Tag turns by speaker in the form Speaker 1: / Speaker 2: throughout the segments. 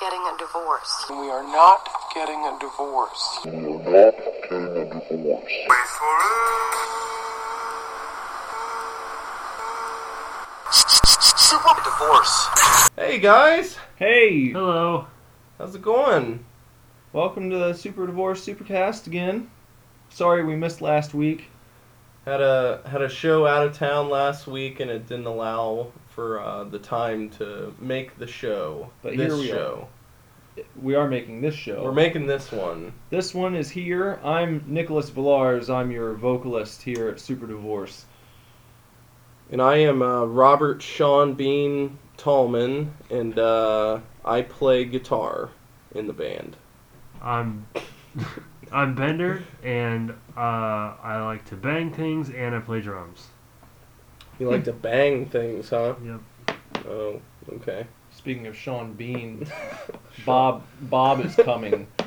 Speaker 1: getting a divorce.
Speaker 2: We are not getting a divorce.
Speaker 3: We are not getting a divorce.
Speaker 4: Wait for it.
Speaker 1: Super
Speaker 4: Divorce.
Speaker 5: Hey guys,
Speaker 6: Hey,
Speaker 7: Hello.
Speaker 5: how's it going?
Speaker 6: welcome to the Super Divorce Supercast again. Sorry we missed last week.
Speaker 5: Had a had a show out of town last week, and it didn't allow for uh, the time to make the show.
Speaker 6: But
Speaker 5: this
Speaker 6: here we are.
Speaker 5: show.
Speaker 6: We are making this show.
Speaker 5: We're making this one.
Speaker 6: this one is here. I'm Nicholas Villars. I'm your vocalist here at Super Divorce.
Speaker 5: And I am uh, Robert Sean Bean Tallman, and uh, I play guitar in the band.
Speaker 7: I'm I'm Bender, and uh, I like to bang things, and I play drums.
Speaker 5: You like to bang things, huh?
Speaker 7: Yep.
Speaker 5: Oh, okay.
Speaker 6: Speaking of Sean Bean, Bob Bob is coming.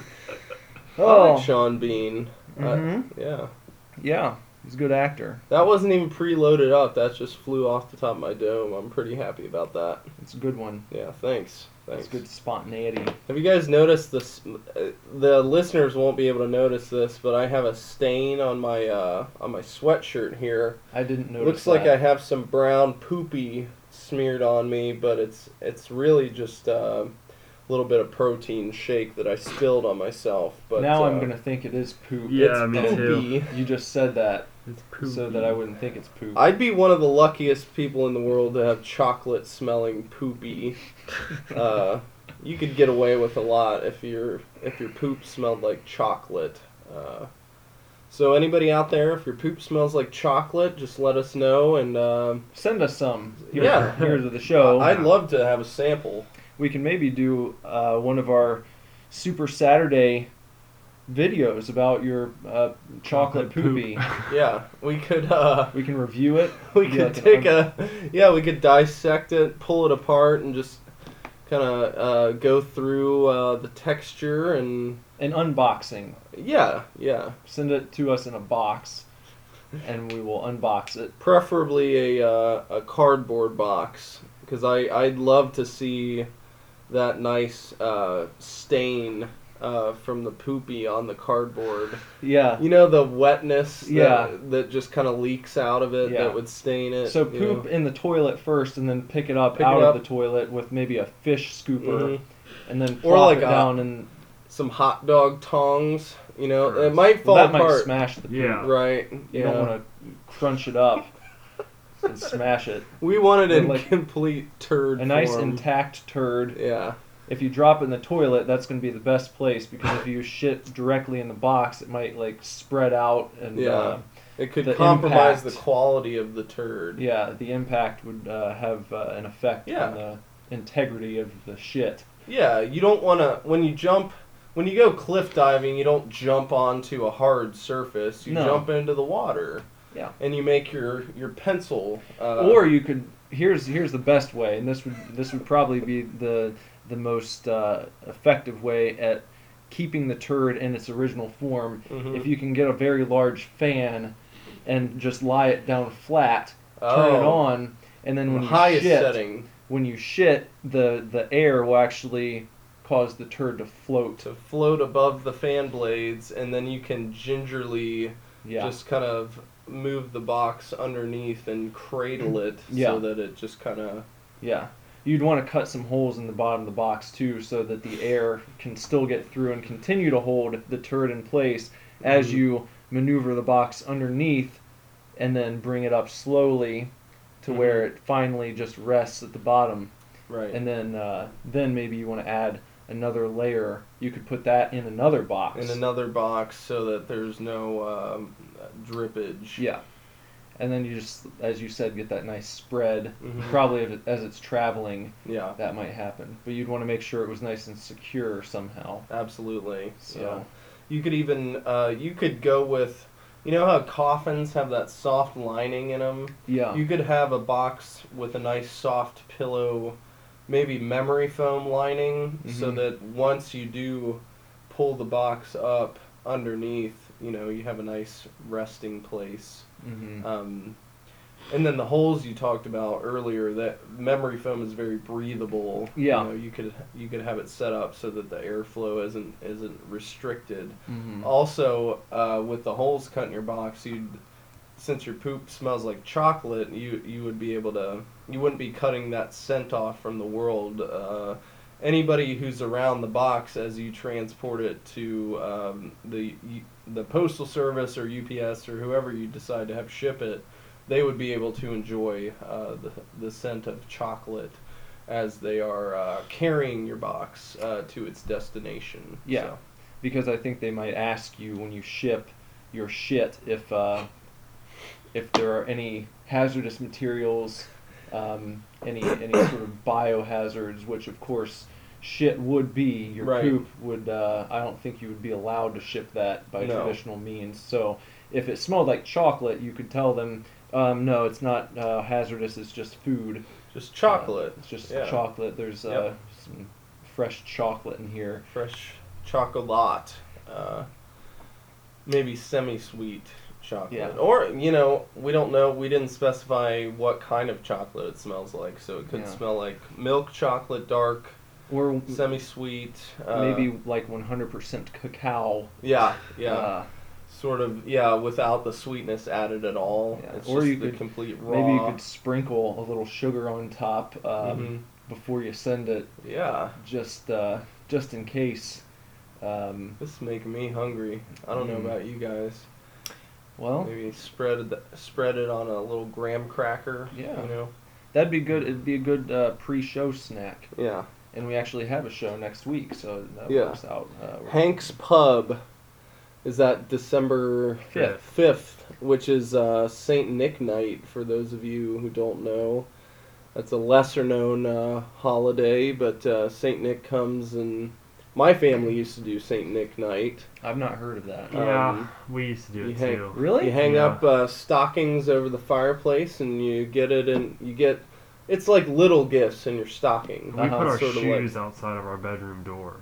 Speaker 5: I like
Speaker 6: oh,
Speaker 5: Sean Bean. I-
Speaker 6: Mhm.
Speaker 5: yeah.
Speaker 6: yeah, he's a good actor.
Speaker 5: That wasn't even preloaded up. That just flew off the top of my dome. I'm pretty happy about that.
Speaker 6: It's a good one.
Speaker 5: Yeah, thanks. Thanks.
Speaker 6: It's good spontaneity.
Speaker 5: Have you guys noticed this? uh, The listeners won't be able to notice this, but I have a stain on my uh, on my sweatshirt here.
Speaker 6: I didn't notice.
Speaker 5: Looks like I have some brown poopy smeared on me, but it's it's really just uh, a little bit of protein shake that I spilled on myself. But
Speaker 6: now
Speaker 5: uh,
Speaker 6: I'm gonna think it is poop.
Speaker 7: Yeah,
Speaker 5: it's
Speaker 7: me too.
Speaker 5: poopy.
Speaker 6: You just said that
Speaker 7: It's poopy.
Speaker 6: so that I wouldn't think it's poop.
Speaker 5: I'd be one of the luckiest people in the world to have chocolate smelling poopy. uh, you could get away with a lot if your if your poop smelled like chocolate. Uh, so anybody out there, if your poop smells like chocolate, just let us know. And uh,
Speaker 6: Send us some. Here,
Speaker 5: Yeah.
Speaker 6: here to the show.
Speaker 5: I'd love to have a sample.
Speaker 6: we can maybe do uh, one of our Super Saturday videos about your uh, chocolate
Speaker 7: Chocolate poop.
Speaker 6: poopy.
Speaker 5: Yeah, we could. Uh,
Speaker 6: we can review it.
Speaker 5: we
Speaker 6: Yeah,
Speaker 5: could
Speaker 6: like an
Speaker 5: take
Speaker 6: un-
Speaker 5: a yeah we could dissect it pull it apart and just kind of uh, go through uh, the texture and
Speaker 6: an unboxing.
Speaker 5: yeah yeah
Speaker 6: Send it to us in a box, and we will unbox it.
Speaker 5: preferably a uh, a cardboard box because I I'd love to see that nice uh, stain uh, from the poopy on the cardboard.
Speaker 6: Yeah.
Speaker 5: You know the wetness that,
Speaker 6: Yeah.
Speaker 5: that just kind of leaks out of it
Speaker 6: Yeah.
Speaker 5: that would stain it.
Speaker 6: So
Speaker 5: you know?
Speaker 6: poop in the toilet first, and then pick it up
Speaker 5: Pick it
Speaker 6: out
Speaker 5: up.
Speaker 6: of the toilet with maybe a fish scooper,
Speaker 5: Mhm.
Speaker 6: and then
Speaker 5: Or
Speaker 6: plop
Speaker 5: like
Speaker 6: it
Speaker 5: a-
Speaker 6: down, and
Speaker 5: Some hot dog tongs. You know it
Speaker 7: Gross.
Speaker 5: might fall
Speaker 6: that might
Speaker 5: apart.
Speaker 6: smash the.
Speaker 7: Yeah.
Speaker 5: Right.
Speaker 6: You
Speaker 5: yeah.
Speaker 6: don't want to crunch it up and smash it.
Speaker 5: We wanted an
Speaker 6: like-
Speaker 5: complete turd.
Speaker 6: A nice
Speaker 5: form.
Speaker 6: intact turd.
Speaker 5: Yeah.
Speaker 6: if you drop it in the toilet, that's going to be the best place because if you shit directly in the box, it might like spread out and yeah,
Speaker 5: Yeah.
Speaker 6: uh,
Speaker 5: It could
Speaker 6: The
Speaker 5: compromise
Speaker 6: impact.
Speaker 5: the quality of the turd.
Speaker 6: yeah the impact would uh, have uh, an effect
Speaker 5: Yeah.
Speaker 6: on the integrity of the shit.
Speaker 5: Yeah, you don't want to when you jump when you go cliff diving, you don't jump onto a hard surface. You
Speaker 6: No.
Speaker 5: jump into the water.
Speaker 6: Yeah.
Speaker 5: And you make your your pencil. Uh,
Speaker 6: or you could here's here's the best way, and this would this would probably be the the most uh, effective way at keeping the turd in its original form.
Speaker 5: Mhm.
Speaker 6: If you can get a very large fan and just lie it down flat, turn it
Speaker 5: Oh.
Speaker 6: on, and then when
Speaker 5: the
Speaker 6: you
Speaker 5: highest
Speaker 6: shit,
Speaker 5: setting
Speaker 6: when you shit, the the air will actually cause the turd to float.
Speaker 5: to float above the fan blades, and then you can gingerly
Speaker 6: Yeah.
Speaker 5: just kind of move the box underneath and cradle it
Speaker 6: Yeah.
Speaker 5: so that it just kind of
Speaker 6: yeah. You'd want to cut some holes in the bottom of the box too so that the air can still get through and continue to hold the turd in place as
Speaker 5: Mhm.
Speaker 6: you maneuver the box underneath and then bring it up slowly to where
Speaker 5: Mm-hmm.
Speaker 6: it finally just rests at the bottom.
Speaker 5: right.
Speaker 6: And then uh, then maybe you want to add another layer. You could put that in another box.
Speaker 5: in another box so that there's no um, drippage.
Speaker 6: Yeah. And then you just, as you said, get that nice spread.
Speaker 5: Mhm.
Speaker 6: Probably if it- as it's traveling,
Speaker 5: Yeah,
Speaker 6: that might happen. But you'd want to make sure it was nice and secure somehow.
Speaker 5: absolutely.
Speaker 6: So,
Speaker 5: Yeah. You could even uh, you could go with you know how coffins have that soft lining in them.
Speaker 6: yeah.
Speaker 5: You could have a box with a nice soft pillow, maybe memory foam lining, so
Speaker 6: Mhm.
Speaker 5: that once you do pull the box up underneath, you know you have a nice resting place.
Speaker 6: hmm
Speaker 5: Um, And then the holes you talked about earlier, that memory foam is very breathable.
Speaker 6: Yeah.
Speaker 5: you, know, you could you could have it set up so that the airflow isn't isn't restricted.
Speaker 6: Mhm.
Speaker 5: Also, uh, with the holes cut in your box, you'd since your poop smells like chocolate, you you would be able to you wouldn't be cutting that scent off from the world. Uh, anybody who's around the box as you transport it to um, the the postal service or UPS or whoever you decide to have ship it, they would be able to enjoy uh, the the scent of chocolate as they are uh, carrying your box uh, to its destination.
Speaker 6: Yeah.
Speaker 5: So,
Speaker 6: because I think they might ask you when you ship your shit if uh, if there are any hazardous materials, um, any any sort of biohazards, which of course shit would be. Your
Speaker 5: Right.
Speaker 6: poop would. Uh, I don't think you would be allowed to ship that by
Speaker 5: No.
Speaker 6: traditional means. So if it smelled like chocolate, you could tell them. Um, no, it's not uh, hazardous. It's just food.
Speaker 5: just chocolate,
Speaker 6: Uh, it's just
Speaker 5: Yeah.
Speaker 6: chocolate. There's uh,
Speaker 5: Yep.
Speaker 6: some fresh chocolate in here.
Speaker 5: fresh chocolate, uh, maybe semi-sweet chocolate,
Speaker 6: Yeah.
Speaker 5: or you know, we don't know. We didn't specify what kind of chocolate it smells like, so it could
Speaker 6: Yeah.
Speaker 5: smell like milk chocolate, dark,
Speaker 6: Or
Speaker 5: semi-sweet, uh,
Speaker 6: maybe like 100% cacao.
Speaker 5: yeah, yeah.
Speaker 6: Uh,
Speaker 5: Sort of, yeah, without the sweetness added at all.
Speaker 6: Yeah,
Speaker 5: It's
Speaker 6: or
Speaker 5: just
Speaker 6: you
Speaker 5: the
Speaker 6: could-
Speaker 5: complete raw.
Speaker 6: maybe you could sprinkle a little sugar on top um,
Speaker 5: Mm-hmm.
Speaker 6: before you send it,
Speaker 5: Mhm. Yeah,
Speaker 6: just uh, just in case. Um,
Speaker 5: this is making me hungry. I don't know
Speaker 6: Mm.
Speaker 5: about you guys.
Speaker 6: well,
Speaker 5: Maybe spread the, spread it on a little graham cracker.
Speaker 6: Yeah.
Speaker 5: you know.
Speaker 6: that'd be good. It'd be a good uh, pre-show snack,
Speaker 5: Yeah.
Speaker 6: and we actually have a show next week, so that
Speaker 5: Yeah.
Speaker 6: works out. Uh, we're-
Speaker 5: Hank's Pub is that December
Speaker 6: Fifth.
Speaker 5: fifth, which is uh, Saint Nick Night. For those of you who don't know, that's a lesser known uh, holiday, but uh, Saint Nick comes and my family used to do Saint Nick Night.
Speaker 6: I've not heard of that.
Speaker 7: Yeah,
Speaker 5: Um,
Speaker 7: we used to do
Speaker 5: you
Speaker 7: it
Speaker 5: hang-
Speaker 7: too.
Speaker 6: Really?
Speaker 5: You hang
Speaker 7: Yeah.
Speaker 5: up uh, stockings over the fireplace, and you get it, and you get it's like little gifts in your stocking.
Speaker 7: We put
Speaker 6: Uh-huh,
Speaker 7: our
Speaker 5: sort of
Speaker 7: shoes outside of our bedroom door.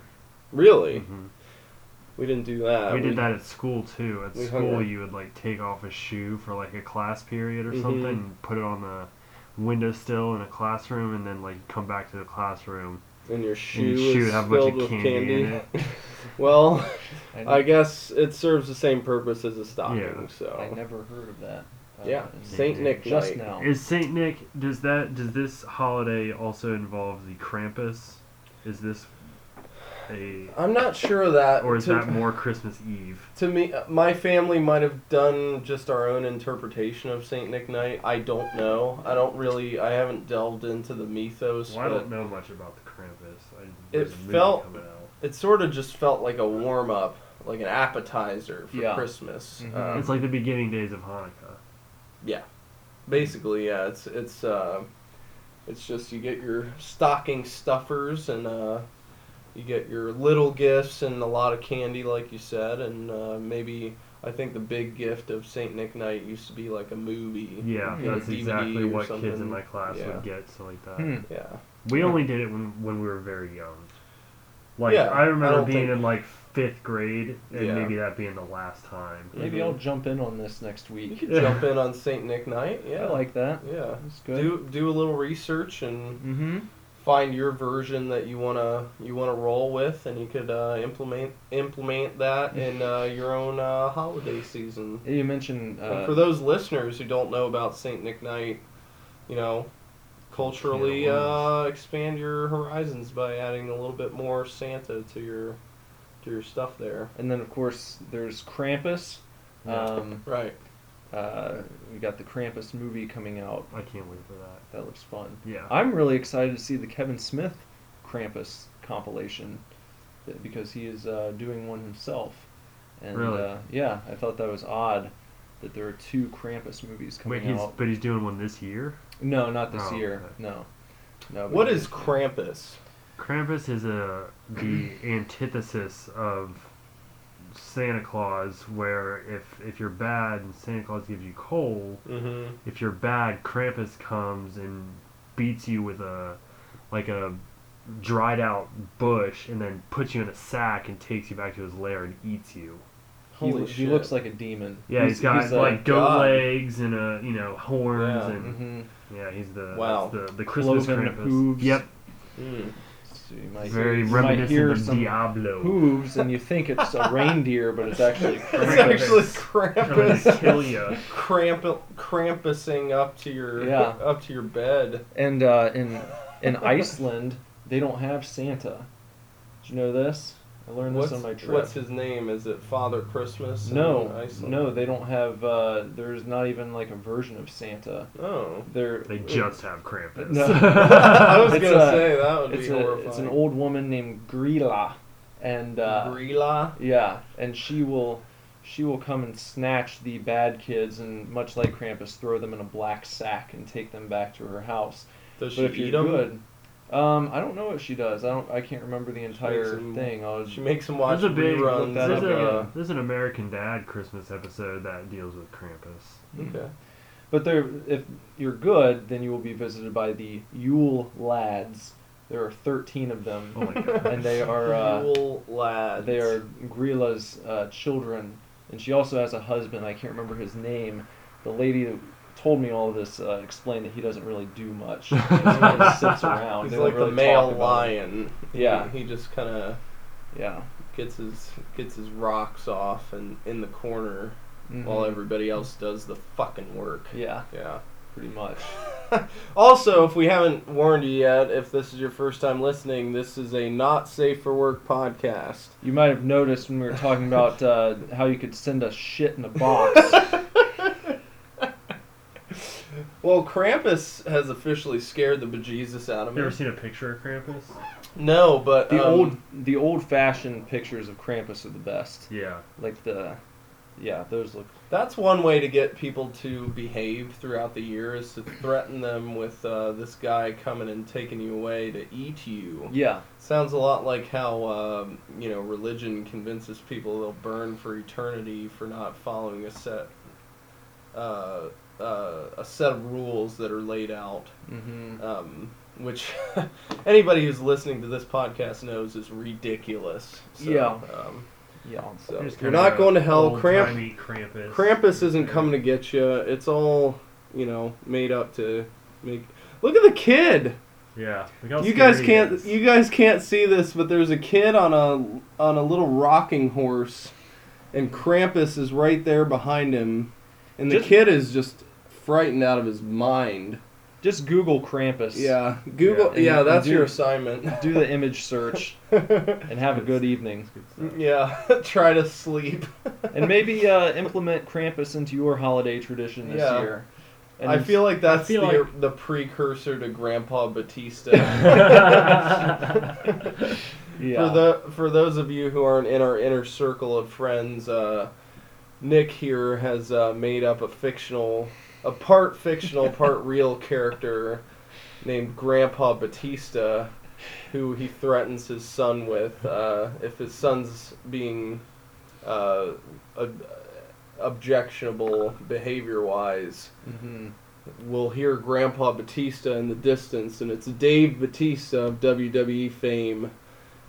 Speaker 5: Really,
Speaker 7: hmm
Speaker 5: uh, we didn't do that.
Speaker 7: we did that at school too. At
Speaker 5: we hung
Speaker 7: school,
Speaker 5: our-
Speaker 7: you would like take off a shoe for like a class period or
Speaker 5: Mhm.
Speaker 7: something, and put it on the windowsill in a classroom, and then like come back to the classroom.
Speaker 5: and your
Speaker 7: And
Speaker 5: shoe
Speaker 7: your
Speaker 5: is
Speaker 7: shoe would have a
Speaker 5: filled
Speaker 7: bunch of
Speaker 5: with
Speaker 7: candy,
Speaker 5: candy.
Speaker 7: in it.
Speaker 5: Well,
Speaker 6: I,
Speaker 5: I guess it serves the same purpose as a stocking.
Speaker 7: Yeah.
Speaker 6: I
Speaker 5: So
Speaker 6: never heard of that.
Speaker 5: yeah,
Speaker 6: and
Speaker 5: Saint
Speaker 7: Saint
Speaker 5: Nick
Speaker 6: Just
Speaker 5: night.
Speaker 6: now.
Speaker 7: Is Saint Nick? Does that? Does this holiday also involve the Krampus? Is this a?
Speaker 5: I'm not sure of that.
Speaker 7: Or is
Speaker 5: to,
Speaker 7: that more Christmas Eve?
Speaker 5: to me? uh, My family might have done just our own interpretation of Saint Nick Night. I don't know. I don't really. I haven't delved into the mythos.
Speaker 7: Well, I
Speaker 5: but
Speaker 7: don't know much about the Krampus. I,
Speaker 5: It
Speaker 7: there's a movie
Speaker 5: felt-
Speaker 7: coming out.
Speaker 5: It sort of just felt like a warm up, like an appetizer for
Speaker 6: Yeah.
Speaker 5: Christmas.
Speaker 6: Mhm.
Speaker 5: Um,
Speaker 7: Mm-hmm. It's like the beginning days of Hanukkah.
Speaker 5: basically yeah it's it's uh, it's just you get your stocking stuffers and uh, you get your little gifts and a lot of candy like you said and uh, maybe i think the big gift of saint nick night used to be like a movie
Speaker 7: Yeah,
Speaker 5: Like a
Speaker 7: that's
Speaker 5: DVD
Speaker 7: exactly
Speaker 5: or
Speaker 7: what kids
Speaker 5: something.
Speaker 7: in my class
Speaker 5: Yeah.
Speaker 7: would get, so
Speaker 5: uh,
Speaker 7: like that.
Speaker 6: Hmm.
Speaker 5: yeah
Speaker 7: We only did it when, when we were very young. Like
Speaker 5: Yeah, I
Speaker 7: I remember
Speaker 5: don't
Speaker 7: being
Speaker 5: think-
Speaker 7: in like fifth grade, and
Speaker 5: Yeah.
Speaker 7: maybe that being the last time.
Speaker 6: Maybe I'll jump in on this next
Speaker 5: mm-hmm. you
Speaker 6: week.
Speaker 5: could jump in on saint nick night yeah
Speaker 6: I like that.
Speaker 5: yeah
Speaker 6: That's good.
Speaker 5: do do a little research and
Speaker 6: Mm-hmm.
Speaker 5: find your version that you wanna you wanna roll with, and you could uh, implement implement that in uh, your own uh, holiday season.
Speaker 6: You mentioned
Speaker 5: And
Speaker 6: uh,
Speaker 5: for those listeners who don't know about Saint Nick Night, you know, culturally
Speaker 7: Yeah,
Speaker 5: uh, expand your horizons by adding a little bit more Santa to your to your stuff there.
Speaker 6: And then, of course, there's Krampus. Um,
Speaker 5: Right.
Speaker 6: uh, we got the Krampus movie coming out.
Speaker 7: I can't wait for that.
Speaker 6: That looks fun.
Speaker 7: Yeah.
Speaker 6: I'm really excited to see the Kevin Smith Krampus compilation uh, because he is uh, doing one himself. And,
Speaker 7: Really?
Speaker 6: Uh, yeah, I thought that was odd that there are two Krampus movies
Speaker 7: Wait,
Speaker 6: coming
Speaker 7: he's
Speaker 6: out.
Speaker 7: but he's doing one this year.
Speaker 6: No, not this
Speaker 7: Oh,
Speaker 6: year.
Speaker 7: okay.
Speaker 6: No. No. but
Speaker 5: What
Speaker 6: he-
Speaker 5: is Krampus?
Speaker 7: Krampus is a the antithesis of Santa Claus, where if if you're bad, Santa Claus gives you coal.
Speaker 5: Mm-hmm.
Speaker 7: if you're bad, Krampus comes and beats you with a like a dried out bush and then puts you in a sack and takes you back to his lair and eats you.
Speaker 6: He,
Speaker 5: Holy
Speaker 6: he
Speaker 5: shit.
Speaker 6: looks like a demon.
Speaker 7: Yeah, he's got
Speaker 6: he's uh, a-
Speaker 7: like goat
Speaker 5: God.
Speaker 7: legs and a you know horns
Speaker 5: Yeah.
Speaker 7: and
Speaker 6: mhm.
Speaker 7: yeah, he's the
Speaker 5: Wow.
Speaker 7: that's the the Christmas
Speaker 6: Cloven
Speaker 7: Krampus.
Speaker 6: hooves.
Speaker 7: Yep,
Speaker 5: Mm.
Speaker 6: So you might
Speaker 7: very
Speaker 6: hear, you might hear
Speaker 7: reminiscent of
Speaker 6: some
Speaker 7: Diablo.
Speaker 6: hooves, and you think it's a reindeer, but it's actually
Speaker 5: It's
Speaker 7: Krampus.
Speaker 5: actually
Speaker 7: Trying to
Speaker 5: Krampus.
Speaker 7: kill you.
Speaker 5: Cramp- Krampusing up to your
Speaker 6: Yeah.
Speaker 5: up to your bed.
Speaker 6: And uh, in in Iceland, they don't have Santa. Did you know this? I learned
Speaker 5: What's,
Speaker 6: this on my trip.
Speaker 5: what's his name? Is it Father Christmas? in
Speaker 6: no,
Speaker 5: Iceland?
Speaker 6: no, they don't have. Uh, there's not even like a version of Santa.
Speaker 5: Oh.
Speaker 6: They're
Speaker 7: They just have Krampus.
Speaker 6: No.
Speaker 5: I was
Speaker 6: It's
Speaker 5: gonna
Speaker 6: a-
Speaker 5: say that would
Speaker 6: it's,
Speaker 5: be
Speaker 6: a,
Speaker 5: horrifying.
Speaker 6: it's an old woman named Grilla, and uh,
Speaker 5: Grilla.
Speaker 6: yeah, and she will she will come and snatch the bad kids and much like Krampus, throw them in a black sack and take them back to her house.
Speaker 5: Does she
Speaker 6: But if you're
Speaker 5: eat them?
Speaker 6: good, um, I don't know what she does. I don't. I can't remember the entire
Speaker 5: makes 'em-
Speaker 6: thing. I'll,
Speaker 5: She makes them watch
Speaker 7: There's a big
Speaker 5: reruns.
Speaker 6: that
Speaker 7: there's,
Speaker 5: of,
Speaker 7: a,
Speaker 5: uh,
Speaker 7: there's an American Dad Christmas episode that deals with Krampus.
Speaker 5: okay.
Speaker 6: But there, if you're good, then you will be visited by the Yule lads. There are 13 of them,
Speaker 7: Oh my god.
Speaker 6: and they are uh,
Speaker 5: Yule lads.
Speaker 6: they are Grilla's uh, children. And she also has a husband. I can't remember his name. The lady that told me all of this uh, explained that he doesn't really do much. He just kind of sits around.
Speaker 5: He's
Speaker 6: They don't
Speaker 5: like
Speaker 6: really
Speaker 5: the
Speaker 6: talk
Speaker 5: male
Speaker 6: about him.
Speaker 5: lion.
Speaker 6: Yeah.
Speaker 5: He, he just kind of
Speaker 6: Yeah.
Speaker 5: gets his gets his rocks off and in the corner while
Speaker 6: Mhm.
Speaker 5: everybody else does the fucking work.
Speaker 6: yeah,
Speaker 5: Yeah.
Speaker 6: pretty much.
Speaker 5: Also, if we haven't warned you yet, if this is your first time listening, this is a not safe for work podcast.
Speaker 6: You might have noticed when we were talking about uh, how you could send us shit in a box.
Speaker 5: Um, Well, Krampus has officially scared the bejesus out of
Speaker 7: You ever
Speaker 5: me.
Speaker 7: seen a picture of Krampus?
Speaker 5: No, but
Speaker 6: The
Speaker 5: um,
Speaker 6: old the old fashioned pictures of Krampus are the best.
Speaker 7: Yeah.
Speaker 6: Like the yeah, those look
Speaker 5: That's one way to get people to behave throughout the year is to threaten them with uh, this guy coming and taking you away to eat you.
Speaker 6: yeah.
Speaker 5: Sounds a lot like how um, you know religion convinces people they'll burn for eternity for not following a set uh, uh, a set of rules that are laid out.
Speaker 6: hmm
Speaker 5: Um, which anybody who's listening to this podcast knows is ridiculous. So,
Speaker 6: Yeah.
Speaker 5: Um,
Speaker 6: Yeah.
Speaker 5: so
Speaker 7: Just
Speaker 5: you're
Speaker 7: kinda
Speaker 5: not going to hell, Cramp.
Speaker 7: old-timey Krampus.
Speaker 5: Krampus isn't coming to get you. It's all, you know, made up to make. Look at the kid.
Speaker 7: Yeah. Look how
Speaker 5: you guys
Speaker 7: scary he
Speaker 5: can't
Speaker 7: is.
Speaker 5: you guys can't see this, but there's a kid on a on a little rocking horse, and Krampus is right there behind him, and the
Speaker 6: Just-
Speaker 5: kid is just frightened out of his mind.
Speaker 6: Just Google Krampus.
Speaker 5: Yeah, Google.
Speaker 6: and-
Speaker 5: Yeah,
Speaker 6: and
Speaker 5: that's
Speaker 6: do-
Speaker 5: your assignment.
Speaker 6: Do the image search and have a good evening.
Speaker 7: Good stuff.
Speaker 5: yeah, try to sleep.
Speaker 6: And maybe uh, implement Krampus into your holiday tradition this
Speaker 5: Yeah.
Speaker 6: year. And
Speaker 5: I feel like that's
Speaker 7: feel
Speaker 5: the
Speaker 7: like-
Speaker 5: the precursor to Grandpa Batista.
Speaker 6: yeah.
Speaker 5: For the for those of you who aren't in our inner circle of friends, uh, Nick here has uh, made up a fictional, a part fictional, part real character named Grandpa Batista, who he threatens his son with uh, if his son's being uh, ob- objectionable behavior wise.
Speaker 6: Mhm.
Speaker 5: We'll hear Grandpa Batista in the distance, and it's Dave Batista of WWE fame,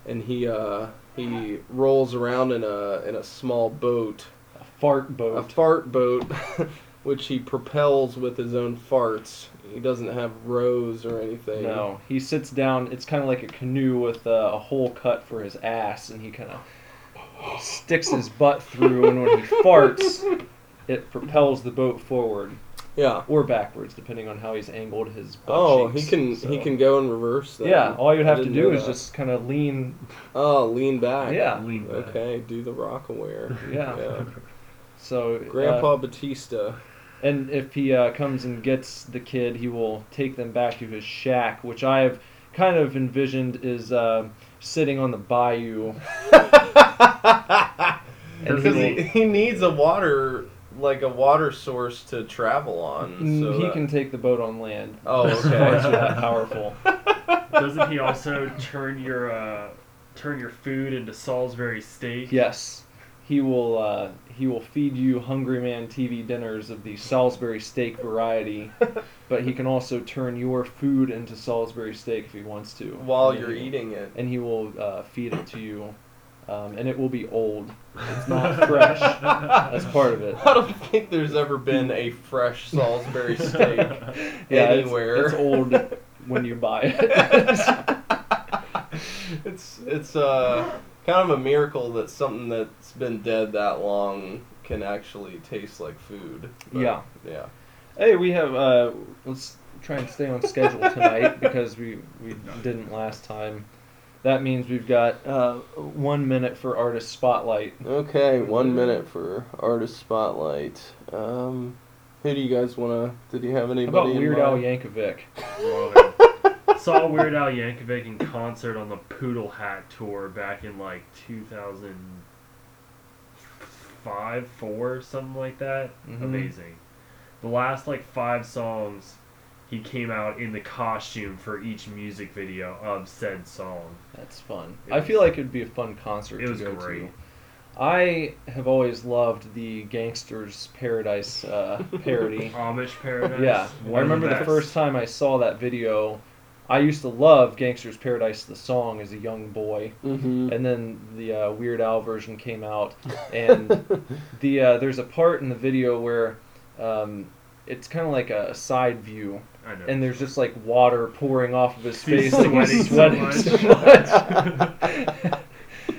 Speaker 5: and he uh, he rolls around in a in a small boat,
Speaker 6: A fart
Speaker 5: a
Speaker 6: boat.
Speaker 5: fart boat, which he propels with his own farts. He doesn't have rows or anything.
Speaker 6: No, he sits down. It's kind of like a canoe with uh, a hole cut for his ass, and he kind of sticks his butt through. And when he farts, it propels the boat forward
Speaker 5: Yeah.
Speaker 6: or backwards, depending on how he's angled his. Butt
Speaker 5: Oh, he
Speaker 6: cheeks,
Speaker 5: can
Speaker 6: so-
Speaker 5: he can go in reverse. Then.
Speaker 6: Yeah, all you'd
Speaker 5: I
Speaker 6: have to
Speaker 5: didn't
Speaker 6: do
Speaker 5: know
Speaker 6: is
Speaker 5: that.
Speaker 6: just kind of lean.
Speaker 5: oh lean back.
Speaker 6: Yeah,
Speaker 7: Lean back.
Speaker 5: Okay, do the rock aware.
Speaker 6: yeah.
Speaker 5: Yeah.
Speaker 6: So uh,
Speaker 5: Grandpa Batista.
Speaker 6: And if he uh, comes and gets the kid, he will take them back to his shack, which I have kind of envisioned is uh, sitting on the bayou. And
Speaker 5: Because
Speaker 6: will-
Speaker 5: he, he needs a water like a water source to travel on. So
Speaker 6: Mm, he
Speaker 5: that-
Speaker 6: can take the boat on land.
Speaker 5: Oh,
Speaker 6: It's
Speaker 5: okay.
Speaker 6: actually that powerful.
Speaker 7: Doesn't he also turn your uh, turn your food into Salisbury steak?
Speaker 6: Yes, he will. Uh, he will feed you Hungry Man TV dinners of the Salisbury steak variety, but he can also turn your food into Salisbury steak if he wants to.
Speaker 5: while
Speaker 6: And
Speaker 5: you're
Speaker 6: he-
Speaker 5: eating it.
Speaker 6: and he will uh, feed it to you um, and it will be old. It's not fresh. That's part of it.
Speaker 5: I don't think there's ever been a fresh Salisbury steak
Speaker 6: Yeah, it's-
Speaker 5: anywhere.
Speaker 6: It's, old when you buy it.
Speaker 5: it's it's uh kind of a miracle that something that's been dead that long can actually taste like food. But,
Speaker 6: Yeah.
Speaker 5: Yeah.
Speaker 6: hey, we have. Uh, let's try and stay on schedule tonight because we we didn't last time. That means we've got uh, one minute for artist spotlight.
Speaker 5: Okay, one minute for artist spotlight. Um, who do you guys wanna? Did you have
Speaker 6: How
Speaker 5: anybody?
Speaker 6: about
Speaker 5: in
Speaker 6: Weird Al
Speaker 5: mind?
Speaker 6: Yankovic?
Speaker 7: Saw Weird Al Yankovic in concert on the Poodle Hat tour back in like 2005, four, something like that.
Speaker 6: Mhm.
Speaker 7: Amazing. The last like five songs, he came out in the costume for each music video of said song.
Speaker 6: That's fun.
Speaker 7: It
Speaker 6: I
Speaker 7: was-
Speaker 6: feel like it'd be a fun concert.
Speaker 7: It was
Speaker 6: to go
Speaker 7: great.
Speaker 6: To. I have always loved the Gangsters Paradise uh, parody.
Speaker 7: Amish Paradise.
Speaker 6: yeah,
Speaker 7: one
Speaker 6: I
Speaker 7: of
Speaker 6: remember the,
Speaker 7: best.
Speaker 6: first time I saw that video. I used to love Gangsters Paradise the song as a young boy,
Speaker 5: Mhm.
Speaker 6: and then the uh, Weird Al version came out, and the uh, there's a part in the video where um, it's kind of like a, a side view,
Speaker 7: I know.
Speaker 6: and there's just like water pouring off of his
Speaker 7: He's
Speaker 6: face, like he's
Speaker 7: sweating
Speaker 6: sweating
Speaker 7: so
Speaker 6: so much.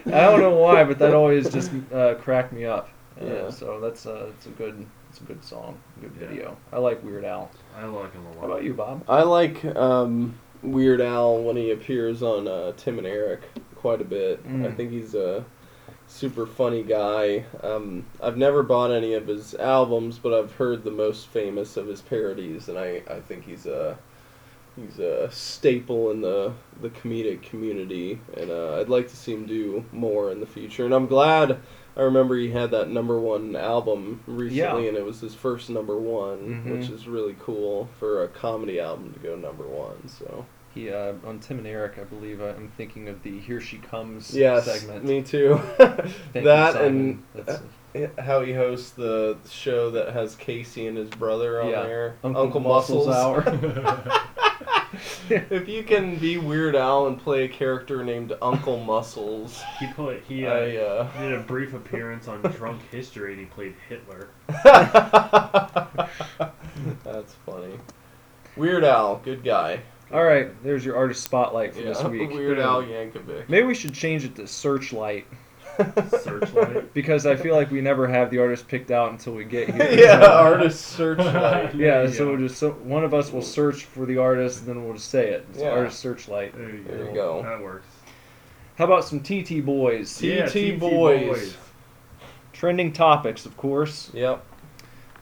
Speaker 6: I don't know why, but that always just uh, cracked me up. Uh,
Speaker 5: Yeah.
Speaker 6: So that's uh, that's a good that's a good song, good
Speaker 7: Yeah.
Speaker 6: video. I like Weird Al.
Speaker 7: I like him a lot.
Speaker 6: What about you, Bob?
Speaker 5: I like um, Weird Al when he appears on uh, Tim and Eric quite a bit.
Speaker 6: Mm.
Speaker 5: I think he's a super funny guy. Um, I've never bought any of his albums, but I've heard the most famous of his parodies, and I, I think he's a he's a staple in the the comedic community, and uh, I'd like to see him do more in the future. And I'm glad. I remember he had that number one album recently,
Speaker 6: Yeah.
Speaker 5: and it was his first number one,
Speaker 6: Mhm.
Speaker 5: which is really cool for a comedy album to go number one. So
Speaker 6: He uh, on Tim and Eric, I believe. I, I'm thinking of the "Here She Comes"
Speaker 5: yes,
Speaker 6: segment.
Speaker 5: me too.
Speaker 6: Thank you,
Speaker 5: that
Speaker 6: Simon.
Speaker 5: and
Speaker 6: That's-
Speaker 5: uh, how he hosts the show that has Casey and his brother on
Speaker 6: Yeah.
Speaker 5: there,
Speaker 6: Uncle, Muscles, Hour.
Speaker 5: if you can be Weird Al and play a character named Uncle Muscles,
Speaker 7: He put he uh,
Speaker 5: I, uh,
Speaker 7: did a brief appearance on Drunk History and he played Hitler.
Speaker 5: uh, That's funny. Weird Al, good guy.
Speaker 6: All right, there's your artist spotlight for this
Speaker 5: Yeah,
Speaker 6: week.
Speaker 5: Weird Al Yankovic.
Speaker 6: Maybe we should change it to Searchlight
Speaker 7: Searchlight.
Speaker 6: because I feel like we never have the artist picked out until we get here.
Speaker 5: yeah, artist searchlight.
Speaker 6: Yeah,
Speaker 7: There you
Speaker 6: so
Speaker 7: go.
Speaker 6: we'll just so one of us will search for the artist, and then we'll just say it. It's
Speaker 5: Yeah.
Speaker 6: Artist searchlight.
Speaker 7: There you,
Speaker 5: There
Speaker 7: go.
Speaker 5: you go.
Speaker 7: That works.
Speaker 6: How about some TT boys?
Speaker 5: T- Boys.
Speaker 6: Trending topics, of course.
Speaker 5: Yep.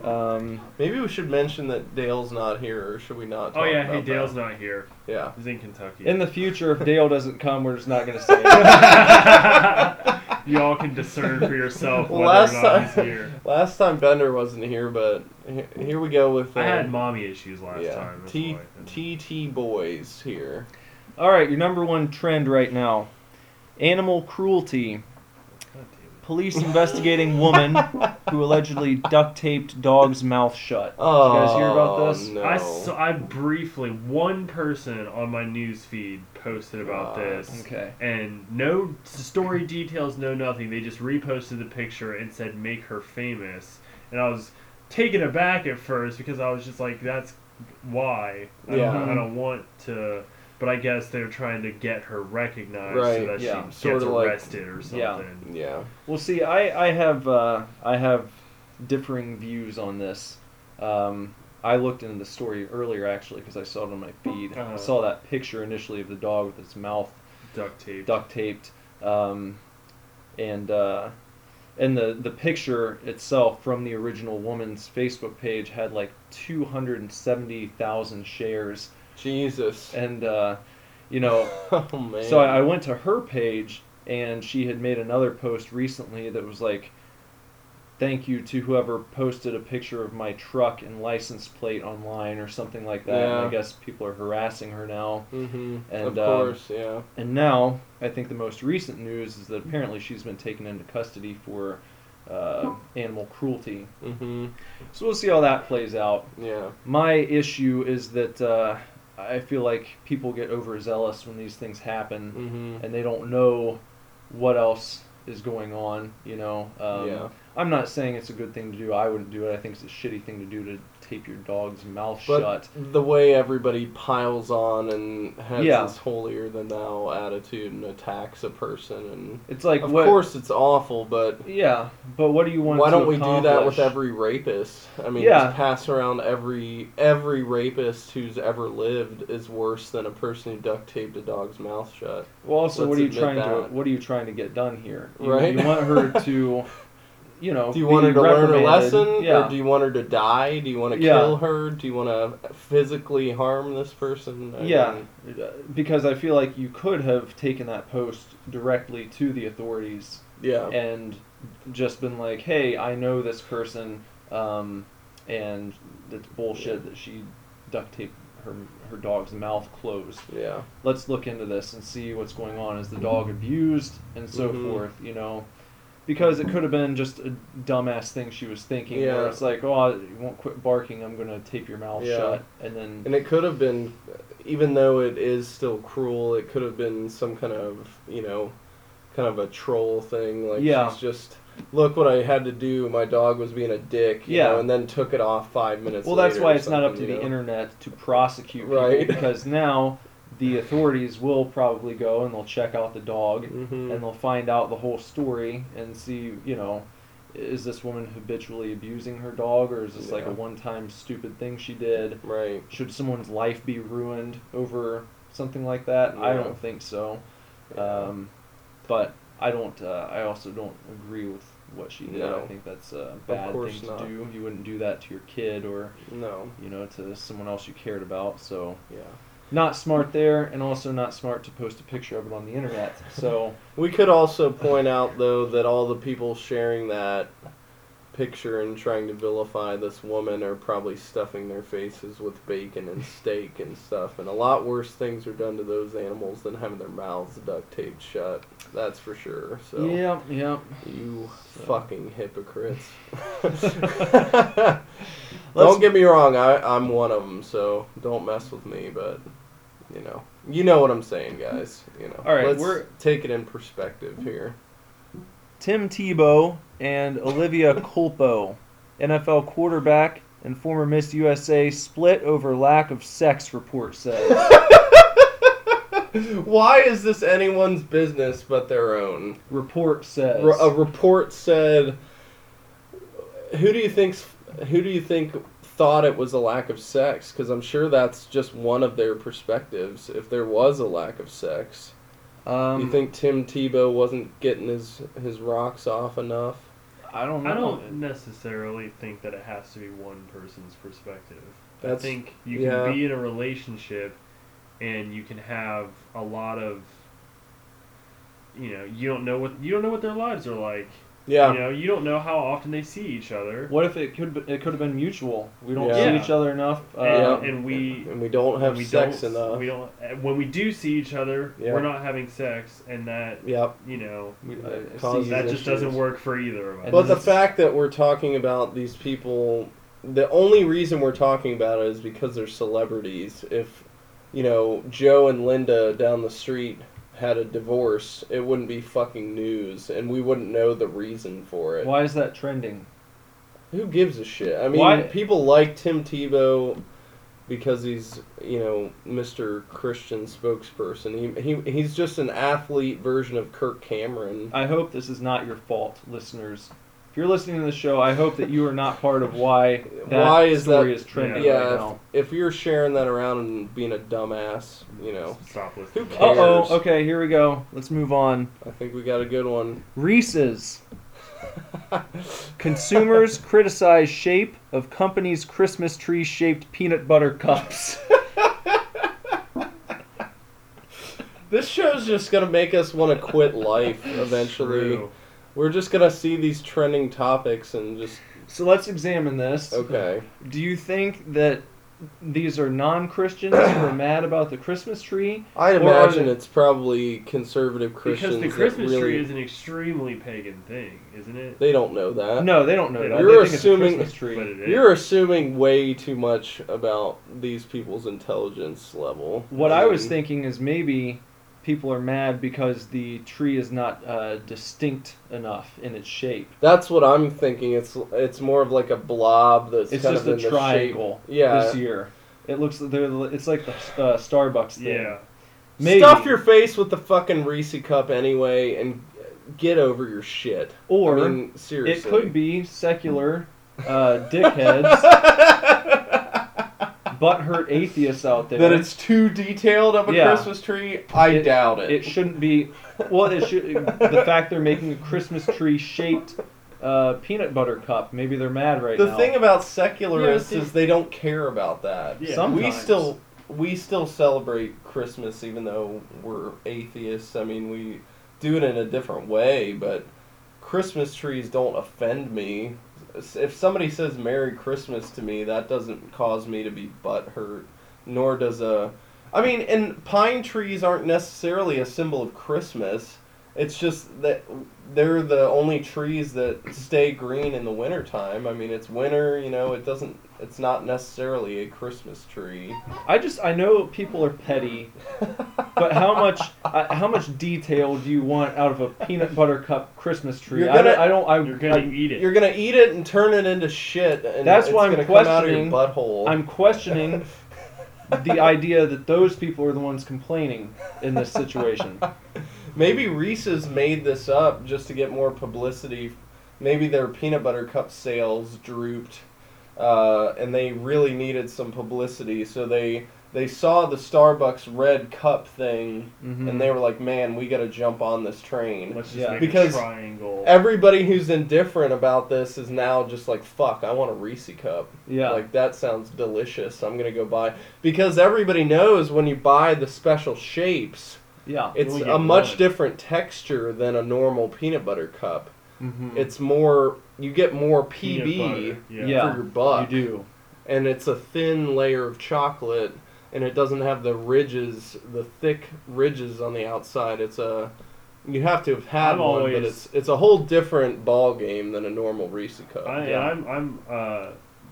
Speaker 6: Um,
Speaker 5: Maybe we should mention that Dale's not here, or should we not? Talk
Speaker 7: Oh yeah,
Speaker 5: about
Speaker 7: hey Dale's
Speaker 5: that?
Speaker 7: not here.
Speaker 5: Yeah.
Speaker 7: He's in Kentucky.
Speaker 6: in the future, if Dale doesn't come, we're just not going to say it.
Speaker 7: Y'all can discern for yourself whether
Speaker 5: Last
Speaker 7: or not he's
Speaker 5: time-
Speaker 7: here.
Speaker 5: Last time Bender wasn't here, but he- here we go with.
Speaker 7: I had
Speaker 5: um,
Speaker 7: mommy issues last time. that's
Speaker 5: T
Speaker 7: why I didn't-
Speaker 5: T T boys here.
Speaker 6: All right, your number one trend right now: animal cruelty.
Speaker 7: God damn
Speaker 6: Police investigating woman who allegedly duct taped dog's mouth shut.
Speaker 5: Oh,
Speaker 6: guys hear about this?
Speaker 5: No.
Speaker 7: it. I, saw, I briefly one person on my news feed posted about
Speaker 5: God.
Speaker 7: this.
Speaker 6: Okay.
Speaker 7: and no story details, no nothing. They just reposted the picture and said, "Make her famous." And I was taken aback at first because I was just like, "That's why I, don't,
Speaker 5: Yeah.
Speaker 7: I don't want to." But I guess they're trying to get her recognized so
Speaker 5: Right,
Speaker 7: that
Speaker 6: yeah.
Speaker 7: she
Speaker 5: Sorta
Speaker 7: gets
Speaker 5: like-
Speaker 7: arrested or
Speaker 6: Yeah.
Speaker 7: something.
Speaker 5: yeah.
Speaker 6: Well, see, I, I have uh, I have differing views on this. Um, I looked into the story earlier actually because I saw it on my feed. I
Speaker 7: Uh-huh.
Speaker 6: saw that picture initially of the dog with its mouth
Speaker 7: Duct tape.
Speaker 6: duct taped, um, and uh, and the the picture itself from the original woman's Facebook page had like two hundred and seventy thousand shares,
Speaker 5: Jesus.
Speaker 6: and uh, you know
Speaker 5: oh man.
Speaker 6: so I, I went to her page, and she had made another post recently that was like, "Thank you to whoever posted a picture of my truck and license plate online or something like that." And I
Speaker 5: Yeah.
Speaker 6: guess people are harassing her now.
Speaker 5: Mm-hmm. of
Speaker 6: And, um,
Speaker 5: course, yeah.
Speaker 6: And now I think the most recent news is that apparently she's been taken into custody for uh, animal cruelty.
Speaker 5: Mm-hmm.
Speaker 6: So we'll see how that plays out.
Speaker 5: Yeah.
Speaker 6: My issue is that uh, I feel like people get overzealous when these things happen
Speaker 5: Mm-hmm.
Speaker 6: and they don't know what else is going on. You know, um,
Speaker 5: Yeah.
Speaker 6: I'm not saying it's a good thing to do. I wouldn't do it. I think it's a shitty thing to do to tape your dog's mouth
Speaker 5: But
Speaker 6: shut.
Speaker 5: the way everybody piles on and has
Speaker 6: Yeah.
Speaker 5: this holier than thou attitude and attacks a person, and
Speaker 6: It's like
Speaker 5: of
Speaker 6: what?
Speaker 5: course it's awful, but
Speaker 6: Yeah, but what do you want?
Speaker 5: why
Speaker 6: to
Speaker 5: don't we do that with
Speaker 6: accomplish?
Speaker 5: every rapist? I mean,
Speaker 6: Yeah.
Speaker 5: just pass around every every rapist who's ever lived is worse than a person who duct taped a dog's mouth shut.
Speaker 6: Well, also,
Speaker 5: Let's
Speaker 6: what are you
Speaker 5: admit
Speaker 6: trying
Speaker 5: that.
Speaker 6: to what are you trying to get done here? You,
Speaker 5: Right.
Speaker 6: You want her to, you know,
Speaker 5: Do you want
Speaker 6: be
Speaker 5: her to learn a
Speaker 6: reprimanded.
Speaker 5: lesson,
Speaker 6: Yeah.
Speaker 5: or do you want her to die? Do you want to
Speaker 6: Yeah.
Speaker 5: kill her? Do you want to physically harm this person? I
Speaker 6: yeah,
Speaker 5: mean,
Speaker 6: because I feel like you could have taken that post directly to the authorities
Speaker 5: yeah.
Speaker 6: and just been like, "Hey, I know this person, um, and it's bullshit that she duct taped her her dog's mouth closed.
Speaker 5: Yeah.
Speaker 6: Let's look into this and see what's going on. Is the
Speaker 5: Mm-hmm.
Speaker 6: dog abused and so
Speaker 5: Mhm.
Speaker 6: forth? You know." Because it could have been just a dumbass thing she was thinking,
Speaker 5: Yeah.
Speaker 6: where it's like, "Oh, you won't quit barking. I'm gonna tape your mouth
Speaker 5: Yeah.
Speaker 6: shut," and then
Speaker 5: And it could have been, even though it is still cruel, it could have been some kind of, you know, kind of a troll thing. Like,
Speaker 6: Yeah.
Speaker 5: she's just, look what I had to do. My dog was being a dick. You
Speaker 6: Yeah.
Speaker 5: Know, and then took it off five minutes
Speaker 6: Well, that's
Speaker 5: later
Speaker 6: why
Speaker 5: or
Speaker 6: it's not up to
Speaker 5: something,
Speaker 6: the
Speaker 5: you know?
Speaker 6: internet to prosecute people
Speaker 5: Right.
Speaker 6: because now the authorities will probably go and they'll check out the dog
Speaker 5: Mhm.
Speaker 6: and they'll find out the whole story and see, you know, is this woman habitually abusing her dog or is this like a
Speaker 5: Yeah.
Speaker 6: one-time stupid thing she did?
Speaker 5: Right.
Speaker 6: Should someone's life be ruined over something like that? I
Speaker 5: Yeah.
Speaker 6: don't think so.
Speaker 5: Yeah.
Speaker 6: Um, but I don't. Uh, I also don't agree with what she did. I
Speaker 5: No.
Speaker 6: think that's a bad
Speaker 5: course
Speaker 6: thing to
Speaker 5: not.
Speaker 6: do. You wouldn't do that to your kid or
Speaker 5: No.
Speaker 6: you know, to someone else you cared about. So
Speaker 5: Yeah.
Speaker 6: not smart there, and also not smart to post a picture of it on the internet. So
Speaker 5: We could also point out, though, that all the people sharing that picture and trying to vilify this woman are probably stuffing their faces with bacon and steak and stuff. And a lot worse things are done to those animals than having their mouths duct taped shut. That's for sure. So,
Speaker 6: yeah, yeah.
Speaker 5: you
Speaker 6: So.
Speaker 5: fucking hypocrites.
Speaker 6: Let's-
Speaker 5: don't get me wrong, I, I'm one of them, so don't mess with me, but. You know, you know what I'm saying, guys. You know,
Speaker 6: All right,
Speaker 5: let's
Speaker 6: we're-
Speaker 5: take it in perspective here.
Speaker 6: Tim Tebow and Olivia Culpo, NFL quarterback and former Miss USA, split over lack of sex. Report says.
Speaker 5: Why is this anyone's business but their own?
Speaker 6: report says.
Speaker 5: R- a report said, "Who do you think's who do you think thought it was a lack of sex? Because I'm sure that's just one of their perspectives. If there was a lack of sex,
Speaker 6: um,
Speaker 5: you think Tim Tebow wasn't getting his his rocks off enough?
Speaker 6: I don't know.
Speaker 7: I don't necessarily think that it has to be one person's perspective. I
Speaker 5: That's-
Speaker 7: think you
Speaker 5: yeah.
Speaker 7: can be in a relationship and you can have a lot of you know, you don't know what you don't know what their lives are like.
Speaker 5: Yeah,
Speaker 7: You know, you don't know how often they see each other.
Speaker 6: What if it could? Be, it could have been mutual. We don't
Speaker 5: Yeah.
Speaker 6: see each other enough. Uh,
Speaker 7: And, and we
Speaker 5: and we don't have
Speaker 7: we
Speaker 5: sex
Speaker 7: don't,
Speaker 5: enough.
Speaker 7: We don't uh, when we do see each other,
Speaker 5: Yeah.
Speaker 7: we're not having sex and that
Speaker 5: Yep.
Speaker 7: you know,
Speaker 6: we- uh, I- I
Speaker 5: That
Speaker 6: see
Speaker 5: causes
Speaker 7: that
Speaker 5: These
Speaker 7: just doesn't
Speaker 5: issues.
Speaker 7: work for either of us.
Speaker 6: And
Speaker 5: But
Speaker 6: then
Speaker 5: the
Speaker 6: it's-
Speaker 5: fact that we're talking about these people, the only reason we're talking about it is because they're celebrities. If, you know, Joe and Linda down the street had a divorce, it wouldn't be fucking news, and we wouldn't know the reason for it.
Speaker 6: Why is that trending?
Speaker 5: Who gives a shit? I mean,
Speaker 6: Why-
Speaker 5: people like Tim Tebow because he's, you know, Mr. Christian spokesperson. He, he, he's just an athlete version of Kirk Cameron.
Speaker 6: I hope this is not your fault, listeners. If you're listening to the show, I hope that you are not part of why that
Speaker 5: Why is
Speaker 6: story
Speaker 5: that-
Speaker 6: is trending
Speaker 7: Yeah.
Speaker 6: right
Speaker 5: yeah,
Speaker 6: now.
Speaker 5: if, if you're sharing that around and being a dumbass, you know,
Speaker 7: Stop
Speaker 5: Who
Speaker 7: listening. to
Speaker 5: cares?
Speaker 7: that.
Speaker 6: Uh oh. Okay, here we go. Let's move on.
Speaker 5: I think we got a good one.
Speaker 6: Reese's consumers criticize shape of company's Christmas tree shaped peanut butter cups.
Speaker 5: this show's just gonna make us want to quit life eventually.
Speaker 7: True.
Speaker 5: We're just gonna see these trending topics and just
Speaker 6: so let's examine this.
Speaker 5: okay.
Speaker 6: Do you think that these are non-Christians who are mad about the Christmas tree?
Speaker 5: I
Speaker 6: Or are
Speaker 5: imagine
Speaker 6: they-
Speaker 5: it's probably conservative Christians
Speaker 7: Because the
Speaker 5: that
Speaker 7: Christmas
Speaker 5: really
Speaker 7: tree is an extremely pagan thing, isn't it?
Speaker 5: they don't know that.
Speaker 6: No, they don't know
Speaker 7: They
Speaker 6: that. They
Speaker 7: don't.
Speaker 5: Uh, You're
Speaker 6: think
Speaker 5: assuming-
Speaker 6: it's a Christmas tree.
Speaker 7: But it is.
Speaker 5: You're assuming way too much about these people's intelligence level.
Speaker 6: What I was
Speaker 5: mean,
Speaker 6: thinking is maybe people are mad because the tree is not uh, distinct enough in its shape.
Speaker 5: That's what I'm thinking. It's it's more of like a blob that's
Speaker 6: It's
Speaker 5: kind
Speaker 6: just
Speaker 5: of
Speaker 6: a
Speaker 5: in the shape-
Speaker 6: triangle
Speaker 5: Yeah.
Speaker 6: this year. It looks they're, it's like the uh, Starbucks thing.
Speaker 7: Yeah.
Speaker 6: Maybe.
Speaker 5: Stuff your face with the fucking Reese cup anyway, and get over your shit.
Speaker 6: Or
Speaker 5: I mean,
Speaker 6: it
Speaker 5: seriously,
Speaker 6: could be secular uh, dickheads, butthurt atheists out there.
Speaker 5: that it's too detailed of a
Speaker 6: Yeah.
Speaker 5: Christmas tree. I
Speaker 6: It-
Speaker 5: doubt it.
Speaker 6: it shouldn't be. Well, it should. the fact they're making a Christmas tree shaped uh, peanut butter cup. Maybe they're mad right
Speaker 5: the
Speaker 6: now.
Speaker 5: thing about secularists
Speaker 6: Yeah, see-
Speaker 5: is they don't care about that.
Speaker 7: Yeah.
Speaker 5: We
Speaker 6: Sometimes.
Speaker 5: still we still celebrate Christmas even though we're atheists. I mean, we do it in a different way, but Christmas trees don't offend me. If somebody says Merry Christmas to me, that doesn't cause me to be butthurt, nor does a I mean, and pine trees aren't necessarily a symbol of Christmas. It's just that they're the only trees that stay green in the wintertime. I mean, it's winter, you know, it doesn't it's not necessarily a Christmas tree.
Speaker 6: I just I know people are petty, but how much uh, how much detail do you want out of a peanut butter cup Christmas tree?
Speaker 5: You're
Speaker 6: I don't-
Speaker 5: gonna-
Speaker 6: I don't. I,
Speaker 7: You're gonna eat it.
Speaker 5: You're going to eat it and turn it into shit and
Speaker 6: That's
Speaker 5: it's
Speaker 6: why I'm
Speaker 5: gonna come out of your
Speaker 6: questioning-
Speaker 5: butthole.
Speaker 6: I'm questioning the idea that those people are the ones complaining in this situation.
Speaker 5: Maybe Reese's made this up just to get more publicity. Maybe their peanut butter cup sales drooped, uh, and they really needed some publicity. So they they saw the Starbucks red cup thing,
Speaker 6: Mhm.
Speaker 7: Hmm.
Speaker 5: and they were like, "Man, we got to jump on this train."
Speaker 7: Let's just
Speaker 6: Yeah.
Speaker 7: make
Speaker 5: Because
Speaker 7: a triangle.
Speaker 5: Everybody who's indifferent about this is now just like, "Fuck, I want a Reese cup."
Speaker 6: Yeah.
Speaker 5: like that sounds delicious. I'm gonna go buy because everybody knows when you buy the special shapes.
Speaker 6: yeah.
Speaker 5: It's
Speaker 7: You'll
Speaker 5: a
Speaker 7: get
Speaker 5: much
Speaker 7: one.
Speaker 5: different texture than a normal peanut butter cup.
Speaker 6: Mhm.
Speaker 5: It's more you get more
Speaker 7: Hmm. Peanut
Speaker 5: PB
Speaker 7: butter,
Speaker 6: yeah.
Speaker 7: yeah.
Speaker 5: for your buck,
Speaker 6: You do.
Speaker 5: and it's a thin layer of chocolate, and it doesn't have the ridges, the thick ridges on the outside. It's a you have to have had
Speaker 7: I'm
Speaker 5: one,
Speaker 7: always-
Speaker 5: but it's it's a whole different ball game than a normal Reese cup.
Speaker 7: I,
Speaker 6: Yeah.
Speaker 7: I'm I'm uh,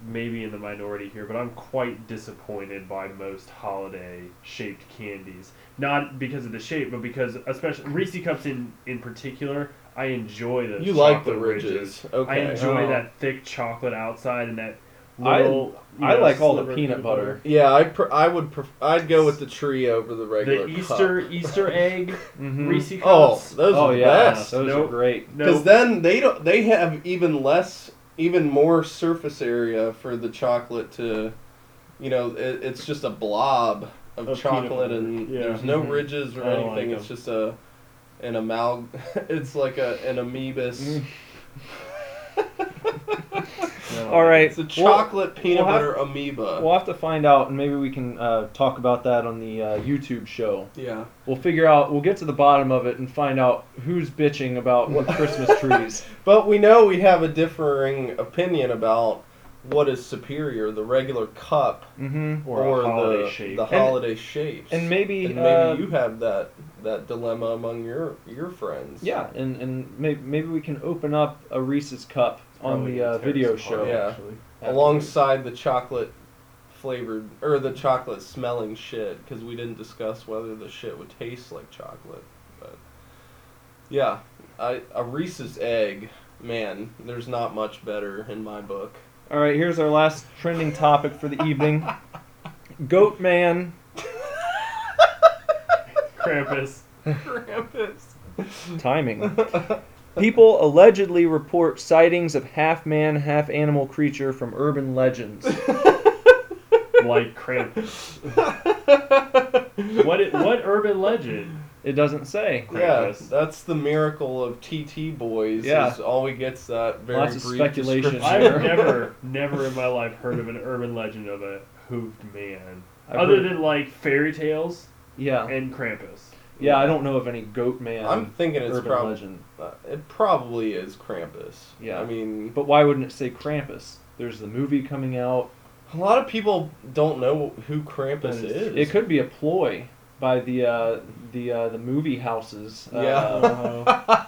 Speaker 7: maybe in the minority here, but I'm quite disappointed by most holiday shaped candies. Not because of the shape, but because especially Reese cups in in particular, I enjoy those.
Speaker 5: You like the
Speaker 7: chocolate
Speaker 5: ridges,
Speaker 7: I
Speaker 5: okay?
Speaker 7: enjoy
Speaker 6: Oh.
Speaker 7: that thick chocolate outside and that
Speaker 6: I-
Speaker 7: little. you
Speaker 6: I
Speaker 7: know,
Speaker 6: like all the
Speaker 7: sliver of
Speaker 6: peanut butter.
Speaker 5: yeah, I pr- I would pref- I'd go with the tree over the regular
Speaker 7: The Easter
Speaker 5: cup.
Speaker 7: Easter egg
Speaker 6: Mhm.
Speaker 7: Reese cups.
Speaker 5: Oh, those
Speaker 6: Oh
Speaker 5: are the
Speaker 6: yeah,
Speaker 5: best.
Speaker 6: those
Speaker 7: Nope.
Speaker 6: are great.
Speaker 7: no,
Speaker 5: Because then they don't. They have even less, even more surface area for the chocolate to, you know, it, it's just a blob of,
Speaker 7: Of peanut
Speaker 5: chocolate
Speaker 7: butter.
Speaker 5: and
Speaker 7: Yeah.
Speaker 5: there's no
Speaker 6: Mhm.
Speaker 5: ridges or
Speaker 7: I don't
Speaker 5: anything.
Speaker 7: like
Speaker 5: it's just a, an amal. It's like a an amoebus.
Speaker 6: Mm.
Speaker 7: no.
Speaker 6: All right,
Speaker 5: It's a
Speaker 6: we'll-
Speaker 5: chocolate peanut
Speaker 6: we'll have-
Speaker 5: butter amoeba.
Speaker 6: We'll have to find out, and maybe we can uh, talk about that on the uh, YouTube show.
Speaker 5: yeah.
Speaker 6: We'll figure out. We'll get to the bottom of it and find out who's bitching about what Christmas trees.
Speaker 5: But we know we have a differing opinion about what is superior, the regular cup
Speaker 6: Mm-hmm.
Speaker 7: Or, a holiday
Speaker 5: the,
Speaker 7: shape.
Speaker 5: the holiday shapes.
Speaker 6: And maybe,
Speaker 5: And
Speaker 6: uh,
Speaker 5: maybe you have that that dilemma among your your friends.
Speaker 6: yeah, and and maybe, maybe we can open up a Reese's cup on
Speaker 7: Probably
Speaker 6: the uh,
Speaker 7: tears
Speaker 6: video
Speaker 7: apart,
Speaker 6: show.
Speaker 5: Yeah.
Speaker 7: actually.
Speaker 5: Alongside the chocolate flavored or the chocolate smelling shit because we didn't discuss whether the shit would taste like chocolate. But yeah, I, a Reese's egg, man, there's not much better in my book.
Speaker 6: All right, here's our last trending topic for the evening. Goat man.
Speaker 7: Krampus.
Speaker 5: Krampus.
Speaker 6: Timing. People allegedly report sightings of half man, half animal creature from urban legends.
Speaker 7: like Krampus. What i- what urban legend?
Speaker 6: It doesn't say.
Speaker 5: Yeah,
Speaker 7: Krampus.
Speaker 5: that's the miracle of TT boys.
Speaker 6: Yeah.
Speaker 5: is all we get's that very
Speaker 6: Lots of
Speaker 5: brief
Speaker 6: speculation.
Speaker 5: description.
Speaker 7: I've never, never in my life heard of an urban legend of a hooved man,
Speaker 6: I've
Speaker 7: other
Speaker 6: heard-
Speaker 7: than like fairy tales
Speaker 6: Yeah.
Speaker 7: and Krampus.
Speaker 6: Yeah, I don't know of any goat man
Speaker 5: I'm thinking it's
Speaker 6: urban
Speaker 5: probably
Speaker 6: legend.
Speaker 5: it probably is Krampus.
Speaker 6: Yeah.
Speaker 5: I mean,
Speaker 6: But why wouldn't it say Krampus? There's the movie coming out.
Speaker 5: a lot of people don't know who Krampus
Speaker 7: That is
Speaker 5: is.
Speaker 6: It could be a ploy by the uh, the uh, the movie houses.
Speaker 5: Yeah.
Speaker 6: Uh,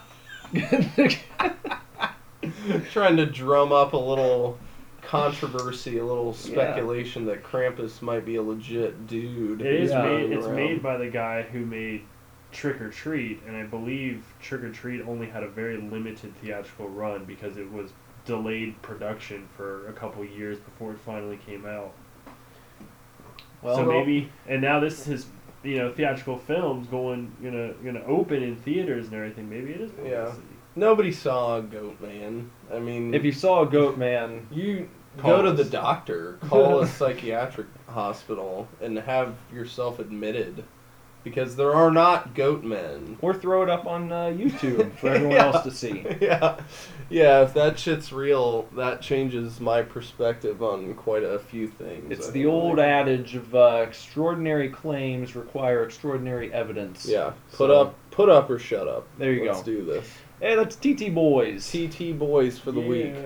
Speaker 5: trying to drum up a little controversy, a little speculation that Krampus might be a legit dude.
Speaker 7: It is
Speaker 6: Yeah.
Speaker 7: made. It's
Speaker 5: Around.
Speaker 7: made by the guy who made Trick or Treat, and I believe Trick or Treat only had a very limited theatrical run because it was delayed production for a couple years before it finally came out.
Speaker 6: Well,
Speaker 7: so maybe, and now this is you know theatrical films going gonna gonna open in theaters and everything. Maybe it is
Speaker 5: Yeah.
Speaker 7: publicity.
Speaker 5: Nobody saw Goat Man. I mean,
Speaker 6: if you saw a goat man,
Speaker 5: You
Speaker 7: Call
Speaker 5: go to
Speaker 7: us.
Speaker 5: the doctor, call a psychiatric hospital, and have yourself admitted because there are not goat men.
Speaker 6: or throw it up on uh, YouTube for everyone
Speaker 5: Yeah.
Speaker 6: else to see.
Speaker 5: yeah, yeah. If that shit's real, that changes my perspective on quite a few things.
Speaker 6: It's
Speaker 5: I
Speaker 6: the
Speaker 5: don't
Speaker 6: old
Speaker 5: really-
Speaker 6: adage of uh, extraordinary claims require extraordinary evidence.
Speaker 5: Yeah, put
Speaker 6: So-
Speaker 5: up, put up or shut up.
Speaker 6: There you
Speaker 5: Let's
Speaker 6: go.
Speaker 5: do this.
Speaker 6: Hey, that's TT Boys.
Speaker 5: TT boys for the week.
Speaker 7: Yeah.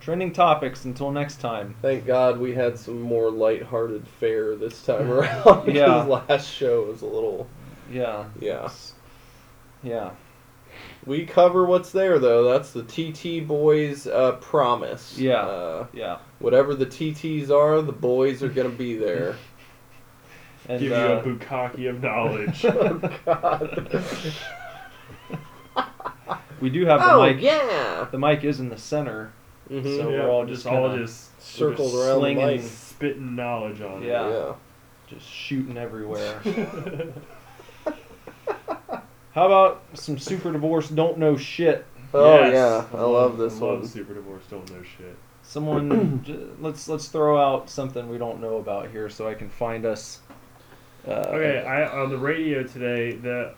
Speaker 6: Trending topics until next time.
Speaker 5: Thank God we had some more lighthearted fare this time around. because
Speaker 6: Yeah.
Speaker 5: last show was a little
Speaker 6: Yeah.
Speaker 5: yeah.
Speaker 6: Yeah.
Speaker 5: We cover what's there, though. That's the TT boys' uh, promise.
Speaker 6: Yeah.
Speaker 5: Uh,
Speaker 6: Yeah.
Speaker 5: whatever the TTs are, the boys are gonna be there.
Speaker 6: And,
Speaker 7: Give
Speaker 6: uh,
Speaker 7: you a bukkake of knowledge.
Speaker 5: God.
Speaker 6: we do have the
Speaker 5: oh
Speaker 6: mic.
Speaker 5: yeah.
Speaker 6: The mic is in the center.
Speaker 5: Mhm.
Speaker 6: So we're all just
Speaker 7: all
Speaker 6: kinda-
Speaker 7: just
Speaker 5: Circled
Speaker 6: we're just
Speaker 5: around
Speaker 6: slinging-
Speaker 5: the mic.
Speaker 7: spitting knowledge on
Speaker 6: Yeah.
Speaker 5: yeah.
Speaker 6: Just shooting everywhere.
Speaker 7: it.
Speaker 6: How about some super divorce don't know shit?
Speaker 5: Oh
Speaker 7: Yes.
Speaker 5: yeah, I love this
Speaker 7: I love
Speaker 5: one.
Speaker 7: Super Divorce Don't Know Shit.
Speaker 6: Someone j- let's let's throw out something we don't know about here so I can find us. Uh,
Speaker 7: Okay, I on the radio today, the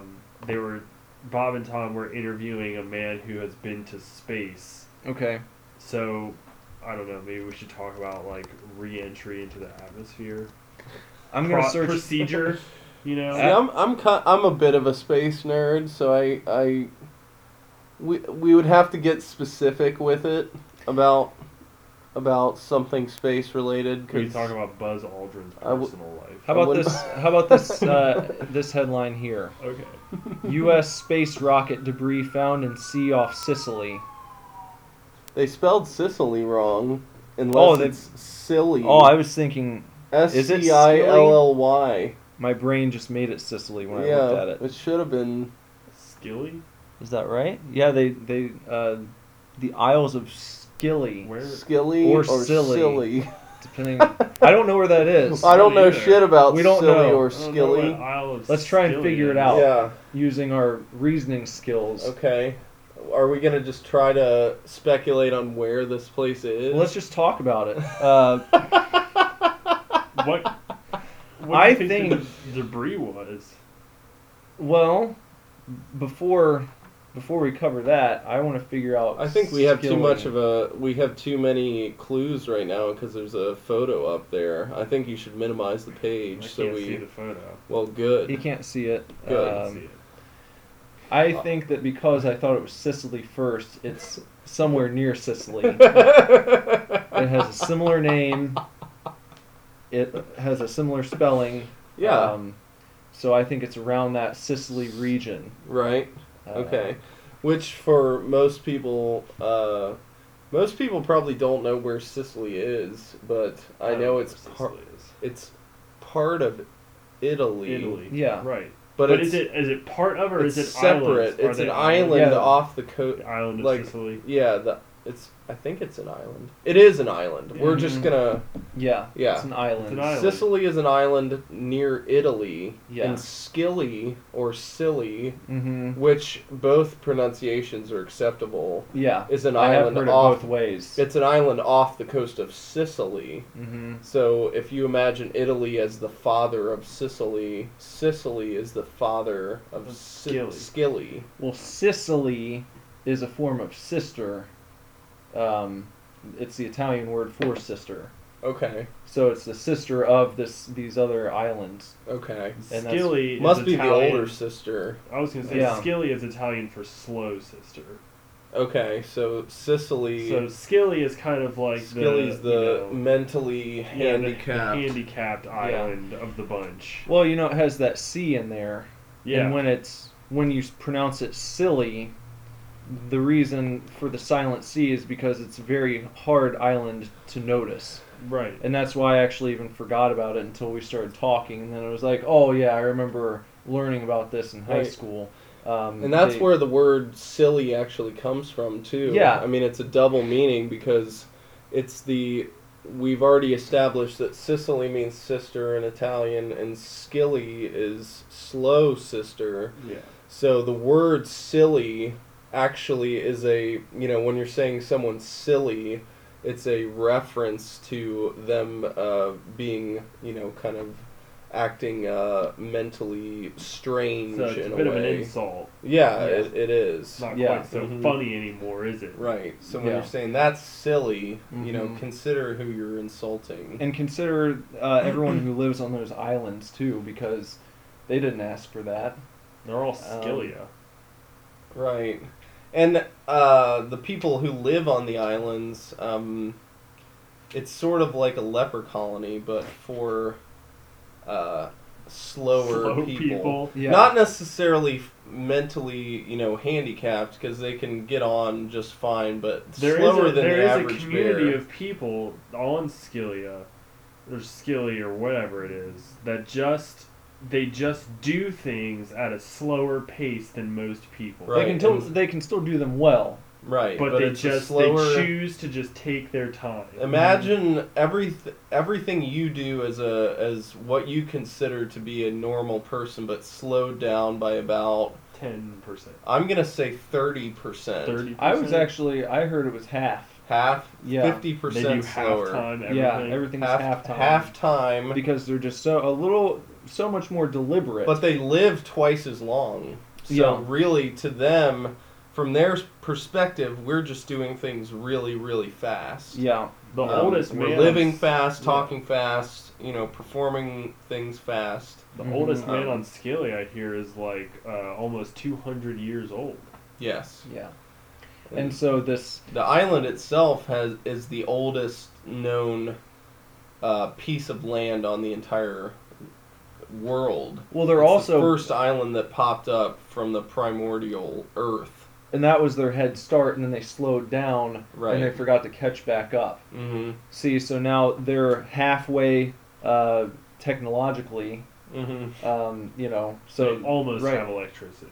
Speaker 7: um, they were Bob and Tom were interviewing a man who has been to space.
Speaker 6: Okay.
Speaker 7: So, I don't know. Maybe we should talk about like re-entry into the atmosphere.
Speaker 6: I'm gonna
Speaker 7: Pro-
Speaker 6: search.
Speaker 7: procedure. You know,
Speaker 5: See, I'm I'm ki- I'm a bit of a space nerd, so I I we we would have to get specific with it about about something space related.
Speaker 7: we
Speaker 5: 'cause-
Speaker 7: could talk about Buzz Aldrin's
Speaker 5: I w-
Speaker 7: personal life.
Speaker 6: How about
Speaker 5: I wouldn't-
Speaker 6: this? How about this? Uh, this headline here:
Speaker 7: okay,
Speaker 6: U.S. space rocket debris found in sea off Sicily.
Speaker 5: They spelled Sicily wrong. Unless
Speaker 6: Oh, they-
Speaker 5: it's silly.
Speaker 6: Oh, I was thinking
Speaker 5: S
Speaker 6: is it
Speaker 5: C I L L Y.
Speaker 6: my brain just made it Sicily when I
Speaker 5: Yeah,
Speaker 6: looked at it.
Speaker 5: it should have been.
Speaker 7: Skilly.
Speaker 6: Is that right? Yeah, they they uh, the Isles of Scilly,
Speaker 7: Where?
Speaker 5: Skilly
Speaker 6: Or
Speaker 5: or,
Speaker 6: silly.
Speaker 5: silly.
Speaker 6: depending. I don't know where that is.
Speaker 5: I don't know
Speaker 7: either.
Speaker 5: shit about
Speaker 6: We don't
Speaker 5: silly
Speaker 6: know.
Speaker 5: or
Speaker 7: I don't know what
Speaker 5: skilly.
Speaker 7: Isle of
Speaker 6: Let's try and
Speaker 7: Scilly
Speaker 6: figure it
Speaker 7: is.
Speaker 6: out.
Speaker 5: Yeah.
Speaker 6: Using our reasoning skills.
Speaker 5: Okay. Are we gonna just try to speculate on where this place is?
Speaker 6: Well, let's just talk about it. Uh,
Speaker 7: What? what
Speaker 6: I
Speaker 7: do you
Speaker 6: think-
Speaker 7: the debris was.
Speaker 6: well, before before we cover that, I want to figure out.
Speaker 5: I think we have too
Speaker 6: Scilly.
Speaker 5: much of a. We have too many clues right now because there's a photo up there. I think you should minimize the
Speaker 7: I
Speaker 5: page
Speaker 7: can't
Speaker 5: so
Speaker 7: see
Speaker 5: we.
Speaker 7: the photo.
Speaker 5: Well, good.
Speaker 6: He can't see it.
Speaker 5: Good.
Speaker 7: I
Speaker 6: Um,
Speaker 7: can't see it.
Speaker 6: I
Speaker 5: Uh,
Speaker 6: think that because I thought it was Sicily first, it's somewhere near Sicily. It has a similar name. It has a similar spelling.
Speaker 5: yeah.
Speaker 6: Um, so I think it's around that Sicily region.
Speaker 5: right.
Speaker 6: Uh,
Speaker 5: Okay. Which for most people, uh, most people probably don't know where Sicily is, but I,
Speaker 7: don't
Speaker 5: know
Speaker 7: where
Speaker 5: it's part.
Speaker 7: Sicily is.
Speaker 5: It's part of Italy.
Speaker 7: Italy.
Speaker 6: Yeah.
Speaker 7: Right.
Speaker 5: but,
Speaker 7: But,
Speaker 5: it's,
Speaker 7: is it is it part of or
Speaker 5: it's
Speaker 7: is it
Speaker 5: separate.
Speaker 7: Islands? Are
Speaker 5: It's
Speaker 7: they
Speaker 5: an
Speaker 7: islands?
Speaker 5: island
Speaker 6: Yeah.
Speaker 5: off the coast.
Speaker 7: The Island of
Speaker 5: like-
Speaker 7: Sicily.
Speaker 5: Yeah, the it's. I think it's an island. It is an island. We're just
Speaker 6: Mhm.
Speaker 5: gonna.
Speaker 6: Yeah.
Speaker 5: Yeah.
Speaker 6: It's an island.
Speaker 7: It's an island.
Speaker 5: Sicily is an island near Italy,
Speaker 6: Yeah.
Speaker 5: and Scilly or Scilly,
Speaker 6: Mm-hmm.
Speaker 5: which both pronunciations are acceptable,
Speaker 6: Yeah.
Speaker 5: is an
Speaker 6: I have
Speaker 5: island
Speaker 6: heard
Speaker 5: off
Speaker 6: it both ways.
Speaker 5: It's an island off the coast of Sicily.
Speaker 6: Mm-hmm.
Speaker 5: So if you imagine Italy as the father of Sicily, Sicily is the father of
Speaker 7: Of
Speaker 5: Scilly.
Speaker 7: Scilly.
Speaker 5: Scilly.
Speaker 6: Well, Sicily is a form of sister. Um, it's the Italian word for sister.
Speaker 5: Okay.
Speaker 6: So it's the sister of this these other islands.
Speaker 5: Okay.
Speaker 6: And that's-
Speaker 7: Scilly is
Speaker 5: Must be
Speaker 7: Italian-
Speaker 5: the older sister.
Speaker 7: I was gonna say
Speaker 6: Yeah.
Speaker 7: Scilly is Italian for slow sister.
Speaker 5: Okay, so Sicily.
Speaker 7: So Scilly is kind of like
Speaker 5: Scilly's
Speaker 7: the,
Speaker 5: the,
Speaker 7: you know,
Speaker 5: mentally
Speaker 7: yeah, the- the
Speaker 5: handicapped.
Speaker 7: handicapped island of the bunch.
Speaker 6: Well, you know it has that C in there,
Speaker 7: Yeah.
Speaker 6: and when it's when you s- pronounce it silly, the reason for the silent C is because it's a very hard island to notice,
Speaker 7: right.
Speaker 6: and that's why I actually even forgot about it until we started talking, and then it was like, oh yeah, I remember learning about this in high
Speaker 5: Right.
Speaker 6: school. Um,
Speaker 5: And that's
Speaker 6: they-
Speaker 5: where the word silly actually comes from too.
Speaker 6: Yeah.
Speaker 5: I mean it's a double meaning because it's the we've already established that Sicily means sister in Italian and skilly is slow sister.
Speaker 7: Yeah.
Speaker 5: So the word silly actually is a, you know, when you're saying someone's silly, it's a reference to them uh, being, you know, kind of acting uh, mentally strange
Speaker 7: So it's
Speaker 5: in
Speaker 7: a
Speaker 5: a,
Speaker 7: bit
Speaker 5: way.
Speaker 7: of an insult.
Speaker 5: Yeah,
Speaker 6: Yeah.
Speaker 5: It, it
Speaker 7: It's
Speaker 5: is.
Speaker 7: not
Speaker 6: Yeah.
Speaker 7: quite so
Speaker 5: Mhm.
Speaker 7: funny anymore, is it?
Speaker 5: Right. So when
Speaker 6: Yeah.
Speaker 5: you're saying that's silly, you
Speaker 7: Mm-hmm.
Speaker 5: know,
Speaker 6: Mhm.
Speaker 5: consider who you're insulting.
Speaker 6: and consider uh, everyone who lives on those islands too, because they didn't ask for that.
Speaker 7: They're all
Speaker 6: Um,
Speaker 7: skillia.
Speaker 5: Right. And uh, the people who live on the islands, um, it's sort of like a leper colony, but for uh, slower
Speaker 7: Slow
Speaker 5: people.
Speaker 7: people.
Speaker 6: Yeah.
Speaker 5: Not necessarily f- mentally, you know, handicapped because they can get on just fine, but
Speaker 7: There is
Speaker 5: slower
Speaker 7: a,
Speaker 5: than
Speaker 7: there
Speaker 5: the
Speaker 7: is
Speaker 5: average
Speaker 7: a community
Speaker 5: bear.
Speaker 7: of people on Skillia, or Skilly, or whatever it is, that just they just do things at a slower pace than most people.
Speaker 5: Right,
Speaker 6: They can still
Speaker 5: and-
Speaker 6: they can still do them well.
Speaker 5: right,
Speaker 7: But, they
Speaker 5: it's a
Speaker 7: just
Speaker 5: slower.
Speaker 7: they choose to just take their time.
Speaker 5: Imagine every everything you do as a as what you consider to be a normal person, but slowed down by about
Speaker 7: ten percent,
Speaker 5: I'm gonna say thirty percent.
Speaker 7: thirty.
Speaker 6: I was actually I heard it was half.
Speaker 5: half,
Speaker 6: Yeah.
Speaker 5: fifty
Speaker 7: they do
Speaker 5: percent slower.
Speaker 7: halftime. Everything.
Speaker 6: Yeah, everything's half,
Speaker 5: half
Speaker 6: time.
Speaker 5: halftime,
Speaker 6: because they're just so a little so much more deliberate.
Speaker 5: but they live twice as long. So
Speaker 6: Yeah.
Speaker 5: really, to them, from their s- perspective, we're just doing things really, really fast.
Speaker 6: yeah,
Speaker 7: The
Speaker 5: Um,
Speaker 7: oldest
Speaker 5: we're
Speaker 7: man.
Speaker 5: living
Speaker 7: on-
Speaker 5: fast,
Speaker 7: yeah.
Speaker 5: talking fast, you know, performing things fast.
Speaker 7: The
Speaker 6: Mhm.
Speaker 7: oldest man
Speaker 5: Um,
Speaker 7: on Skilly, I hear, is like uh, almost two hundred years old.
Speaker 5: Yes.
Speaker 6: yeah. And so this
Speaker 5: The island itself has is the oldest known uh, piece of land on the entire world.
Speaker 6: well they're
Speaker 5: It's
Speaker 6: also
Speaker 5: the first island that popped up from the primordial Earth.
Speaker 6: and that was their head start and then they slowed down
Speaker 5: Right.
Speaker 6: and they forgot to catch back up.
Speaker 5: Mm-hmm.
Speaker 6: See, so now they're halfway uh, technologically,
Speaker 5: Mm-hmm.
Speaker 6: um, you know.
Speaker 7: So
Speaker 6: So
Speaker 7: almost
Speaker 6: right.
Speaker 7: have electricity.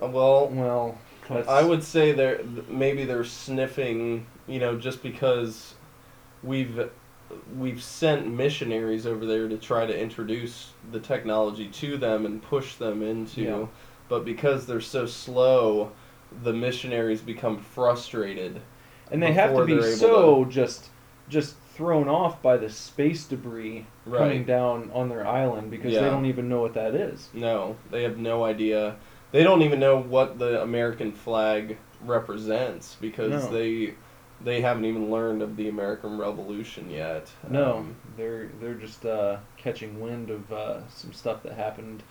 Speaker 5: Well,
Speaker 6: well, that's,
Speaker 5: I would say they're th- maybe they're sniffing, you know, just because we've we've sent missionaries over there to try to introduce the technology to them and push them into
Speaker 6: Yeah.
Speaker 5: but because they're so slow the missionaries become frustrated
Speaker 6: and they have
Speaker 5: before
Speaker 6: to be
Speaker 5: they're able
Speaker 6: so just just thrown off by the space debris coming
Speaker 5: Right.
Speaker 6: down on their island because they
Speaker 5: Yeah.
Speaker 6: don't even know what that is.
Speaker 5: No, they have no idea. They don't even know what the American flag represents because
Speaker 6: No.
Speaker 5: they they haven't even learned of the American Revolution yet.
Speaker 6: No,
Speaker 5: Um,
Speaker 6: they're they're just uh, catching wind of uh, some stuff that happened.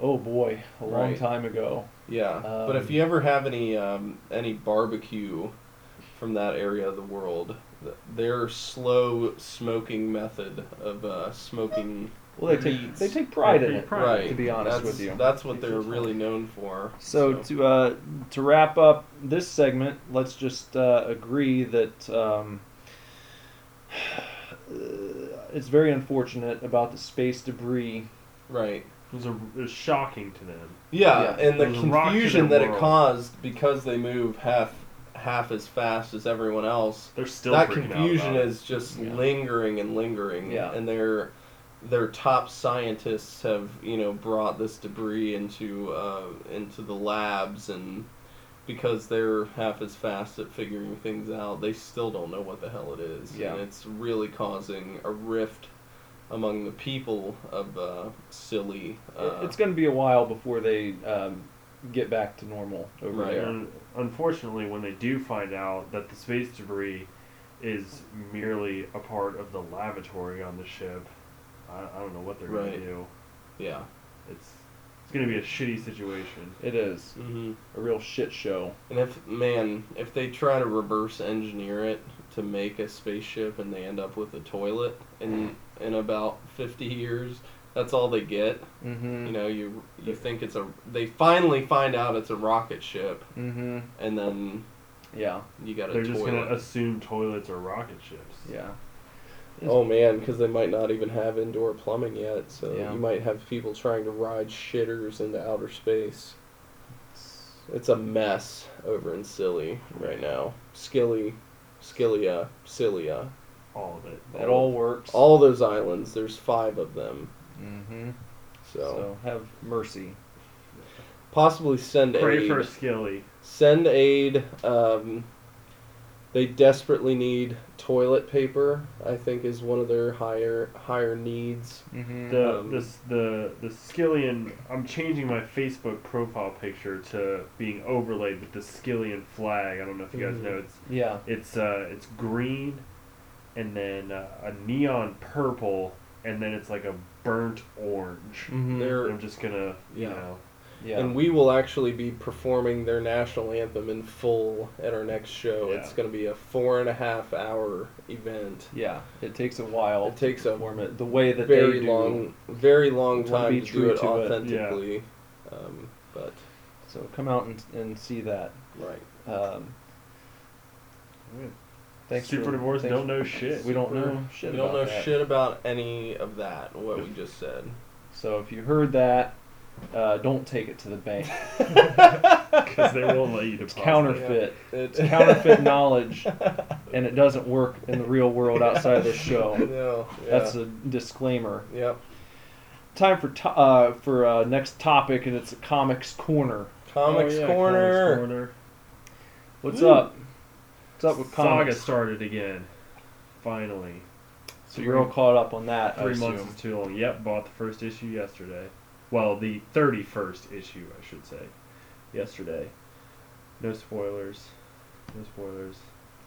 Speaker 6: Oh boy, a long
Speaker 5: Right.
Speaker 6: time ago.
Speaker 5: yeah, but if
Speaker 6: Um,
Speaker 5: you ever have any um, any barbecue from that area of the world, th- their slow smoking method of uh, smoking
Speaker 6: Well, they take
Speaker 5: meats-
Speaker 6: they take pride in
Speaker 7: They
Speaker 6: it.
Speaker 7: pride.
Speaker 5: right.
Speaker 6: to be honest
Speaker 5: that's,
Speaker 6: with you.
Speaker 5: that's what they're
Speaker 7: It's just-
Speaker 5: really known for.
Speaker 6: So to uh, to wrap up this segment, let's just uh, agree that um, uh, it's very unfortunate about the space debris.
Speaker 5: right.
Speaker 7: It was, a, it was shocking to them.
Speaker 5: Yeah,
Speaker 6: Yeah.
Speaker 5: and the
Speaker 7: It was a rock to
Speaker 5: confusion
Speaker 7: their
Speaker 5: that it
Speaker 7: world.
Speaker 5: caused because they move half half as fast as everyone else.
Speaker 7: They're still
Speaker 5: that
Speaker 7: freaking out
Speaker 5: confusion
Speaker 7: about it.
Speaker 5: is just
Speaker 6: Yeah.
Speaker 5: lingering and lingering.
Speaker 6: Yeah.
Speaker 5: And their their top scientists have you know brought this debris into uh, into the labs and because they're half as fast at figuring things out, they still don't know what the hell it is.
Speaker 6: Yeah.
Speaker 5: And it's really causing a rift among the people of uh, silly. Uh,
Speaker 6: it's going to be a while before they um, get back to normal over
Speaker 5: Right.
Speaker 6: there.
Speaker 7: And unfortunately, when they do find out that the space debris is merely a part of the lavatory on the ship, I, I don't know what they're
Speaker 5: Right.
Speaker 7: going to do.
Speaker 5: uh, yeah.
Speaker 7: It's it's going to be a shitty situation.
Speaker 6: It is
Speaker 5: Mm-hmm.
Speaker 6: a real shit show.
Speaker 5: And if man, if they try to reverse engineer it to make a spaceship and they end up with a toilet in in about fifty years, that's all they get.
Speaker 6: Mm-hmm.
Speaker 5: You know, you you think it's a they finally find out it's a rocket ship,
Speaker 6: Mm-hmm.
Speaker 5: and then
Speaker 6: Yeah.
Speaker 5: you got a
Speaker 7: They're just going
Speaker 5: toilet.
Speaker 7: to assume toilets are rocket ships.
Speaker 6: Yeah.
Speaker 5: Oh man, because they might not even have indoor plumbing yet, so
Speaker 6: Yeah.
Speaker 5: you might have people trying to ride shitters into outer space. It's a mess over in Silly right now. Skilly, Skillia, Cilia,
Speaker 7: all of it.
Speaker 6: It all works.
Speaker 5: all those islands. There's five of them,
Speaker 6: Mm-hmm.
Speaker 5: so,
Speaker 6: So have mercy.
Speaker 5: possibly send
Speaker 7: Pray
Speaker 5: aid.
Speaker 7: for a skilly.
Speaker 5: Send aid. Um, they desperately need toilet paper. I think is one of their higher higher needs.
Speaker 6: Mm-hmm.
Speaker 7: The
Speaker 5: Um,
Speaker 7: this the the skillian. I'm changing my Facebook profile picture to being overlaid with the skillian flag. I don't know if you guys
Speaker 6: Mm-hmm.
Speaker 5: Mhm.
Speaker 7: know it's
Speaker 6: yeah.
Speaker 7: it's uh it's green, and then uh, a neon purple, and then it's like a burnt orange.
Speaker 6: Mm-hmm.
Speaker 5: They're
Speaker 7: I'm just gonna you
Speaker 5: Yeah.
Speaker 7: know
Speaker 6: yeah.
Speaker 5: And we will actually be performing their national anthem in full at our next show.
Speaker 7: Yeah.
Speaker 5: It's going to be a four and a half hour event.
Speaker 6: yeah. It takes a while.
Speaker 5: It takes
Speaker 6: to
Speaker 5: a
Speaker 6: perform it the way that
Speaker 5: Very
Speaker 6: they do.
Speaker 5: long, very long
Speaker 6: Wanna be
Speaker 5: time to
Speaker 6: true
Speaker 5: do it
Speaker 6: to it.
Speaker 5: authentically. Um, but
Speaker 6: So come out and, and see that.
Speaker 5: right,
Speaker 6: Um, thanks.
Speaker 7: super
Speaker 6: for,
Speaker 7: divorce
Speaker 6: thanks-
Speaker 7: don't know shit.
Speaker 6: We don't
Speaker 5: Super-
Speaker 6: know shit.
Speaker 5: Mm-hmm. we don't
Speaker 6: about
Speaker 5: know
Speaker 6: that.
Speaker 5: shit about any of that. What we just said.
Speaker 6: So if you heard that, uh, don't take it to the bank.
Speaker 7: because they won't let you deposit. it.
Speaker 6: counterfeit.
Speaker 5: It's
Speaker 6: It's counterfeit knowledge, and it doesn't work in the real world outside of this show.
Speaker 5: no, yeah.
Speaker 6: That's a disclaimer.
Speaker 5: yep.
Speaker 6: Time for to- uh, for uh, next topic, and it's a comics corner.
Speaker 5: Comics
Speaker 7: Oh, yeah,
Speaker 5: corner.
Speaker 7: Comics Corner.
Speaker 6: What's
Speaker 7: Woo.
Speaker 6: up? What's up with
Speaker 7: Saga
Speaker 6: comics?
Speaker 7: started again. Finally.
Speaker 6: So you're all caught up on that. I
Speaker 7: Three
Speaker 6: assume.
Speaker 7: months is too long. Yep, bought the first issue yesterday. Well, the 31st issue, I should say. Yesterday. No spoilers. No spoilers.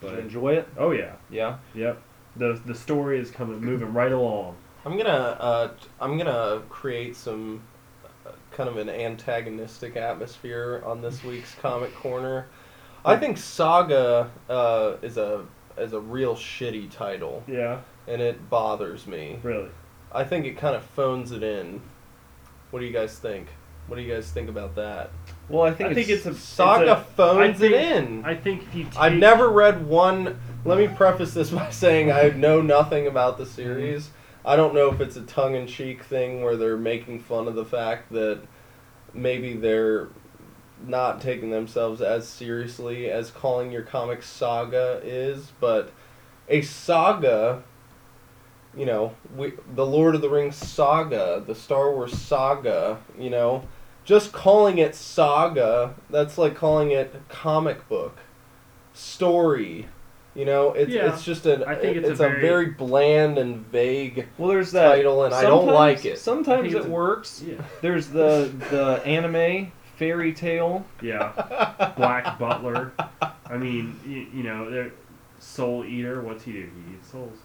Speaker 6: Did
Speaker 7: But
Speaker 6: you enjoy it?
Speaker 7: Oh yeah.
Speaker 6: Yeah.
Speaker 7: Yep. The the story is coming moving right along.
Speaker 5: I'm gonna uh, t- I'm gonna create some uh, kind of an antagonistic atmosphere on this week's comic corner. I think Saga uh, is a is a real shitty title,
Speaker 7: Yeah.
Speaker 5: and it bothers me.
Speaker 7: Really.
Speaker 5: I think it kind of phones it in. What do you guys think? What do you guys think about that?
Speaker 6: Well, I
Speaker 7: I think,
Speaker 6: think
Speaker 7: it's, a
Speaker 5: Saga
Speaker 7: it's a- I
Speaker 5: phones
Speaker 7: think,
Speaker 5: it in.
Speaker 7: I think if you take,
Speaker 5: I've never read one. Let me preface this by saying I know nothing about
Speaker 7: Mm-hmm.
Speaker 5: the series. I don't know if it's a tongue in cheek thing where they're making fun of the fact that maybe they're not taking themselves as seriously as calling your comic saga is, but a saga, you know, we, the Lord of the Rings saga, the Star Wars saga, you know, just calling it saga, that's like calling it comic book story. You know, it's
Speaker 7: Yeah.
Speaker 5: it's just an
Speaker 7: I think it's a
Speaker 5: it's, a,
Speaker 7: very-
Speaker 5: very, bland and vague.
Speaker 6: Well, there's that
Speaker 5: title, and I don't
Speaker 6: sometimes-
Speaker 5: like it.
Speaker 7: I
Speaker 6: Sometimes
Speaker 7: think
Speaker 6: it
Speaker 7: it's a-
Speaker 6: works.
Speaker 7: Yeah.
Speaker 6: There's the the anime fairy tale.
Speaker 7: Yeah. Black Butler. I mean, you, you know, they're Soul Eater. What's he do? He eats souls.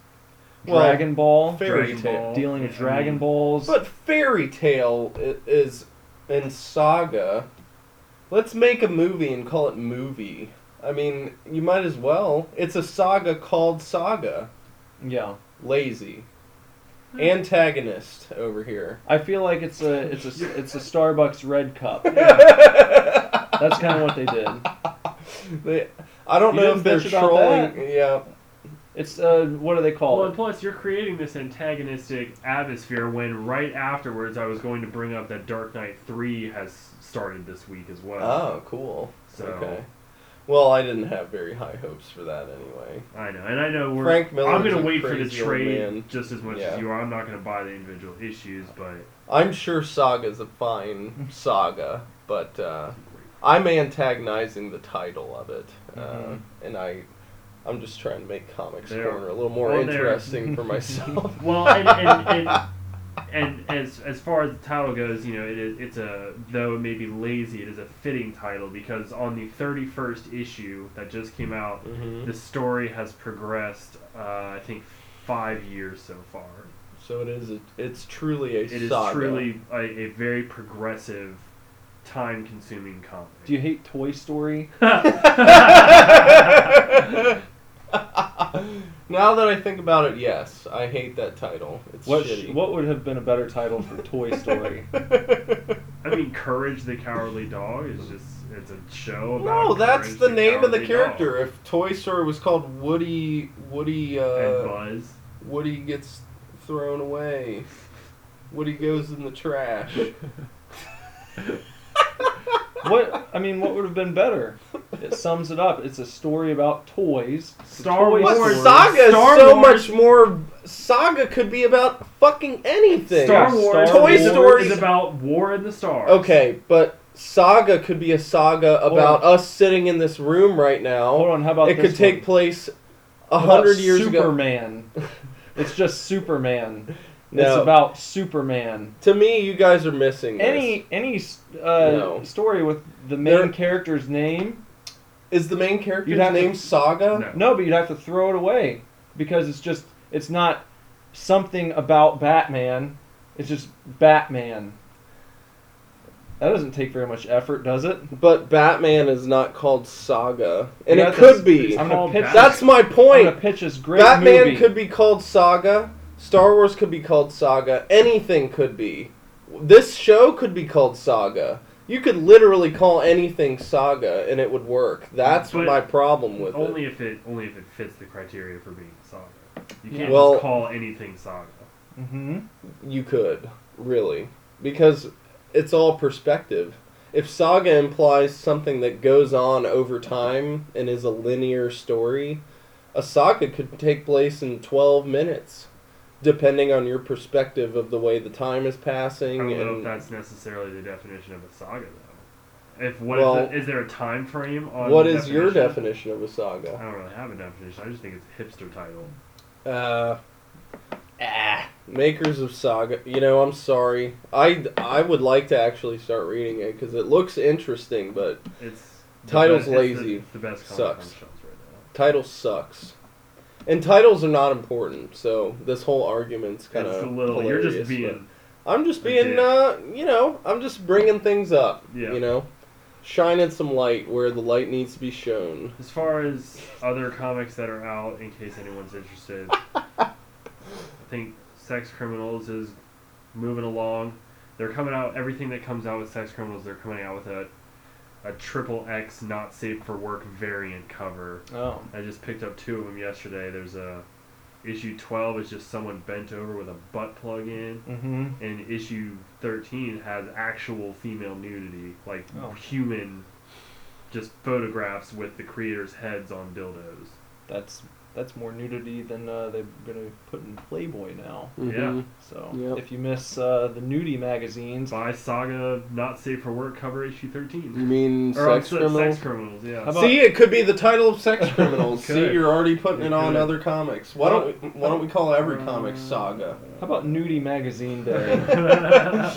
Speaker 5: Well,
Speaker 6: Dragon Ball,
Speaker 5: Fairy
Speaker 7: Dragon
Speaker 5: tale.
Speaker 7: Ball.
Speaker 6: dealing
Speaker 7: I
Speaker 6: with
Speaker 7: mean,
Speaker 6: Dragon Balls.
Speaker 5: But fairy tale i- is in saga. Let's make a movie and call it movie. I mean, you might as well. It's a saga called Saga.
Speaker 6: yeah,
Speaker 5: Lazy.
Speaker 6: Hmm.
Speaker 5: Antagonist over here.
Speaker 6: I feel like it's a it's a it's a Starbucks red cup. That's kind of what they did.
Speaker 5: They, I don't
Speaker 6: Hmm. You
Speaker 5: know
Speaker 6: didn't
Speaker 5: if they're
Speaker 6: bitch about
Speaker 5: trolling. Yeah.
Speaker 6: It's uh, what do they call
Speaker 7: Well, and
Speaker 6: it?
Speaker 7: plus, you're creating this antagonistic atmosphere when right afterwards I was going to bring up that Dark Knight 3 has started this week as well.
Speaker 5: Oh, cool.
Speaker 7: So-
Speaker 5: Okay. Well, I didn't have very high hopes for that anyway.
Speaker 7: I know, and I know we're.
Speaker 5: Frank Miller's
Speaker 7: I'm going
Speaker 5: a
Speaker 7: to wait for the
Speaker 5: crazy old
Speaker 7: trade
Speaker 5: man.
Speaker 7: just as much
Speaker 5: Yeah.
Speaker 7: as you are. I'm not going to buy the individual issues, but
Speaker 5: I'm sure Saga's a fine saga, but uh, I'm antagonizing the title of it, uh,
Speaker 6: Mhm.
Speaker 5: and I, I'm just trying to make Comics
Speaker 7: There-
Speaker 5: Corner a little more
Speaker 7: well, there-
Speaker 5: interesting for myself.
Speaker 7: well, and and, and, and as as far as the title goes, you know, it is it's a though it may be lazy, it is a fitting title because on the thirty first issue that just came out,
Speaker 5: Mhm.
Speaker 7: the story has progressed. Uh, I think five years so far.
Speaker 5: So it is. A, it's truly a
Speaker 7: It is
Speaker 5: saga.
Speaker 7: truly a, a very progressive, time consuming comic.
Speaker 6: Do you hate Toy Story?
Speaker 5: Now that I think about it, yes, I hate that title. It's
Speaker 6: What sh-
Speaker 5: shitty.
Speaker 6: what would have been a better title for Toy Story?
Speaker 7: I mean, Courage the Cowardly Dog is just it's a show about.
Speaker 5: No, that's
Speaker 7: Courage
Speaker 5: the name of the
Speaker 7: Cowardly Dog.
Speaker 5: character. If Toy Story was called Woody, Woody, uh,
Speaker 7: And Buzz.
Speaker 5: Woody gets thrown away. Woody goes in the trash.
Speaker 6: What I mean, what would have been better? It sums it up. It's a story about toys. It's a
Speaker 7: Star
Speaker 6: toy
Speaker 7: Wars.
Speaker 5: What
Speaker 6: story.
Speaker 5: saga is
Speaker 7: Star
Speaker 5: so
Speaker 7: Wars-
Speaker 5: much more. Saga could be about fucking anything.
Speaker 7: Star Wars.
Speaker 6: Star
Speaker 5: Toy
Speaker 7: Wars
Speaker 5: Story-
Speaker 7: is about war in the stars.
Speaker 5: Okay, but saga could be a saga about us sitting in this room right
Speaker 6: Hold
Speaker 5: now.
Speaker 6: on. How about
Speaker 5: It could
Speaker 6: this
Speaker 5: take
Speaker 6: one?
Speaker 5: place a
Speaker 6: How about
Speaker 5: hundred years ago.
Speaker 6: Superman. it's just Superman. It's
Speaker 5: No.
Speaker 6: about Superman.
Speaker 5: To me, you guys are missing. this.
Speaker 6: Any any uh,
Speaker 5: No.
Speaker 6: story with the main
Speaker 5: There-
Speaker 6: character's name?
Speaker 5: is the main character's
Speaker 6: You'd have to-
Speaker 5: name Saga?
Speaker 7: No.
Speaker 6: No, but you'd have to throw it away because it's just it's not something about Batman. It's just Batman. That doesn't take very much effort, does it?
Speaker 5: But Batman is not called Saga, and
Speaker 6: Yeah,
Speaker 5: it could
Speaker 6: that's-
Speaker 5: be.
Speaker 6: I'm gonna
Speaker 7: Called
Speaker 6: pitch.
Speaker 5: That's my
Speaker 6: I'm
Speaker 5: point.
Speaker 6: gonna pitch this great
Speaker 5: Batman
Speaker 6: movie.
Speaker 5: could be called Saga. Star Wars could be called Saga. Anything could be. This show could be called Saga. You could literally call anything Saga, and it would work. That's
Speaker 7: But
Speaker 5: my problem with
Speaker 7: Only
Speaker 5: it.
Speaker 7: if it only if it fits the criteria for being saga. You
Speaker 6: Yeah.
Speaker 7: can't
Speaker 5: Well-
Speaker 7: just call anything saga.
Speaker 6: hmm
Speaker 5: You could really, because it's all perspective. If Saga implies something that goes on over time and is a linear story, a saga could take place in twelve minutes, depending on your perspective of the way the time is
Speaker 7: I
Speaker 5: passing.
Speaker 7: don't know if
Speaker 5: and-
Speaker 7: that's necessarily the definition of a saga though. If what
Speaker 5: Well-
Speaker 7: is the- is there a time frame on
Speaker 5: What
Speaker 7: the
Speaker 5: is your
Speaker 7: definition?
Speaker 5: definition of a
Speaker 7: I
Speaker 5: saga?
Speaker 7: don't really have a definition. I just think it's a hipster title.
Speaker 5: Uh, ah, makers of saga. You know, I'm sorry. I I would like to actually start reading it because it looks interesting, but
Speaker 7: It's the
Speaker 5: Title's
Speaker 7: best- it's the-
Speaker 5: lazy.
Speaker 7: it's The, best comic
Speaker 5: Sucks.
Speaker 7: on shelves right
Speaker 5: title sucks. And titles are not important, so this whole argument's
Speaker 7: now.
Speaker 5: kind
Speaker 7: it's
Speaker 5: of
Speaker 7: a little. You're just being.
Speaker 5: I'm just
Speaker 7: a
Speaker 5: being,
Speaker 7: dick.
Speaker 5: uh, you know, I'm just bringing things up.
Speaker 7: Yeah.
Speaker 5: You know, shining some light where the light needs to be shown.
Speaker 7: As far as other comics that are out, in case anyone's interested, I think Sex Criminals is moving along. They're coming out. Everything that comes out with Sex Criminals, they're coming out with a a triple X not safe for work variant cover.
Speaker 6: Oh.
Speaker 7: I just picked up two of them yesterday. There's a issue 12 is just someone bent over with a butt plug in,
Speaker 6: Mm-hmm.
Speaker 7: and issue 13 has actual female nudity, like
Speaker 6: Oh.
Speaker 7: human, just photographs with the creators' heads on dildos.
Speaker 6: That's that's more nudity than uh, they're gonna put in Playboy now.
Speaker 7: Mm-hmm.
Speaker 5: Mhm.
Speaker 6: So
Speaker 5: Yep.
Speaker 6: if you miss uh, the nudie magazines, how
Speaker 7: By Saga Not Safe for Work cover issue 13.
Speaker 5: You mean
Speaker 7: Or, uh,
Speaker 5: Mm-hmm. sex criminals?
Speaker 7: Sex criminals, yeah.
Speaker 6: How about-
Speaker 5: See, it could be the title of Sex Criminals. See,
Speaker 7: Could.
Speaker 5: you're already putting it
Speaker 7: It
Speaker 5: on
Speaker 7: could. Mm.
Speaker 5: other comics. Why don't we, why don't we call every comic Saga?
Speaker 6: about nudie magazine day?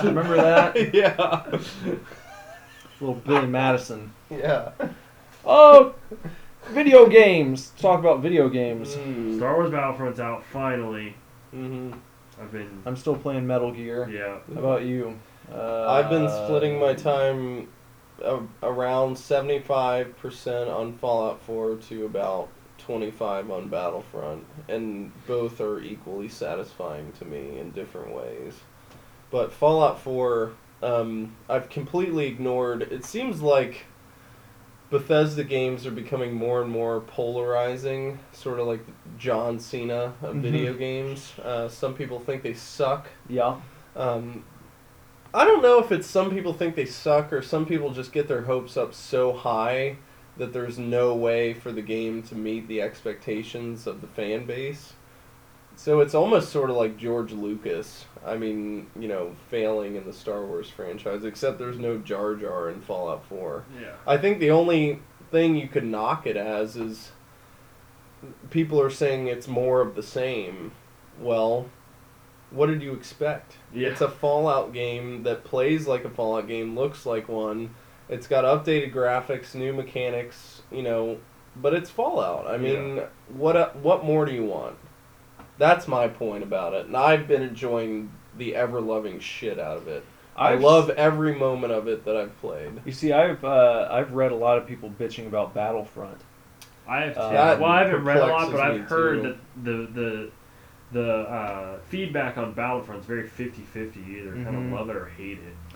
Speaker 6: Remember that
Speaker 5: yeah.
Speaker 6: little Billy Madison?
Speaker 5: Yeah.
Speaker 6: Oh, video games. Let's Talk about video games.
Speaker 5: Mm.
Speaker 7: Star Wars Battlefront's out finally.
Speaker 5: hmm
Speaker 7: I've been.
Speaker 6: I'm still playing Metal Gear.
Speaker 7: Yeah.
Speaker 6: How about you? Uh,
Speaker 5: I've been splitting my time a- around 75% on Fallout 4 to about 25 on Battlefront, and both are equally satisfying to me in different ways. But Fallout 4, um, I've completely ignored. It seems like Bethesda games are becoming more and more polarizing, sort of like John Cena of
Speaker 6: Mhm.
Speaker 5: video games. Uh, some people think they suck.
Speaker 6: Yeah.
Speaker 5: Um, I don't know if it's some people think they suck or some people just get their hopes up so high that there's no way for the game to meet the expectations of the fan base. So it's almost sort of like George Lucas. I mean, you know, failing in the Star Wars franchise, except there's no Jar Jar in Fallout 4.
Speaker 7: Yeah.
Speaker 5: I think the only thing you could knock it as is people are saying it's more of the same. Well, what did you expect?
Speaker 7: Yeah.
Speaker 5: It's a Fallout game that plays like a Fallout game, looks like one. It's got updated graphics, new mechanics, you know, but it's Fallout. I mean, what e- what more do you want? That's my point about it. And I've been enjoying the ever loving shit out of it. I
Speaker 6: I've-
Speaker 5: love every moment of it that I've played.
Speaker 6: You see, I've uh, I've read a lot of people bitching about Battlefront.
Speaker 7: I have.
Speaker 6: Uh,
Speaker 7: too.
Speaker 6: That
Speaker 7: well, I haven't read a lot,
Speaker 5: perplexes
Speaker 7: but I've
Speaker 5: me
Speaker 7: heard
Speaker 5: too.
Speaker 7: that the the the uh, feedback on Battlefront's very 50-50. You either kind
Speaker 6: Mhm.
Speaker 7: of love it or hate it.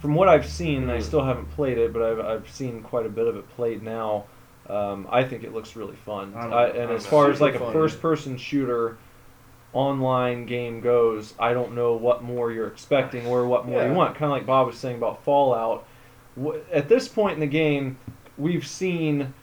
Speaker 6: from what I've seen, I
Speaker 5: Mm.
Speaker 6: still haven't played it, but I've, I've seen quite a bit of it played now. Um, I think it looks really fun.
Speaker 7: I don't
Speaker 6: I,
Speaker 7: know.
Speaker 6: and
Speaker 7: I
Speaker 6: as
Speaker 7: don't
Speaker 6: far
Speaker 7: know.
Speaker 6: as like a
Speaker 5: Super fun.
Speaker 6: first person shooter, online game goes, I don't know what more you're expecting or what more
Speaker 5: Yeah.
Speaker 6: you want. Kind of like Bob was saying about Fallout. Wh- At this point in the game, we've seen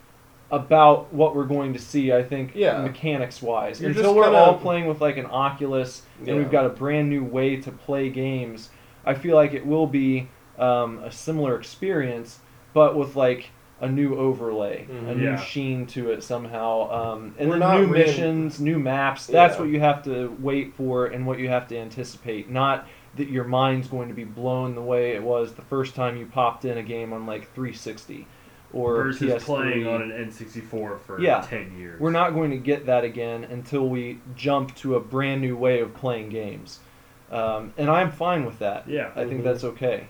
Speaker 6: about what we're going to see. I think
Speaker 5: Yeah.
Speaker 6: mechanics wise,
Speaker 5: You're
Speaker 6: until
Speaker 5: just
Speaker 6: we're
Speaker 5: kinda-
Speaker 6: all playing with like an Oculus
Speaker 5: Yeah.
Speaker 6: and we've got a brand new way to play games. I feel like it will be um, a similar experience, but with like a new overlay, a
Speaker 5: Mhm.
Speaker 6: new
Speaker 7: Yeah.
Speaker 6: sheen to it somehow, um, and
Speaker 5: We're
Speaker 6: then
Speaker 5: not
Speaker 6: new
Speaker 5: really-
Speaker 6: missions, new maps. That's
Speaker 5: Yeah.
Speaker 6: what you have to wait for and what you have to anticipate. Not that your mind's going to be blown the way it was the first time you popped in a game on like 360 or
Speaker 7: versus
Speaker 6: PS3.
Speaker 7: playing on an N64 for
Speaker 6: Yeah.
Speaker 7: 10 years.
Speaker 6: We're not going to get that again until we jump to a brand new way of playing games. Um, and I'm fine with that.
Speaker 7: Yeah.
Speaker 6: I think
Speaker 5: Mhm.
Speaker 6: that's okay.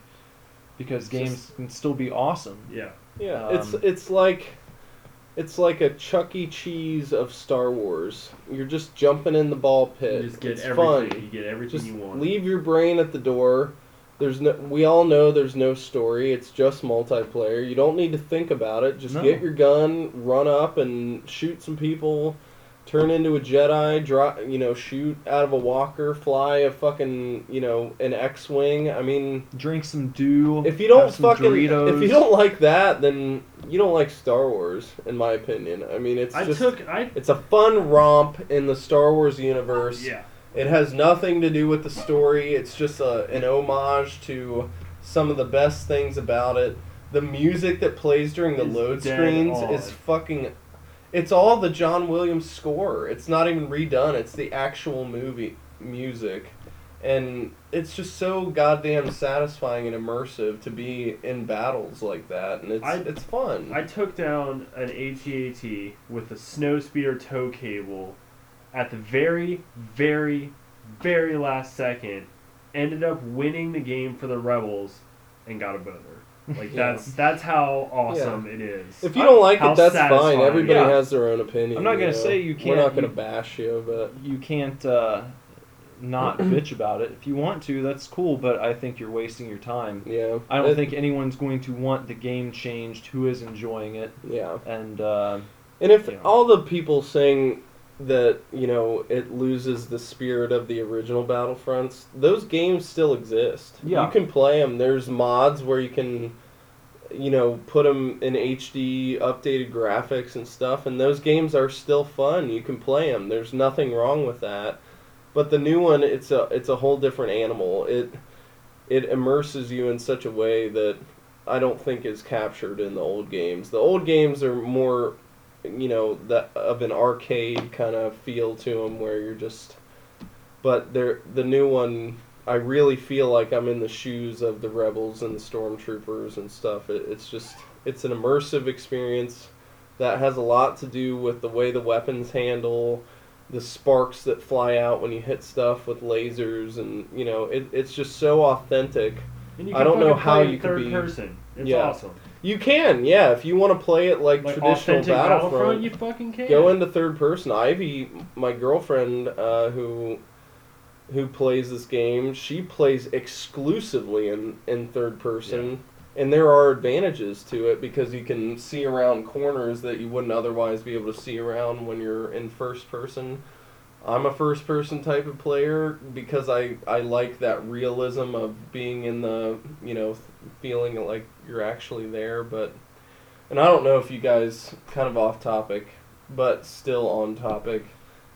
Speaker 6: Because games can still be awesome.
Speaker 7: Yeah.
Speaker 5: Yeah, it's
Speaker 6: Um,
Speaker 5: it's like it's like a Chuck E. Cheese of Star Wars. You're just jumping in the ball pit.
Speaker 7: You just get
Speaker 5: it's
Speaker 7: everything.
Speaker 5: fun.
Speaker 7: You get everything
Speaker 5: Just
Speaker 7: you want.
Speaker 5: leave your brain at the door. There's no. We all know there's no story. It's just multiplayer. You don't need to think about it. Just
Speaker 6: No.
Speaker 5: get your gun, run up and shoot some people, turn into a Jedi, drop. You know, shoot out of a walker, fly a fucking. You know, an X-wing. I mean.
Speaker 6: Drink some dew.
Speaker 5: If you don't
Speaker 6: have some
Speaker 5: fucking
Speaker 6: Doritos.
Speaker 5: if you don't like that, then you don't like Star Wars, in my opinion. I mean, it's
Speaker 7: I
Speaker 5: just
Speaker 7: took. I.
Speaker 5: it's a fun romp in the Star Wars universe.
Speaker 7: Yeah.
Speaker 5: It has nothing to do with the story. It's just a, an homage to some of the best things about it. The music that plays during the
Speaker 7: It's
Speaker 5: load
Speaker 7: dead
Speaker 5: screens
Speaker 7: on.
Speaker 5: is fucking. It's all the John Williams score. It's not even redone. It's the actual movie music, and it's just so goddamn satisfying and immersive to be in battles like that, and it's
Speaker 7: I-
Speaker 5: it's fun.
Speaker 7: I took down an ATAT with a snow speeder tow cable at the very, very, very last second. Ended up winning the game for the Rebels and got a boner. Like
Speaker 5: Yeah.
Speaker 7: that's that's how awesome it is.
Speaker 5: if you don't like
Speaker 7: How
Speaker 5: it, that's
Speaker 7: satisfying.
Speaker 5: fine. Everybody
Speaker 6: Yeah.
Speaker 5: has their own opinion.
Speaker 6: I'm not
Speaker 5: you
Speaker 6: gonna
Speaker 5: know?
Speaker 6: say you
Speaker 5: We're not
Speaker 6: can't-
Speaker 5: gonna
Speaker 6: you-
Speaker 5: bash you, but
Speaker 6: you can't uh, not bitch about it. If you want to, that's cool, but I think you're wasting your time.
Speaker 5: yeah,
Speaker 6: I don't
Speaker 5: It-
Speaker 6: think anyone's going to want the game changed who is enjoying it.
Speaker 5: Yeah.
Speaker 6: And uh,
Speaker 5: And if
Speaker 6: Yeah.
Speaker 5: all the people saying that, you know, it loses the spirit of the original Battlefronts, those games still exist.
Speaker 6: Yeah.
Speaker 5: You can play them. There's mods where you can, you know, put them in HD updated graphics and stuff, and those games are still fun. You can play them. There's nothing wrong with that. But the new one, it's a it's a whole different animal. It it immerses you in such a way that I don't think is captured in the old games. The old games are more you know that of an arcade kind of feel to them where you're just but they're the new one i really feel like i'm in the shoes of the rebels and the stormtroopers and stuff it, it's just it's an immersive experience that has a lot to do with the way the weapons handle the sparks that fly out when you hit stuff with lasers and you know it, it's just so authentic
Speaker 7: And you
Speaker 5: I don't know
Speaker 7: fucking
Speaker 5: how
Speaker 7: play in
Speaker 5: you could
Speaker 7: third
Speaker 5: be-
Speaker 7: person. It's
Speaker 5: Yeah.
Speaker 7: awesome.
Speaker 5: you can yeah if you want to play it like,
Speaker 7: Like
Speaker 5: traditional
Speaker 7: authentic Battlefront,
Speaker 5: battlefront
Speaker 7: you fucking can.
Speaker 5: go into third person. Ivy, my girlfriend, uh, who who plays this game, she plays exclusively in in third person, and there are advantages to it because you can see around corners that you wouldn't otherwise be able to see around when you're in first person. I'm a first person type of player because I, I like that realism of being in the, you know, feeling like you're actually there, but and I don't know if you guys kind of off topic, but still on topic.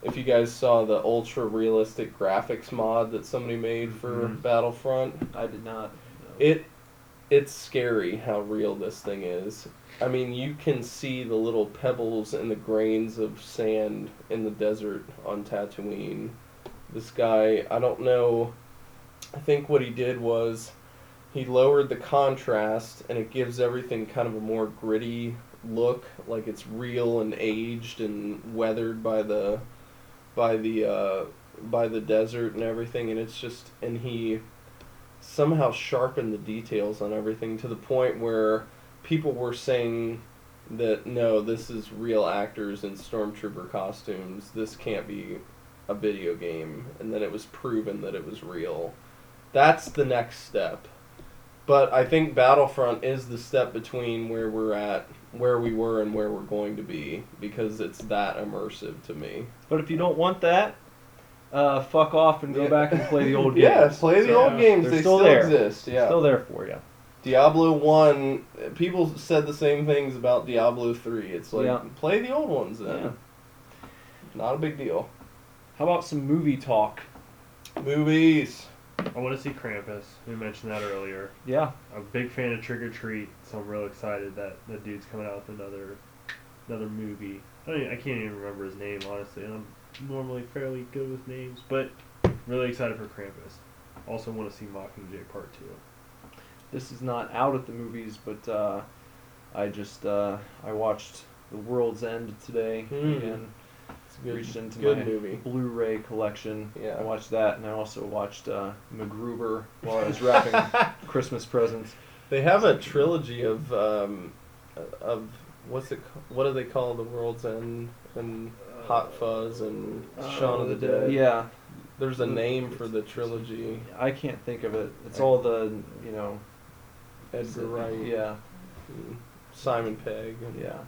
Speaker 5: If you guys saw the ultra realistic graphics mod that somebody made for
Speaker 7: Mhm.
Speaker 5: Battlefront,
Speaker 6: I did not.
Speaker 5: it it's scary how real this thing is. I mean, you can see the little pebbles and the grains of sand in the desert on Tatooine. This guy, I don't know. I think what he did was he lowered the contrast and it gives everything kind of a more gritty look, like it's real and aged and weathered by the by the uh, by the desert and everything and it's just and he somehow sharpened the details on everything to the point where people were saying that no, this is real actors in stormtrooper costumes. This can't be a video game, and then it was proven that it was real. That's the next step. But I think Battlefront is the step between where we're at, where we were, and where we're going to be because it's that immersive to me.
Speaker 6: But if you don't want that, uh, fuck off and go
Speaker 5: Yeah.
Speaker 6: back and play the old games.
Speaker 5: Yeah, play the
Speaker 6: So,
Speaker 5: old games.
Speaker 6: they're
Speaker 5: They
Speaker 6: still
Speaker 5: still,
Speaker 6: there.
Speaker 5: exist.
Speaker 6: it's
Speaker 5: Yeah.
Speaker 6: Still there for you.
Speaker 5: Diablo one. People said the same things about Diablo three. It's like
Speaker 6: Yeah.
Speaker 5: play the old ones then.
Speaker 6: Yeah.
Speaker 5: Not a big deal.
Speaker 6: How about some movie talk?
Speaker 5: Movies.
Speaker 7: I want to see Krampus. We mentioned that earlier.
Speaker 6: Yeah.
Speaker 7: I'm a big fan of Trick or Treat, so I'm real excited that that dude's coming out with another another movie. I, don't even, I can't even remember his name honestly, and I'm normally fairly good with names, but really excited for Krampus. Also want to see Mockingjay Part Two.
Speaker 6: This is not out at the movies, but uh, I just uh, I watched The World's End today
Speaker 5: Hmm.
Speaker 6: and
Speaker 5: It's a good,
Speaker 6: reached into
Speaker 5: good
Speaker 6: my
Speaker 5: movie.
Speaker 6: Blu-ray collection.
Speaker 5: Yeah.
Speaker 6: I watched that, and I also watched uh, MacGruber while I was wrapping Christmas presents.
Speaker 5: They have a trilogy of um, of what's it? ca- What do they call the world's end and Hot Fuzz and Shaun of the Dead?
Speaker 6: Uh, Yeah,
Speaker 5: There's a name for the trilogy.
Speaker 6: I can't think of it. It's all the you know.
Speaker 5: Edgar Wright.
Speaker 6: Yeah,
Speaker 5: and Simon Pegg. and-
Speaker 6: yeah.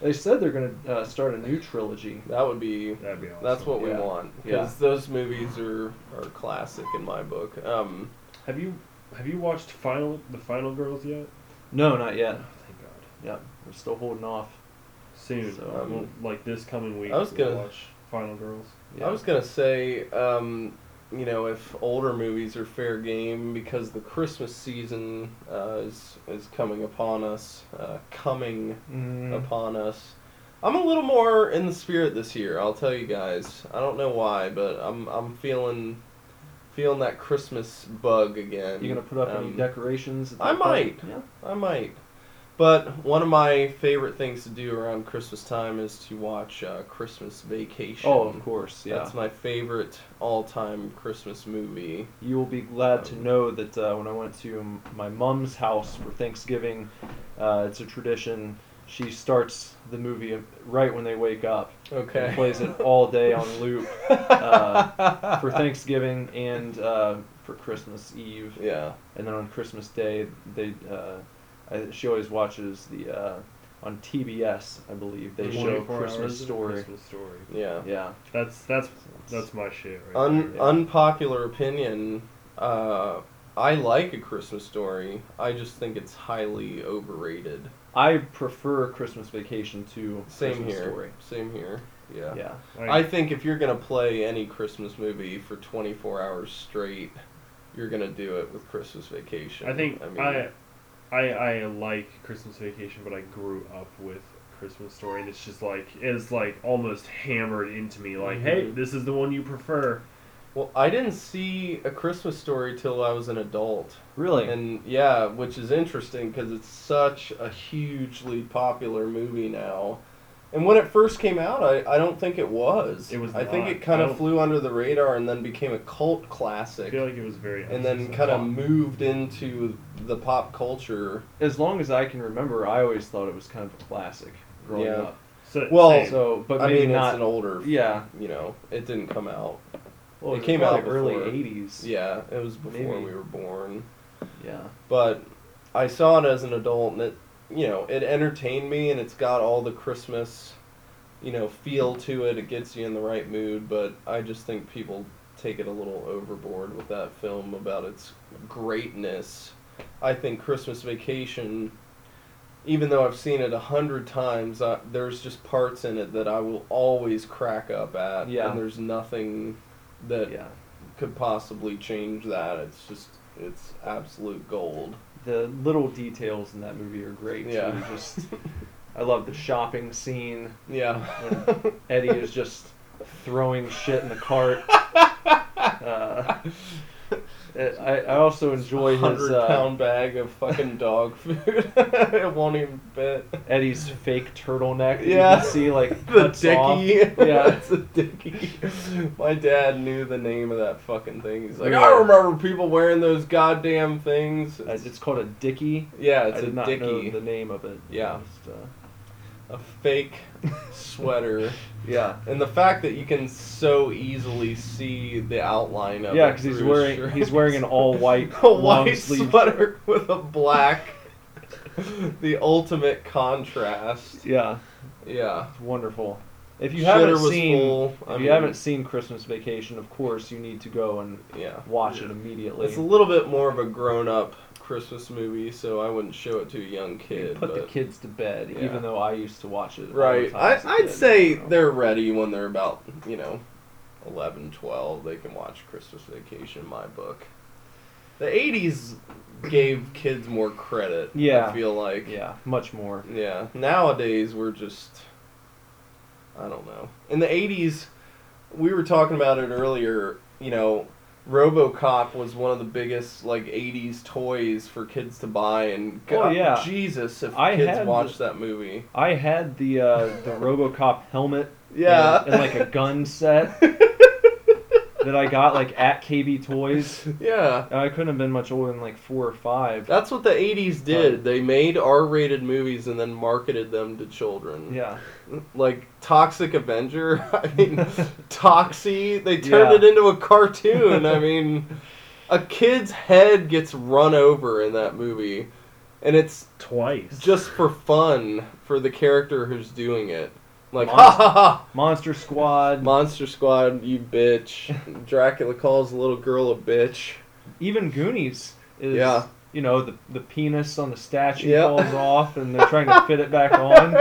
Speaker 6: They said they're gonna uh, start a new trilogy.
Speaker 5: That would be.
Speaker 7: That'd be awesome.
Speaker 5: That's what we
Speaker 6: Yeah.
Speaker 5: want
Speaker 6: Yeah.
Speaker 5: because those movies are are classic in my book. Um,
Speaker 7: Have you have you watched Final the Final Girls yet?
Speaker 6: No, not yet.
Speaker 7: Oh, thank God.
Speaker 6: Yeah, we're still holding off.
Speaker 7: Soon,
Speaker 6: So,
Speaker 7: Well,
Speaker 5: um,
Speaker 7: like this coming week,
Speaker 5: I was
Speaker 7: we'll
Speaker 5: gonna-
Speaker 7: watch Final Girls.
Speaker 6: Yeah.
Speaker 5: I was gonna say, um, you know, if older movies are fair game because the Christmas season uh, is is coming upon us, uh, coming
Speaker 6: Mm.
Speaker 5: upon us. I'm a little more in the spirit this year. I'll tell you guys. I don't know why, but I'm I'm feeling feeling that Christmas bug again.
Speaker 6: You gonna put up any
Speaker 5: Um,
Speaker 6: decorations? At the
Speaker 5: I
Speaker 6: apartment?
Speaker 5: might.
Speaker 6: Yeah.
Speaker 5: I might. But one of my favorite things to do around Christmas time is to watch uh, Christmas Vacation.
Speaker 6: Oh, of course. Yeah.
Speaker 5: That's my favorite all-time Christmas movie.
Speaker 6: You will be glad
Speaker 5: Um,
Speaker 6: to know that uh, when I went to m- my mom's house for Thanksgiving, uh, it's a tradition. She starts the movie right when they wake up and
Speaker 5: Okay.
Speaker 6: plays it all day on loop uh, for Thanksgiving and uh, for Christmas Eve.
Speaker 5: Yeah.
Speaker 6: And then on Christmas Day, they uh, I, she always watches the uh, on TBS, I believe they show
Speaker 7: 24
Speaker 6: Christmas
Speaker 7: hours of
Speaker 6: Story.
Speaker 7: Christmas Story.
Speaker 5: Yeah.
Speaker 6: Yeah,
Speaker 7: That's that's that's my shit right
Speaker 5: Un-
Speaker 7: there.
Speaker 5: Unpopular opinion. Uh, I like a Christmas story. I just think it's highly overrated.
Speaker 6: I prefer Christmas Vacation to
Speaker 5: Same
Speaker 6: Christmas
Speaker 5: here.
Speaker 6: Story.
Speaker 5: Same here. Yeah.
Speaker 6: Yeah.
Speaker 5: I think if you're gonna play any Christmas movie for 24 hours straight, you're gonna do it with Christmas Vacation.
Speaker 7: I think
Speaker 5: I
Speaker 7: I,
Speaker 5: mean,
Speaker 7: I, I, like Christmas Vacation, but I grew up with Christmas Story, and it's just like it's like almost hammered into me, like, hey,
Speaker 5: Mhm.
Speaker 7: this is the one you prefer.
Speaker 5: well, I didn't see a Christmas story till I was an adult.
Speaker 6: Really?
Speaker 5: And yeah, which is interesting because it's such a hugely popular movie now. And when it first came out, I, I don't think it was.
Speaker 7: It was
Speaker 5: I think
Speaker 7: not.
Speaker 5: it kind
Speaker 7: I
Speaker 5: of
Speaker 7: don't-
Speaker 5: flew under the radar and then became a cult
Speaker 7: I
Speaker 5: classic,
Speaker 7: feel like it was very
Speaker 5: and then kind
Speaker 7: unsuccessful.
Speaker 5: of moved into the pop culture.
Speaker 6: as long as I can remember, I always thought it was kind of a classic growing
Speaker 5: Yeah.
Speaker 6: up.
Speaker 7: So,
Speaker 5: well,
Speaker 7: same.
Speaker 6: So, but
Speaker 5: Oh, I
Speaker 6: maybe
Speaker 5: mean,
Speaker 6: not.
Speaker 5: it's an older.
Speaker 6: yeah.
Speaker 5: You know, it didn't come out.
Speaker 6: Well,
Speaker 5: It
Speaker 6: was
Speaker 5: came out
Speaker 6: probably early
Speaker 5: before.
Speaker 6: '80s.
Speaker 5: Yeah, it was before
Speaker 6: Maybe.
Speaker 5: we were born.
Speaker 6: Yeah.
Speaker 5: but I saw it as an adult, and it, you know, it entertained me, and it's got all the Christmas, you know, feel to it. It gets you in the right mood, but I just think people take it a little overboard with that film about its greatness. I think Christmas Vacation, even though I've seen it a hundred times, I, there's just parts in it that I will always crack up at,
Speaker 6: Yeah.
Speaker 5: and there's nothing that
Speaker 6: Yeah.
Speaker 5: could possibly change that. It's just it's absolute gold.
Speaker 6: The little details in that movie are great.
Speaker 5: Yeah.
Speaker 6: too. Just, I love the shopping scene
Speaker 5: Yeah.
Speaker 6: when Eddie is just throwing shit in the cart. Uh, it- I, I also enjoy his
Speaker 5: hundred
Speaker 6: uh,
Speaker 5: pound bag of fucking dog food. it won't even fit.
Speaker 6: Eddie's fake turtleneck. that
Speaker 5: Yeah.
Speaker 6: You can see like
Speaker 5: The
Speaker 6: cuts off.
Speaker 5: dicky.
Speaker 6: Yeah.
Speaker 5: it's a dicky. My dad knew the name of that fucking thing. He's like,
Speaker 6: Really?
Speaker 5: I remember people wearing those goddamn things.
Speaker 6: Uh, It's called a dicky.
Speaker 5: yeah,
Speaker 6: I
Speaker 5: it's
Speaker 6: did
Speaker 5: a
Speaker 6: not know
Speaker 5: dicky,
Speaker 6: the name of it.
Speaker 5: Yeah.
Speaker 6: Just, uh,
Speaker 5: a fake sweater,
Speaker 6: yeah.
Speaker 5: and the fact that you can so easily see the outline of
Speaker 6: Yeah,
Speaker 5: it
Speaker 6: because he's
Speaker 5: through his
Speaker 6: wearing
Speaker 5: shirt.
Speaker 6: he's wearing an all white
Speaker 5: a
Speaker 6: long
Speaker 5: white
Speaker 6: sleeve.
Speaker 5: sweater with a black. the ultimate contrast.
Speaker 6: Yeah,
Speaker 5: Yeah.
Speaker 6: it's wonderful. If you
Speaker 5: Shitter
Speaker 6: haven't
Speaker 5: was
Speaker 6: seen,
Speaker 5: full.
Speaker 6: if
Speaker 5: I
Speaker 6: you
Speaker 5: mean-
Speaker 6: haven't seen Christmas Vacation, of course you need to go and
Speaker 5: Yeah.
Speaker 6: watch it
Speaker 7: Yeah.
Speaker 6: immediately.
Speaker 5: It's a little bit more of a grown up Christmas movie, so I wouldn't show it to a young
Speaker 6: You
Speaker 5: kid.
Speaker 6: put the
Speaker 5: but-
Speaker 6: kids to bed,
Speaker 5: Yeah.
Speaker 6: even though I used to watch it. all the
Speaker 5: Right.
Speaker 6: time
Speaker 5: I,
Speaker 6: as a
Speaker 5: I'd
Speaker 6: kid,
Speaker 5: say
Speaker 6: you know.
Speaker 5: they're ready when they're about, you know, 11, 12. They can watch Christmas Vacation, my book. The 80s gave kids more credit,
Speaker 6: Yeah.
Speaker 5: I feel like.
Speaker 6: Yeah, much more.
Speaker 5: Yeah. Nowadays, we're just. I don't know. In the 80s, we were talking about it earlier, you know. RoboCop was one of the biggest like '80s toys for kids to buy, and
Speaker 6: Oh, yeah.
Speaker 5: Jesus, if
Speaker 6: I
Speaker 5: kids
Speaker 6: had-
Speaker 5: watched that movie,
Speaker 6: I had the uh, the RoboCop helmet.
Speaker 5: yeah,
Speaker 6: And, and, like a gun set that I got like at KB Toys.
Speaker 5: Yeah.
Speaker 6: And I couldn't have been much older than like four or five.
Speaker 5: That's what the 80s did. They made R rated movies and then marketed them to children.
Speaker 6: Yeah.
Speaker 5: Like Toxic Avenger. I mean, Toxie. They turned
Speaker 6: Yeah.
Speaker 5: it into a cartoon. I mean, a kid's head gets run over in that movie. And it's
Speaker 7: Twice.
Speaker 5: just for fun for the character who's doing it. Like,
Speaker 6: Monst-
Speaker 5: ha ha ha!
Speaker 6: Monster Squad.
Speaker 5: Monster Squad, you bitch. Dracula calls the little girl a bitch.
Speaker 6: even Goonies is
Speaker 5: Yeah.
Speaker 6: you know, the the penis on the statue
Speaker 5: Yeah.
Speaker 6: falls off and they're trying to fit it back on.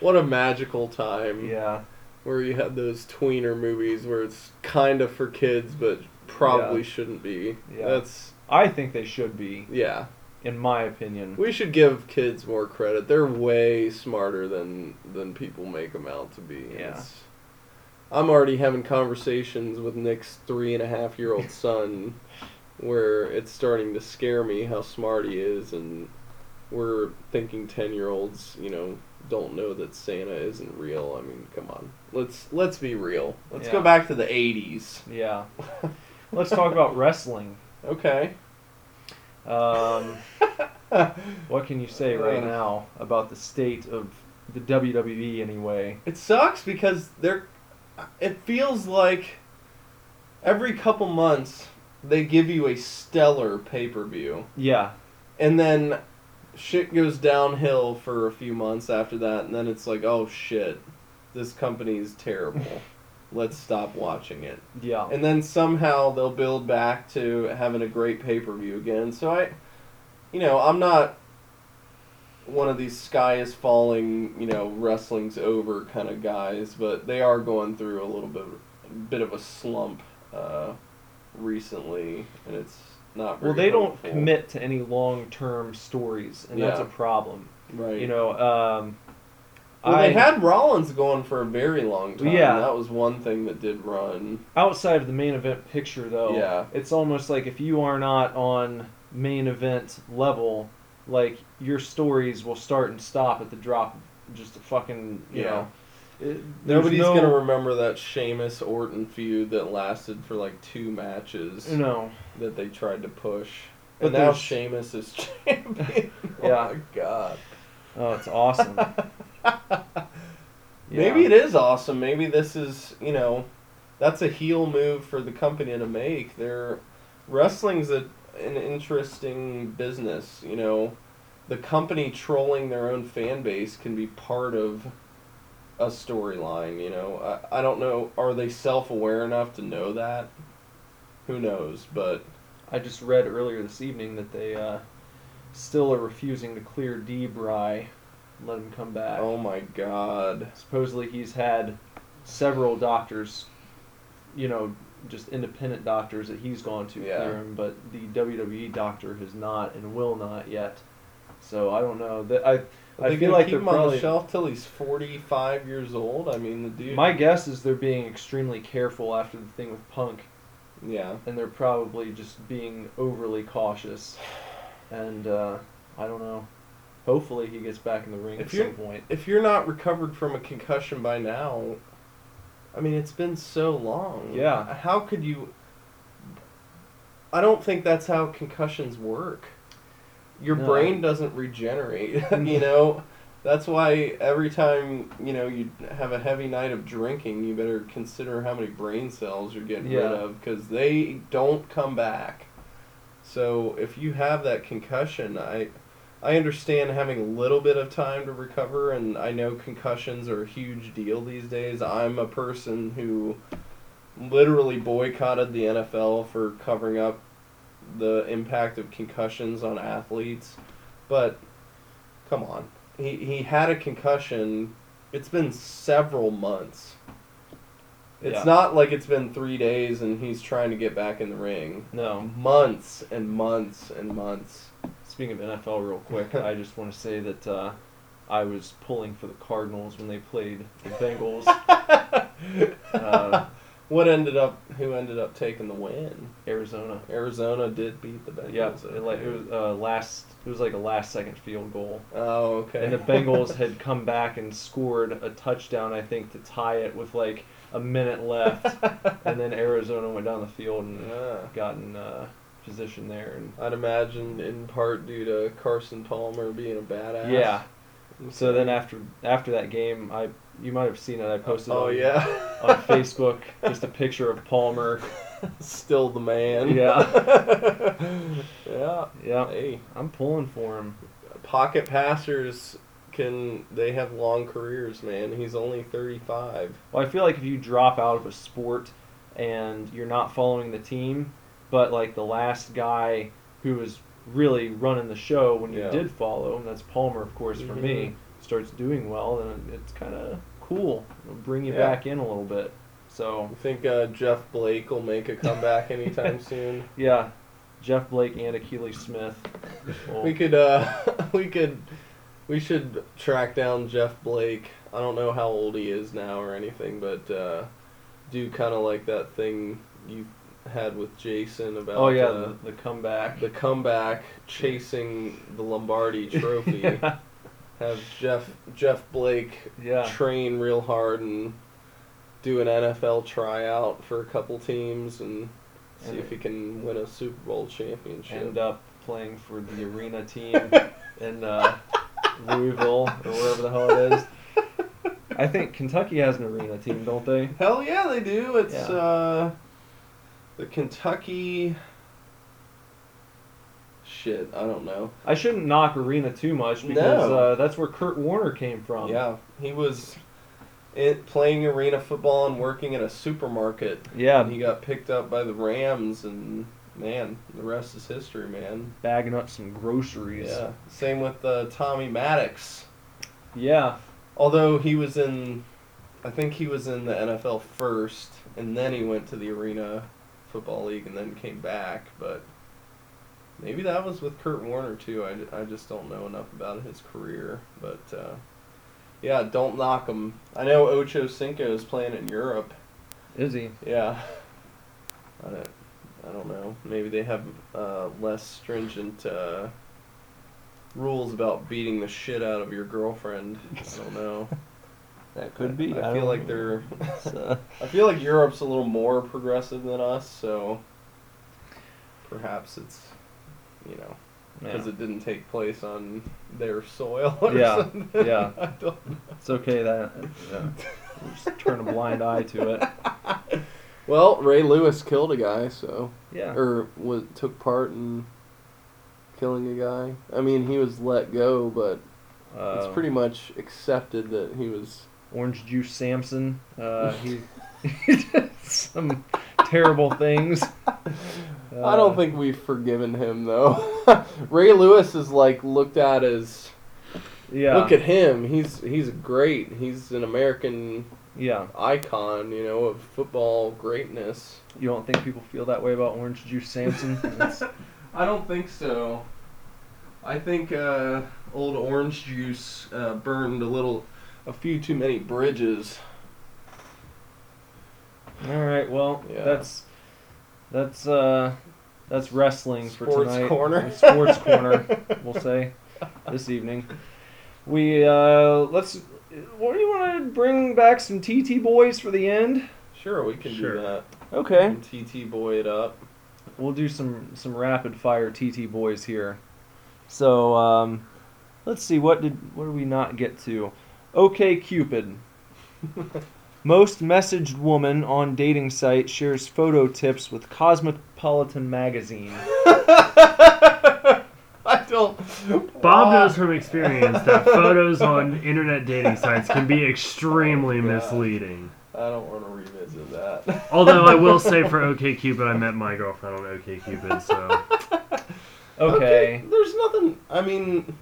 Speaker 5: What a magical time.
Speaker 6: Yeah.
Speaker 5: where you have those tweener movies where it's kind of for kids but probably shouldn't be.
Speaker 6: Yeah.
Speaker 5: That's
Speaker 6: I think they should be,
Speaker 5: yeah.
Speaker 6: in my opinion.
Speaker 5: We should give kids more credit. They're way smarter than than people make them out to be.
Speaker 6: Yeah.
Speaker 5: It's- I'm already having conversations with Nick's three and a half year old son, where it's starting to scare me how smart he is, and we're thinking ten year olds, you know, don't know that Santa isn't real. I mean, come on, let's let's be real. Let's go
Speaker 6: Yeah.
Speaker 5: back to the '80s.
Speaker 6: Yeah. Let's talk about wrestling.
Speaker 5: Okay.
Speaker 6: Um, what can you say right
Speaker 5: Uh.
Speaker 6: now about the state of the WWE anyway?
Speaker 5: It sucks because they're. It feels like every couple months they give you a stellar pay per view,
Speaker 6: Yeah,
Speaker 5: and then shit goes downhill for a few months after that, and then it's like, oh shit, this company's terrible. Let's stop watching it.
Speaker 6: yeah,
Speaker 5: And then somehow they'll build back to having a great pay per view again. So I, you know, I'm not one of these sky is falling, you know, wrestling's over kind of guys, but they are going through a little bit, bit of a slump uh, recently, and it's not. Very
Speaker 6: well, they don't
Speaker 5: hopeful.
Speaker 6: commit to any long-term stories, and that's a
Speaker 5: Yeah.
Speaker 6: problem.
Speaker 5: right?
Speaker 6: You know, um,
Speaker 5: well,
Speaker 6: I
Speaker 5: they had Rollins going for a very long time.
Speaker 6: Yeah.
Speaker 5: that was one thing that did run.
Speaker 6: outside of the main event picture, though,
Speaker 5: Yeah.
Speaker 6: it's almost like if you are not on main event level, like your stories will start and stop at the drop, of just a fucking you
Speaker 5: Yeah.
Speaker 6: know. It, there's
Speaker 5: Nobody's
Speaker 6: no-
Speaker 5: gonna remember that Sheamus Orton feud that lasted for like two matches
Speaker 6: No,
Speaker 5: that they tried to push.
Speaker 6: But
Speaker 5: and now
Speaker 6: there's-
Speaker 5: Sheamus is champion.
Speaker 6: Yeah.
Speaker 5: Oh my god.
Speaker 6: oh, it's awesome.
Speaker 5: Maybe it is awesome. Maybe this is you know, that's a heel move for the company to make. They're wrestling's a, an interesting business. You know, the company trolling their own fan base can be part of a storyline. You know, I, I don't know. Are they self aware enough to know that? Who knows? But
Speaker 6: I just read earlier this evening that they uh, still are refusing to clear D. Bry, let him come back.
Speaker 5: oh my god.
Speaker 6: Supposedly he's had several doctors, you know, just independent doctors that he's gone to
Speaker 5: Yeah.
Speaker 6: clear him, but the WWE doctor has not and will not yet. So I don't know. That I
Speaker 5: Are
Speaker 6: I
Speaker 5: they
Speaker 6: feel
Speaker 5: gonna
Speaker 6: like
Speaker 5: keep
Speaker 6: they're
Speaker 5: him on the
Speaker 6: probably.
Speaker 5: shelf till he's forty five years old. I mean, the dude.
Speaker 6: My guess is they're being extremely careful after the thing with Punk
Speaker 5: yeah.
Speaker 6: and they're probably just being overly cautious. And uh, I don't know. Hopefully, he gets back in the ring
Speaker 5: If
Speaker 6: at some
Speaker 5: you're-
Speaker 6: point.
Speaker 5: If you're not recovered from a concussion by now, I mean, it's been so long.
Speaker 6: Yeah.
Speaker 5: How could you? I don't think that's how concussions work. Your
Speaker 6: No.
Speaker 5: brain doesn't regenerate. you know, that's why every time you know you have a heavy night of drinking, you better consider how many brain cells you're getting rid
Speaker 6: Yeah.
Speaker 5: of because they don't come back. So if you have that concussion, I I understand having a little bit of time to recover, and I know concussions are a huge deal these days. I'm a person who literally boycotted the NFL for covering up the impact of concussions on athletes, but come on. He, he had a concussion. It's been several months. It's
Speaker 6: Yeah.
Speaker 5: not like it's been three days and he's trying to get back in the ring.
Speaker 6: No.
Speaker 5: Months and months and months.
Speaker 6: Speaking of NFL, real quick, I just want to say that uh, I was pulling for the Cardinals when they played the Bengals. uh,
Speaker 5: What ended up? Who ended up taking the win?
Speaker 6: Arizona.
Speaker 5: Arizona did beat the Bengals.
Speaker 6: Yeah, it, like, it
Speaker 5: okay.
Speaker 6: was uh, last. It was like a last-second field goal,
Speaker 5: Oh, okay.
Speaker 6: and the Bengals had come back and scored a touchdown, I think, to tie it with like a minute left, and then Arizona went down the field and
Speaker 5: Yeah.
Speaker 6: got in uh, position there, and
Speaker 5: I'd imagine in part due to Carson Palmer being a badass.
Speaker 6: yeah. So then after after that game, I you might have seen it. I posted.
Speaker 5: Oh
Speaker 6: on,
Speaker 5: yeah.
Speaker 6: on Facebook just a picture of Palmer.
Speaker 5: Still the man.
Speaker 6: Yeah.
Speaker 5: yeah.
Speaker 6: Yeah,
Speaker 5: Hey,
Speaker 6: I'm pulling for him.
Speaker 5: pocket passers can they have long careers, man? He's only thirty-five.
Speaker 6: Well, I feel like if you drop out of a sport and you're not following the team, but like the last guy who was really running the show when you
Speaker 5: Yeah. Mm-hmm.
Speaker 6: did follow, and that's Palmer, of course, for me, starts doing well, then it's kind of cool. It'll bring you
Speaker 5: Yeah.
Speaker 6: back in a little bit. So
Speaker 5: You think uh, Jeff Blake will make a comeback anytime soon?
Speaker 6: yeah, Jeff Blake and Achilles Smith. Well,
Speaker 5: We could, uh, we could, we should track down Jeff Blake. I don't know how old he is now or anything, but uh, do kind of like that thing you had with Jason about
Speaker 6: oh yeah,
Speaker 5: uh,
Speaker 6: the, the comeback.
Speaker 5: the comeback chasing the Lombardi Trophy.
Speaker 6: yeah.
Speaker 5: Have Jeff Jeff Blake
Speaker 6: yeah.
Speaker 5: train real hard and do an NFL tryout for a couple teams and see
Speaker 6: And- uh,
Speaker 5: if he can win a Super Bowl championship.
Speaker 6: end up playing for the arena team in uh, Louisville or wherever the hell it is. I think Kentucky has an arena team, don't they?
Speaker 5: Hell yeah, they do. It's
Speaker 6: Yeah.
Speaker 5: uh, the Kentucky. Shit, I don't know.
Speaker 6: I shouldn't knock arena too much because
Speaker 5: No.
Speaker 6: uh, that's where Kurt Warner came from.
Speaker 5: yeah, he was it, playing arena football and working in a supermarket. And
Speaker 6: yeah,
Speaker 5: he got picked up by the Rams, and man, the rest is history, man.
Speaker 6: bagging up some groceries.
Speaker 5: Yeah. Same with uh, Tommy Maddox.
Speaker 6: yeah,
Speaker 5: Although he was in, I think he was in the NFL first, and then he went to the Arena Football League, and then came back. But maybe that was with Kurt Warner too. I, I just don't know enough about his career. But uh, yeah, don't knock him. I know Ocho Cinco is playing in Europe.
Speaker 6: is he?
Speaker 5: Yeah, I don't, I don't know. Maybe they have uh, less stringent. Uh, Rules about beating the shit out of your girlfriend. I don't know.
Speaker 6: That
Speaker 5: I, feel like they're.
Speaker 6: Uh,
Speaker 5: I feel like Europe's a little more progressive than us, so perhaps it's, you know, because
Speaker 6: yeah.
Speaker 5: it didn't take place on their soil or
Speaker 6: Yeah,
Speaker 5: something.
Speaker 6: yeah.
Speaker 5: I don't know.
Speaker 6: It's okay that yeah. We'll just turn a blind eye to it.
Speaker 5: Well, Ray Lewis killed a guy, so
Speaker 6: Yeah,
Speaker 5: or was took part in killing a guy. I mean, he was let go, but
Speaker 6: uh,
Speaker 5: it's pretty much accepted that he was.
Speaker 6: Orange Juice Samson. Uh, he, he did some terrible things. Uh,
Speaker 5: I don't think we've forgiven him though. Ray Lewis is like looked at as
Speaker 6: Yeah.
Speaker 5: Look at him. He's he's great. He's an American
Speaker 6: yeah.
Speaker 5: icon, you know, of football greatness.
Speaker 6: You don't think people feel that way about Orange Juice Samson? That's-
Speaker 5: I don't think so. I think uh, old orange juice uh, burned a little, a few too many bridges.
Speaker 6: all right. Well,
Speaker 5: Yeah.
Speaker 6: that's that's uh that's wrestling for
Speaker 5: Sports
Speaker 6: tonight.
Speaker 5: corner.
Speaker 6: Sports corner. We'll say this evening. We uh let's. What do you want to bring back some TT boys for the end?
Speaker 5: Sure, we can
Speaker 7: Sure.
Speaker 5: do that.
Speaker 6: Okay.
Speaker 5: Can TT boy it up.
Speaker 6: we'll do some some rapid fire TT boys here. So um, let's see what did what did we not get to? Okay, Cupid. Most messaged woman on dating site shares photo tips with Cosmopolitan magazine.
Speaker 5: I don't.
Speaker 7: Bob knows from experience that photos on internet dating sites can be extremely
Speaker 5: Oh, God.
Speaker 7: misleading.
Speaker 5: I don't want to revisit that.
Speaker 7: Although I will say for OKCupid, I met my girlfriend on OKCupid, so
Speaker 6: Okay.
Speaker 5: There's nothing. I mean,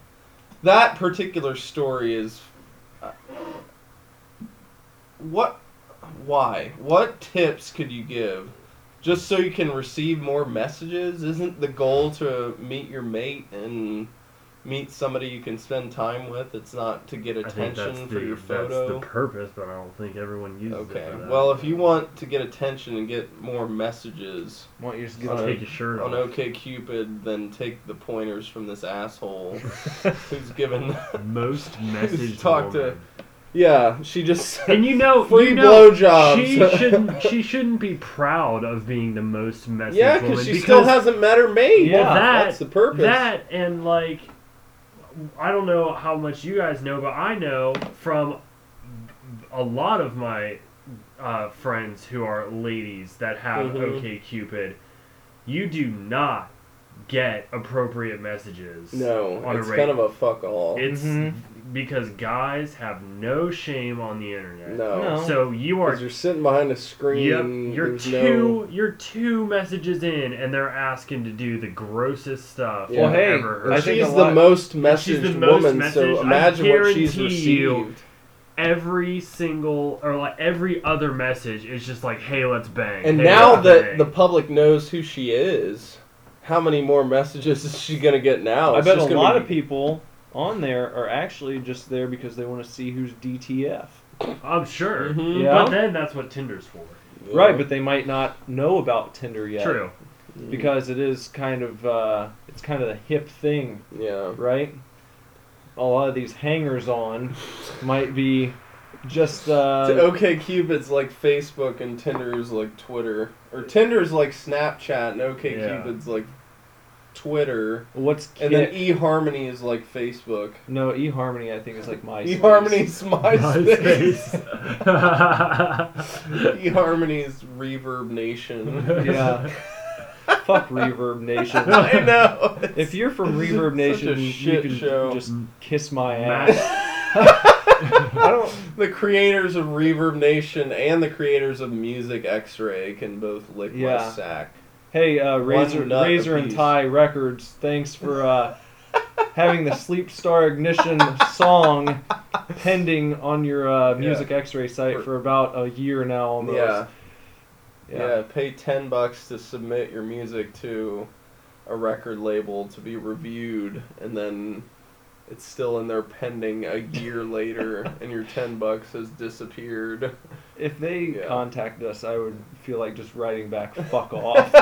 Speaker 5: that particular story is. uh, What? Why? What tips could you give? Just so you can receive more messages? Isn't the goal to meet your mate and meet somebody you can spend time with? It's not to get
Speaker 7: I think that's
Speaker 5: attention for
Speaker 7: the,
Speaker 5: your
Speaker 7: that's the
Speaker 5: photo.
Speaker 7: purpose, but I don't think everyone uses it.
Speaker 5: Okay.
Speaker 7: for that.
Speaker 5: Well, if you want to get attention and get more messages,
Speaker 6: Why don't you just get
Speaker 7: I'll
Speaker 5: on
Speaker 7: take
Speaker 6: a
Speaker 7: your shirt
Speaker 5: uh, on
Speaker 7: off.
Speaker 5: OK Cupid, then take the pointers from this asshole who's given.
Speaker 7: Most message
Speaker 5: talk to- yeah, she just.
Speaker 7: and you know,
Speaker 5: Free
Speaker 7: you know,
Speaker 5: blowjobs.
Speaker 7: She shouldn't. She shouldn't be proud of being the most messaged
Speaker 5: yeah,
Speaker 7: woman
Speaker 5: because she still hasn't met her mate.
Speaker 6: Yeah. Well,
Speaker 7: that-
Speaker 5: that's the purpose.
Speaker 7: That and like, I don't know how much you guys know, but I know from a lot of my uh, friends who are ladies that have
Speaker 5: Mhm.
Speaker 7: OK Cupid, you do not get appropriate messages.
Speaker 5: no,
Speaker 7: on
Speaker 5: it's
Speaker 7: a rate.
Speaker 5: kind of a fuck all.
Speaker 7: It's
Speaker 6: Mhm.
Speaker 7: because guys have no shame on the internet.
Speaker 5: no,
Speaker 6: No.
Speaker 7: So you are
Speaker 5: because you're sitting behind a screen.
Speaker 7: Yep, you're
Speaker 5: there's
Speaker 7: two. You're two messages in, and they're asking to do the grossest stuff.
Speaker 5: Well,
Speaker 7: you've
Speaker 6: hey,
Speaker 7: ever heard.
Speaker 5: No,
Speaker 6: I
Speaker 5: she's
Speaker 6: think a
Speaker 5: the
Speaker 6: lot-
Speaker 5: most messaged
Speaker 7: she's the most
Speaker 5: woman,
Speaker 7: messaged.
Speaker 5: so
Speaker 7: I
Speaker 5: imagine what she's
Speaker 7: guarantee you-
Speaker 5: received.
Speaker 7: every single or like every other message is just like, "Hey, let's bang."
Speaker 5: And
Speaker 7: hey,
Speaker 5: now
Speaker 7: let's
Speaker 5: that
Speaker 7: bang.
Speaker 5: the public knows who she is, how many more messages is she gonna get now?
Speaker 6: I
Speaker 5: It's
Speaker 6: bet a
Speaker 5: just gonna
Speaker 6: lot
Speaker 5: be-
Speaker 6: of people on there are actually just there because they want to see who's DTF.
Speaker 7: I'm sure,
Speaker 5: Mhm.
Speaker 6: Yeah.
Speaker 7: but then that's what Tinder's for.
Speaker 5: Yeah.
Speaker 6: Right, but they might not know about Tinder yet.
Speaker 7: True.
Speaker 6: Because it is kind of uh, it's kind of the hip thing,
Speaker 5: yeah.
Speaker 6: right? A lot of these hangers on might be just uh,
Speaker 5: So OK Cupid's like Facebook and Tinder's like Twitter. Or Tinder's like Snapchat and OK
Speaker 7: Yeah.
Speaker 5: Cupid's like Twitter.
Speaker 6: what's kick?
Speaker 5: And then eHarmony is like Facebook.
Speaker 6: no eHarmony I think is like my
Speaker 5: eHarmony's MySpace.
Speaker 7: MySpace.
Speaker 5: eHarmony's Reverb Nation.
Speaker 6: Yeah. Fuck Reverb Nation.
Speaker 5: I know.
Speaker 6: If you're from
Speaker 5: Such
Speaker 6: Reverb
Speaker 5: a
Speaker 6: Nation, you
Speaker 5: shit
Speaker 6: can
Speaker 5: show.
Speaker 6: just kiss my ass.
Speaker 7: Max,
Speaker 6: I don't.
Speaker 5: the creators of Reverb Nation and the creators of Music X Ray can both lick my
Speaker 6: Yeah.
Speaker 5: sack.
Speaker 6: Hey, uh, Razor,
Speaker 5: nut
Speaker 6: Razor and
Speaker 5: apiece.
Speaker 6: Tie Records, thanks for uh, having the Sleep Star Ignition song pending on your uh, Music X-Ray site
Speaker 5: For-
Speaker 6: for about a year now almost.
Speaker 5: Yeah.
Speaker 6: Yeah.
Speaker 5: Yeah, pay ten bucks to submit your music to a record label to be reviewed, and then it's still in there pending a year later, and your ten bucks has disappeared.
Speaker 6: If they
Speaker 5: Yeah.
Speaker 6: contacted us, I would feel like just writing back, fuck off.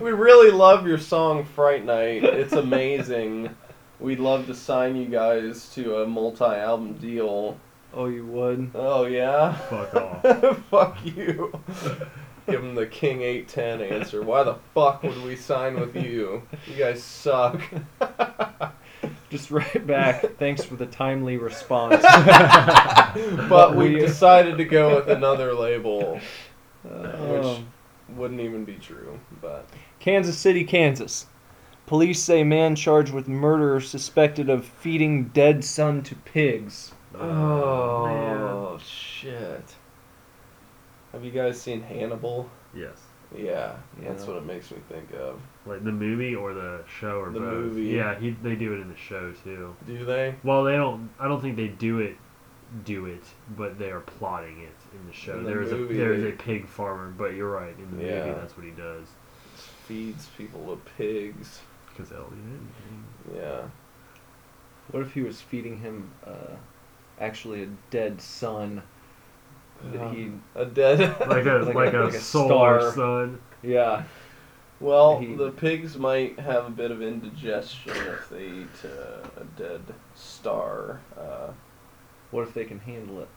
Speaker 5: we really love your song "Fright Night." It's amazing. We'd love to sign you guys to a multi-album deal.
Speaker 6: Oh, you would?
Speaker 5: Oh yeah.
Speaker 7: fuck off.
Speaker 5: fuck you. Give him the King 810 answer. Why the fuck would we sign with you? You guys suck.
Speaker 6: Just write back, thanks for the timely response. Uh,
Speaker 5: But we decided to go with another label,
Speaker 6: Oh.
Speaker 5: which wouldn't even be true. But
Speaker 6: Kansas City, Kansas. Police say man charged with murder suspected of feeding dead son to pigs.
Speaker 5: Uh. oh shit! Have you guys seen Hannibal?
Speaker 7: Yes,
Speaker 5: Yeah, that's
Speaker 6: Yeah.
Speaker 5: what it makes me think of.
Speaker 7: like the movie or the show or
Speaker 5: The
Speaker 7: both.
Speaker 5: movie.
Speaker 7: Yeah, he, they do it in the show too.
Speaker 5: Do they?
Speaker 7: Well, they don't. I don't think they do it, do it, but they are plotting it in the show.
Speaker 5: In the
Speaker 7: there is
Speaker 5: movie,
Speaker 7: a there is
Speaker 5: they-
Speaker 7: a pig farmer, but you're right. In the
Speaker 5: Yeah.
Speaker 7: movie, that's what he does.
Speaker 5: Feeds people to pigs.
Speaker 7: Because Elliot.
Speaker 5: Yeah.
Speaker 6: What if he was feeding him uh, actually a dead son? That he,
Speaker 5: A dead.
Speaker 7: Like a like,
Speaker 6: Like
Speaker 7: a,
Speaker 6: a- like a
Speaker 7: solar
Speaker 6: star.
Speaker 7: sun.
Speaker 6: yeah.
Speaker 5: Well,
Speaker 6: He-
Speaker 5: the pigs might have a bit of indigestion if they eat uh, a dead star. Uh,
Speaker 6: What if they can handle it?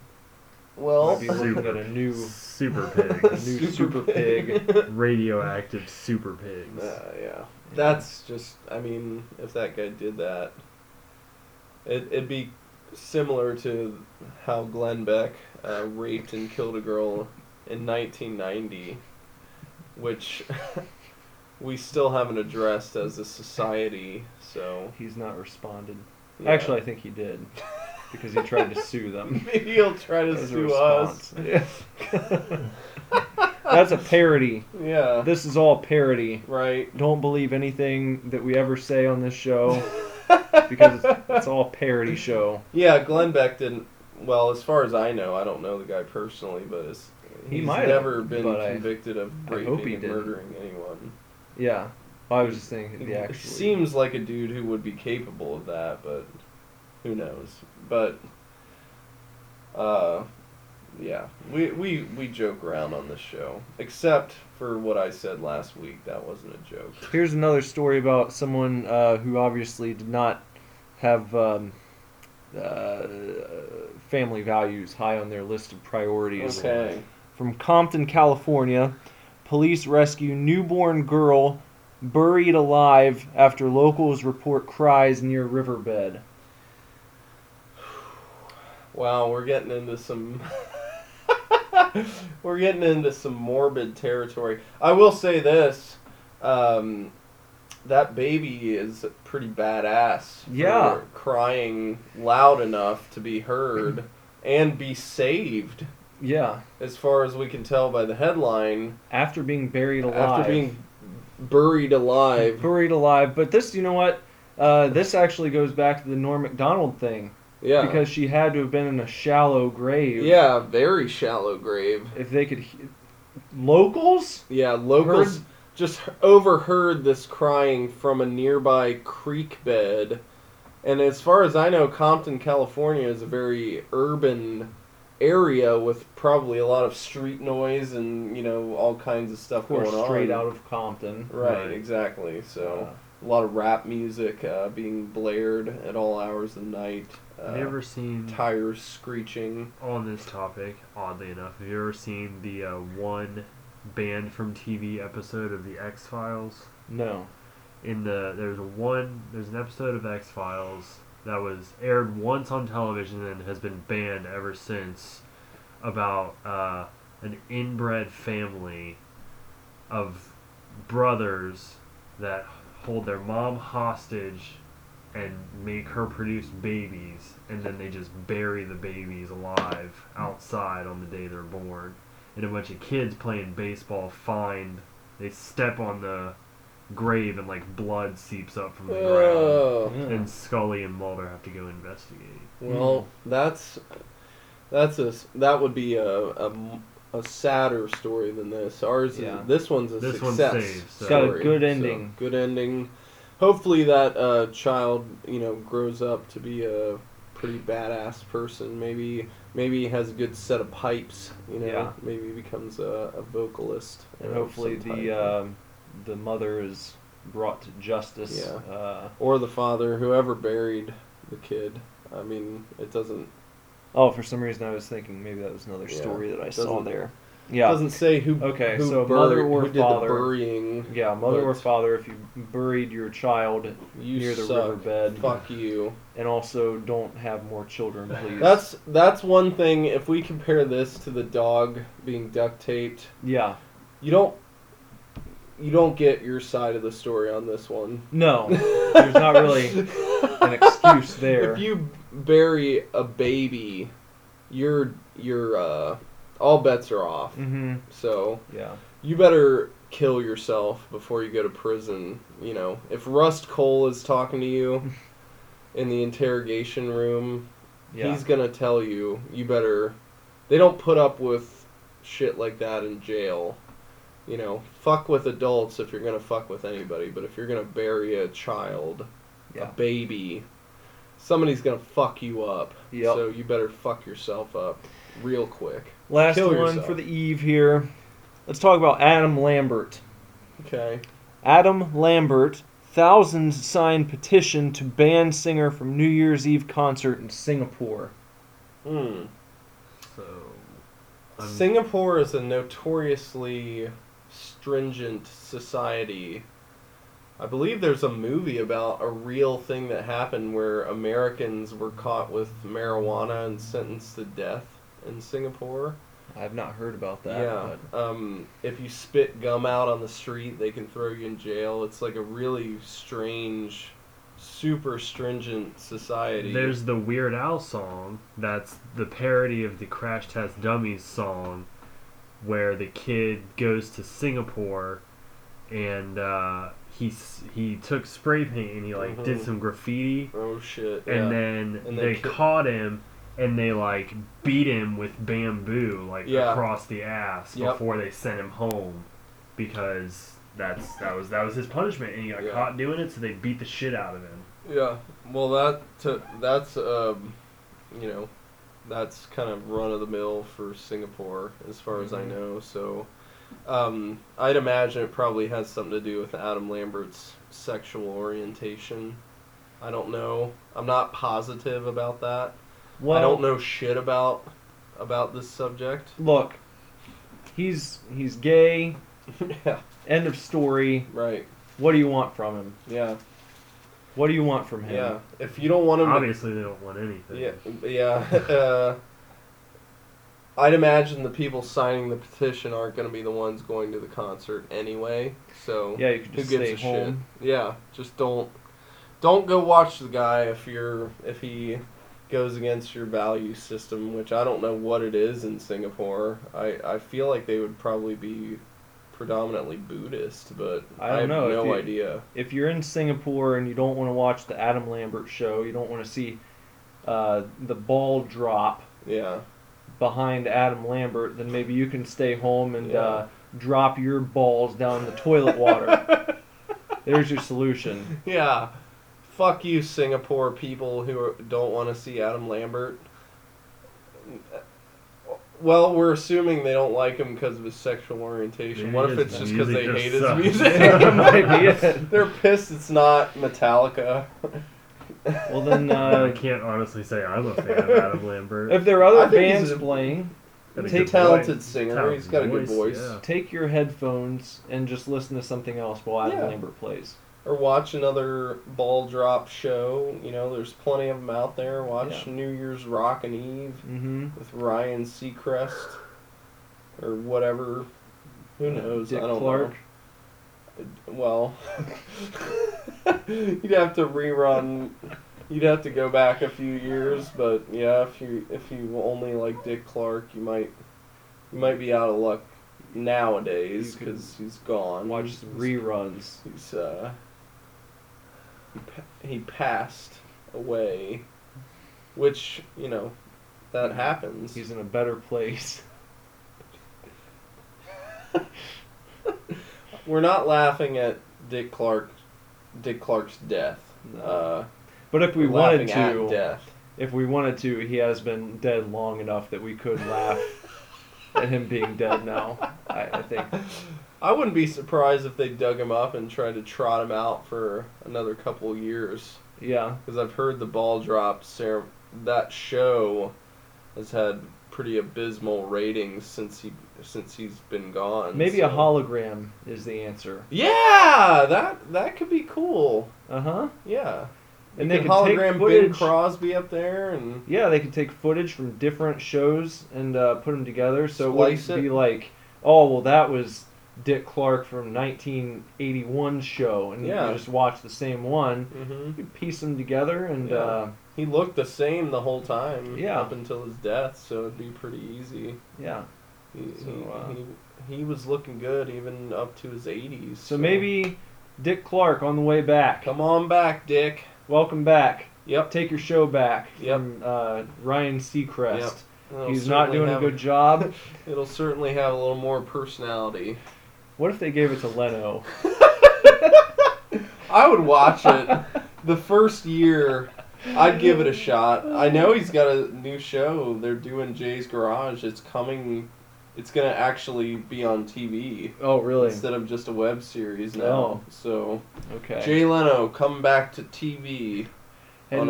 Speaker 5: well,
Speaker 6: Maybe we'll get a new,
Speaker 7: Super
Speaker 6: a
Speaker 7: pigs.
Speaker 6: new super pig.
Speaker 7: Radioactive super pigs.
Speaker 5: uh, yeah, that's just. I mean, if that guy did that, it, it'd be similar to how Glenn Beck uh, raped and killed a girl in 1990, which we still haven't addressed as a society. So
Speaker 6: He's not responded.
Speaker 5: yeah.
Speaker 6: Actually, I think he did because he tried to sue them.
Speaker 5: maybe he'll try to
Speaker 6: as a
Speaker 5: sue us.
Speaker 6: response. That's a parody.
Speaker 5: Yeah.
Speaker 6: This is all parody.
Speaker 5: right.
Speaker 6: Don't believe anything that we ever say on this show because it's, it's all parody show.
Speaker 5: Yeah, Glenn Beck didn't. Well, as far as I know, I don't know the guy personally, but it's,
Speaker 6: He
Speaker 5: he's
Speaker 6: might have,
Speaker 5: never been
Speaker 6: but I-
Speaker 5: convicted of
Speaker 6: I hope
Speaker 5: raping
Speaker 6: he
Speaker 5: and
Speaker 6: didn't.
Speaker 5: murdering anyone.
Speaker 6: Yeah. I was just thinking the
Speaker 5: It
Speaker 6: actual
Speaker 5: seems like a dude who would be capable of that, but who knows? But uh, yeah, we we we joke around on this show, except for what I said last week. That wasn't a joke.
Speaker 6: Here's another story about someone uh, who obviously did not have um, uh, family values high on their list of priorities.
Speaker 5: Okay.
Speaker 6: From Compton, California, police rescue newborn girl buried alive after locals report cries near riverbed.
Speaker 5: Wow, we're getting into some. we're getting into some morbid territory. I will say this: um, that baby is pretty badass. for
Speaker 6: Yeah.
Speaker 5: crying loud enough to be heard and be saved,
Speaker 6: Yeah,
Speaker 5: as far as we can tell by the headline.
Speaker 6: after being buried alive.
Speaker 5: After being buried alive.
Speaker 6: buried alive, but this, you know what? Uh, this actually goes back to the Norm Macdonald thing.
Speaker 5: Yeah.
Speaker 6: because she had to have been in a shallow grave.
Speaker 5: yeah, very shallow grave.
Speaker 6: If they could, he- locals.
Speaker 5: Yeah, locals
Speaker 6: Heard-
Speaker 5: just h- overheard this crying from a nearby creek bed. And as far as I know, Compton, California is a very urban area with probably a lot of street noise and, you know, all kinds of stuff
Speaker 6: Of course,
Speaker 5: going on.
Speaker 6: straight out of Compton.
Speaker 5: Right,
Speaker 7: Right.
Speaker 5: exactly. So, a lot of rap music uh, being blared at all hours of the night. Uh,
Speaker 7: Have you ever seen
Speaker 5: tires screeching.
Speaker 7: on this topic? Oddly enough, have you ever seen the uh, one banned from TV episode of the X Files?
Speaker 6: No.
Speaker 7: in the there's a one there's an episode of X Files that was aired once on television and has been banned ever since about uh, an inbred family of brothers that hold their mom hostage and make her produce babies and then they just bury the babies alive outside on the day they're born and a bunch of kids playing baseball find they step on the grave and like blood seeps up from the
Speaker 5: Oh.
Speaker 7: ground and Scully and Mulder have to go investigate.
Speaker 5: Well,
Speaker 6: Hmm.
Speaker 5: that's that's a s- that would be a a, m- a sadder story than this. Ours
Speaker 6: Yeah.
Speaker 5: is this one's a
Speaker 7: This one's
Speaker 5: success.
Speaker 7: saved, so-
Speaker 6: It's got a
Speaker 5: story,
Speaker 6: good
Speaker 5: so
Speaker 6: ending.
Speaker 5: good ending. Hopefully that uh, child you know grows up to be a pretty badass person. Maybe maybe has a good set of pipes. You know,
Speaker 6: Yeah.
Speaker 5: maybe becomes a, a vocalist.
Speaker 6: And
Speaker 5: of
Speaker 6: hopefully
Speaker 5: some type.
Speaker 6: the um the mother is brought to justice.
Speaker 5: Yeah.
Speaker 6: Uh,
Speaker 5: or the father, whoever buried the kid. I mean, it doesn't
Speaker 6: oh, for some reason I was thinking maybe that was another
Speaker 5: Yeah.
Speaker 6: story that I saw
Speaker 5: Doesn't-
Speaker 6: there. Yeah.
Speaker 5: doesn't say who
Speaker 6: Okay,
Speaker 5: who
Speaker 6: so
Speaker 5: buried,
Speaker 6: mother or
Speaker 5: who
Speaker 6: father.
Speaker 5: did the burying.
Speaker 6: yeah, mother or
Speaker 5: but-
Speaker 6: father, if you buried your child
Speaker 5: You
Speaker 6: near the
Speaker 5: suck.
Speaker 6: riverbed,
Speaker 5: Fuck you.
Speaker 6: and also don't have more children, please.
Speaker 5: That's that's one thing. If we compare this to the dog being duct taped,
Speaker 6: yeah.
Speaker 5: you don't you don't get your side of the story on this one.
Speaker 6: No, there's not really an excuse there.
Speaker 5: If you bury a baby, you're you're uh, all bets are off.
Speaker 6: mm-hmm.
Speaker 5: So
Speaker 6: Yeah.
Speaker 5: you better kill yourself before you go to prison. You know, if Rust Cole is talking to you in the interrogation room,
Speaker 6: Yeah.
Speaker 5: he's gonna tell you you better they don't put up with shit like that in jail you know fuck with adults if you're gonna fuck with anybody but if you're gonna bury a child
Speaker 6: yeah.
Speaker 5: a baby somebody's gonna fuck you up
Speaker 6: Yep.
Speaker 5: so you better fuck yourself up real quick
Speaker 6: Last
Speaker 5: Kill
Speaker 6: one
Speaker 5: yourself.
Speaker 6: for the eve here. Let's talk about Adam Lambert.
Speaker 5: okay
Speaker 6: Adam Lambert, thousands signed petition to ban singer from New Year's Eve concert in Singapore.
Speaker 5: hmm
Speaker 7: So, I'm-
Speaker 5: singapore is a notoriously stringent society I believe there's a movie about a real thing that happened where Americans were caught with marijuana and sentenced to death in Singapore.
Speaker 6: I've not heard about that.
Speaker 5: yeah. Um, if you spit gum out on the street, they can throw you in jail. It's like a really strange, super stringent society.
Speaker 7: There's the Weird Al song that's the parody of the Crash Test Dummies song, where the kid goes to Singapore, and uh, he s- he took spray paint and he like did
Speaker 5: Mhm.
Speaker 7: some graffiti,
Speaker 5: oh shit.
Speaker 7: and
Speaker 5: yeah.
Speaker 7: then
Speaker 5: And
Speaker 7: they
Speaker 5: they ki-
Speaker 7: caught him and they like beat him with bamboo like
Speaker 5: Yeah.
Speaker 7: across the ass
Speaker 5: Yep.
Speaker 7: before they sent him home because that's that was that was his punishment and he got
Speaker 5: Yeah.
Speaker 7: caught doing it so they beat the shit out of him.
Speaker 5: Yeah. Well, that to, that's um, you know, that's kind of run of the mill for Singapore, as far as I
Speaker 6: Mhm.
Speaker 5: know. So, um, I'd imagine it probably has something to do with Adam Lambert's sexual orientation. I don't know. I'm not positive about that. I don't know shit about about this subject.
Speaker 6: Look, he's he's gay.
Speaker 5: yeah.
Speaker 6: End of story.
Speaker 5: Right.
Speaker 6: What do you want from him?
Speaker 5: Yeah.
Speaker 6: What do you want from him?
Speaker 5: Yeah. If you don't want him to
Speaker 7: Obviously, they don't want anything.
Speaker 5: Yeah, yeah. Uh, I'd imagine the people signing the petition aren't going to be the ones going to the concert anyway. So
Speaker 6: Yeah, you could just stay home.
Speaker 5: shit? Yeah, just don't don't go watch the guy if you're if he goes against your value system, which I don't know what it is in Singapore. I I feel like they would probably be predominantly Buddhist, but
Speaker 6: I
Speaker 5: I,
Speaker 6: don't
Speaker 5: have
Speaker 6: know, if
Speaker 5: no
Speaker 6: you-
Speaker 5: idea.
Speaker 6: If you're in Singapore and you don't want to watch the Adam Lambert show, you don't want to see uh, the ball drop
Speaker 5: Yeah,
Speaker 6: behind Adam Lambert, then maybe you can stay home and
Speaker 5: Yeah.
Speaker 6: uh, drop your balls down the toilet water. There's your solution.
Speaker 5: yeah. Fuck you, Singapore people who are- don't want to see Adam Lambert. Well, we're assuming they don't like him because of his sexual orientation.
Speaker 7: Maybe
Speaker 5: what if
Speaker 7: his
Speaker 5: it's just because they
Speaker 7: music just
Speaker 5: hate his
Speaker 7: sucks.
Speaker 5: music?
Speaker 6: That might be it.
Speaker 5: They're pissed it's not Metallica.
Speaker 6: Well, then,
Speaker 7: I
Speaker 6: uh,
Speaker 7: can't honestly say I'm a fan of Adam Lambert.
Speaker 6: if there are other
Speaker 5: I think he's
Speaker 6: bands
Speaker 5: a-
Speaker 6: playing,
Speaker 7: Got a
Speaker 5: He's a
Speaker 7: good
Speaker 5: talented
Speaker 7: voice.
Speaker 5: singer.
Speaker 7: Talented
Speaker 5: He's got a good voice.
Speaker 7: yeah.
Speaker 6: take your headphones and just listen to something else while Adam
Speaker 5: Yeah.
Speaker 6: Lambert plays.
Speaker 5: Or watch another ball drop show. You know, there's plenty of them out there. Watch New Year's Rockin' Eve
Speaker 6: Mm-hmm.
Speaker 5: with Ryan Seacrest or whatever. Who knows?
Speaker 6: Dick
Speaker 5: I don't
Speaker 6: Clark.
Speaker 5: know. Well, you'd have to rerun. You'd have to go back a few years, but yeah, if you if you only like Dick Clark, you might you might be out of luck nowadays
Speaker 6: You could
Speaker 5: because he's gone.
Speaker 6: Watch some reruns.
Speaker 5: He's uh. He, pa- he passed away, which you know, that happens.
Speaker 6: He's in a better place.
Speaker 5: We're not laughing at Dick Clark, Dick Clark's death.
Speaker 6: No.
Speaker 5: Uh,
Speaker 6: But if we
Speaker 5: we're
Speaker 6: wanted
Speaker 5: laughing
Speaker 6: to,
Speaker 5: at death.
Speaker 6: if we wanted to, he has been dead long enough that we could laugh at him being dead now. I, I think.
Speaker 5: I wouldn't be surprised if they dug him up and tried to trot him out for another couple years,
Speaker 6: Yeah.
Speaker 5: because I've heard the ball drop cere- that show has had pretty abysmal ratings since he since he's been gone.
Speaker 6: Maybe a
Speaker 5: so-
Speaker 6: hologram is the answer.
Speaker 5: Yeah, that that could be cool.
Speaker 6: Uh huh.
Speaker 5: Yeah,
Speaker 6: And
Speaker 5: You
Speaker 6: they
Speaker 5: could
Speaker 6: could take
Speaker 5: hologram Ben
Speaker 6: footage-
Speaker 5: Crosby up there and
Speaker 6: Yeah, they could take footage from different shows and uh, put them together. So it
Speaker 5: Splice
Speaker 6: wouldn't
Speaker 5: it.
Speaker 6: be like, oh, well, that was Dick Clark from 1981 show, and
Speaker 5: Yeah.
Speaker 6: you just watch the same one.
Speaker 5: hmm
Speaker 6: You could piece them together, and
Speaker 5: Yeah.
Speaker 6: uh,
Speaker 5: He looked the same the whole time.
Speaker 6: Yeah.
Speaker 5: Up until his death, so it'd be pretty easy.
Speaker 6: yeah.
Speaker 5: He,
Speaker 6: So, uh,
Speaker 5: he, he was looking good even up to his 80s.
Speaker 6: So maybe Dick Clark on the way back.
Speaker 5: Come on back, Dick.
Speaker 6: Welcome back.
Speaker 5: Yep.
Speaker 6: Take your show back
Speaker 5: Yep.
Speaker 6: from uh, Ryan Seacrest.
Speaker 5: Yep. It'll
Speaker 6: He's not
Speaker 5: certainly
Speaker 6: doing a
Speaker 5: have-
Speaker 6: good job.
Speaker 5: It'll certainly have a little more personality.
Speaker 6: What if they gave it to Leno?
Speaker 5: I would watch it. the first year, I'd give it a shot. I know he's got a new show. They're doing Jay's Garage. It's coming. It's gonna actually be on TV
Speaker 6: Oh, really?
Speaker 5: instead of just a web series now.
Speaker 6: Oh.
Speaker 5: So
Speaker 6: Okay.
Speaker 5: Jay Leno, come back to TV.
Speaker 6: Heading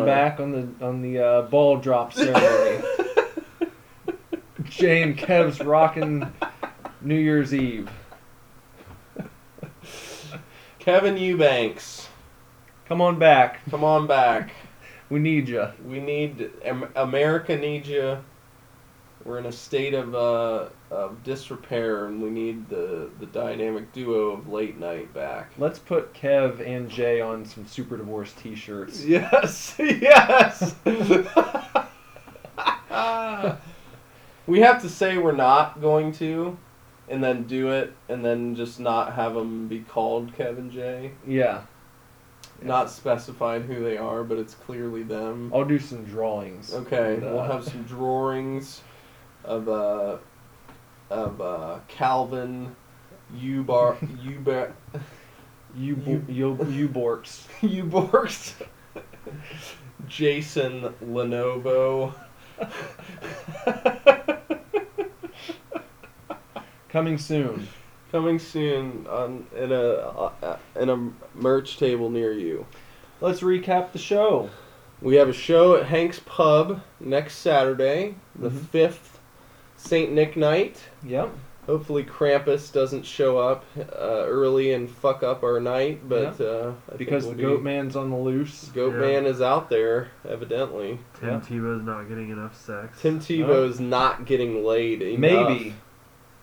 Speaker 5: on a-
Speaker 6: back on the on the uh, ball drop ceremony. Jay and Kev's rocking New Year's Eve.
Speaker 5: Kevin Eubanks,
Speaker 6: Come on back.
Speaker 5: come on back.
Speaker 6: We need you.
Speaker 5: We need Am- America needs you. We're in a state of, uh, of disrepair, and we need the, the dynamic duo of late night back.
Speaker 6: Let's put Kev and Jay on some Super Divorce T-shirts.
Speaker 5: Yes, yes. we have to say we're not going to, and then do it, and then just not have them be called Kevin J.
Speaker 6: Yeah,
Speaker 5: Not specified who they are, but it's clearly them.
Speaker 6: I'll do some drawings.
Speaker 5: Okay,
Speaker 6: And, uh,
Speaker 5: we'll have some drawings of uh of uh Calvin Ubar Ubar
Speaker 6: you bo- you you borks.
Speaker 5: Uborks Jason Lenovo
Speaker 6: Coming soon.
Speaker 5: coming soon on in a uh, in a merch table near you.
Speaker 6: Let's recap the show.
Speaker 5: We have a show at Hank's Pub next Saturday, the
Speaker 6: Mhm.
Speaker 5: 5th St. Nick night.
Speaker 6: Yep.
Speaker 5: Hopefully Krampus doesn't show up uh, early and fuck up our night, but uh, I think
Speaker 6: Because
Speaker 5: we'll
Speaker 6: the goat
Speaker 5: be-
Speaker 6: man's on the loose.
Speaker 5: Goat
Speaker 7: Yeah.
Speaker 5: Man is out there, evidently.
Speaker 7: Tim
Speaker 6: Yeah.
Speaker 7: Tebow's not getting enough sex.
Speaker 5: Tim Tebow is not getting laid. Enough.
Speaker 6: Maybe.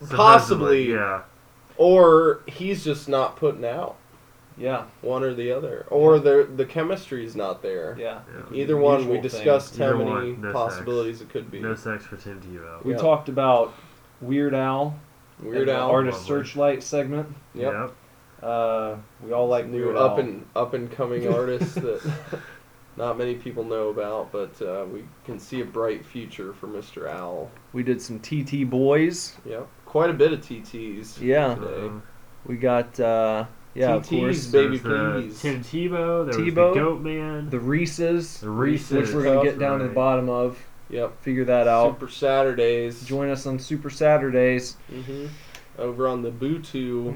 Speaker 7: Supposedly,
Speaker 5: possibly.
Speaker 7: Yeah.
Speaker 5: or he's just not putting out.
Speaker 6: Yeah.
Speaker 5: One or the other, or the the chemistry's not there.
Speaker 6: Yeah.
Speaker 7: yeah.
Speaker 5: Either one.
Speaker 6: Mutual
Speaker 5: We
Speaker 6: thing.
Speaker 5: discussed how
Speaker 7: Either
Speaker 5: many
Speaker 7: one, no
Speaker 5: possibilities it could be.
Speaker 7: No sex for Tim Tebow.
Speaker 6: We
Speaker 5: Yeah.
Speaker 6: talked about Weird Al,
Speaker 5: Weird
Speaker 6: and the
Speaker 5: Al.
Speaker 6: artist
Speaker 7: Lovely.
Speaker 6: Searchlight segment.
Speaker 5: Yep.
Speaker 6: Uh, we all like
Speaker 5: new
Speaker 6: Weird
Speaker 5: up
Speaker 6: Al.
Speaker 5: and up and coming artists that not many people know about, but uh, we can see a bright future for Mr. Owl.
Speaker 6: we did some TT boys.
Speaker 5: Yep, quite a bit of TTs.
Speaker 6: Yeah.
Speaker 5: today.
Speaker 7: Um,
Speaker 6: We got uh, yeah, of
Speaker 5: TTs,
Speaker 6: course,
Speaker 5: baby.
Speaker 7: there's the
Speaker 5: please.
Speaker 7: Tim Tebow. There
Speaker 6: Tebow.
Speaker 7: was the Goat Man.
Speaker 6: the Reese's,
Speaker 7: The Reese's.
Speaker 6: which we're gonna get down to the
Speaker 7: Right.
Speaker 6: bottom of.
Speaker 5: Yep.
Speaker 6: Figure that out.
Speaker 5: Super Saturdays.
Speaker 6: Join us on Super Saturdays.
Speaker 5: hmm Over on the Bootu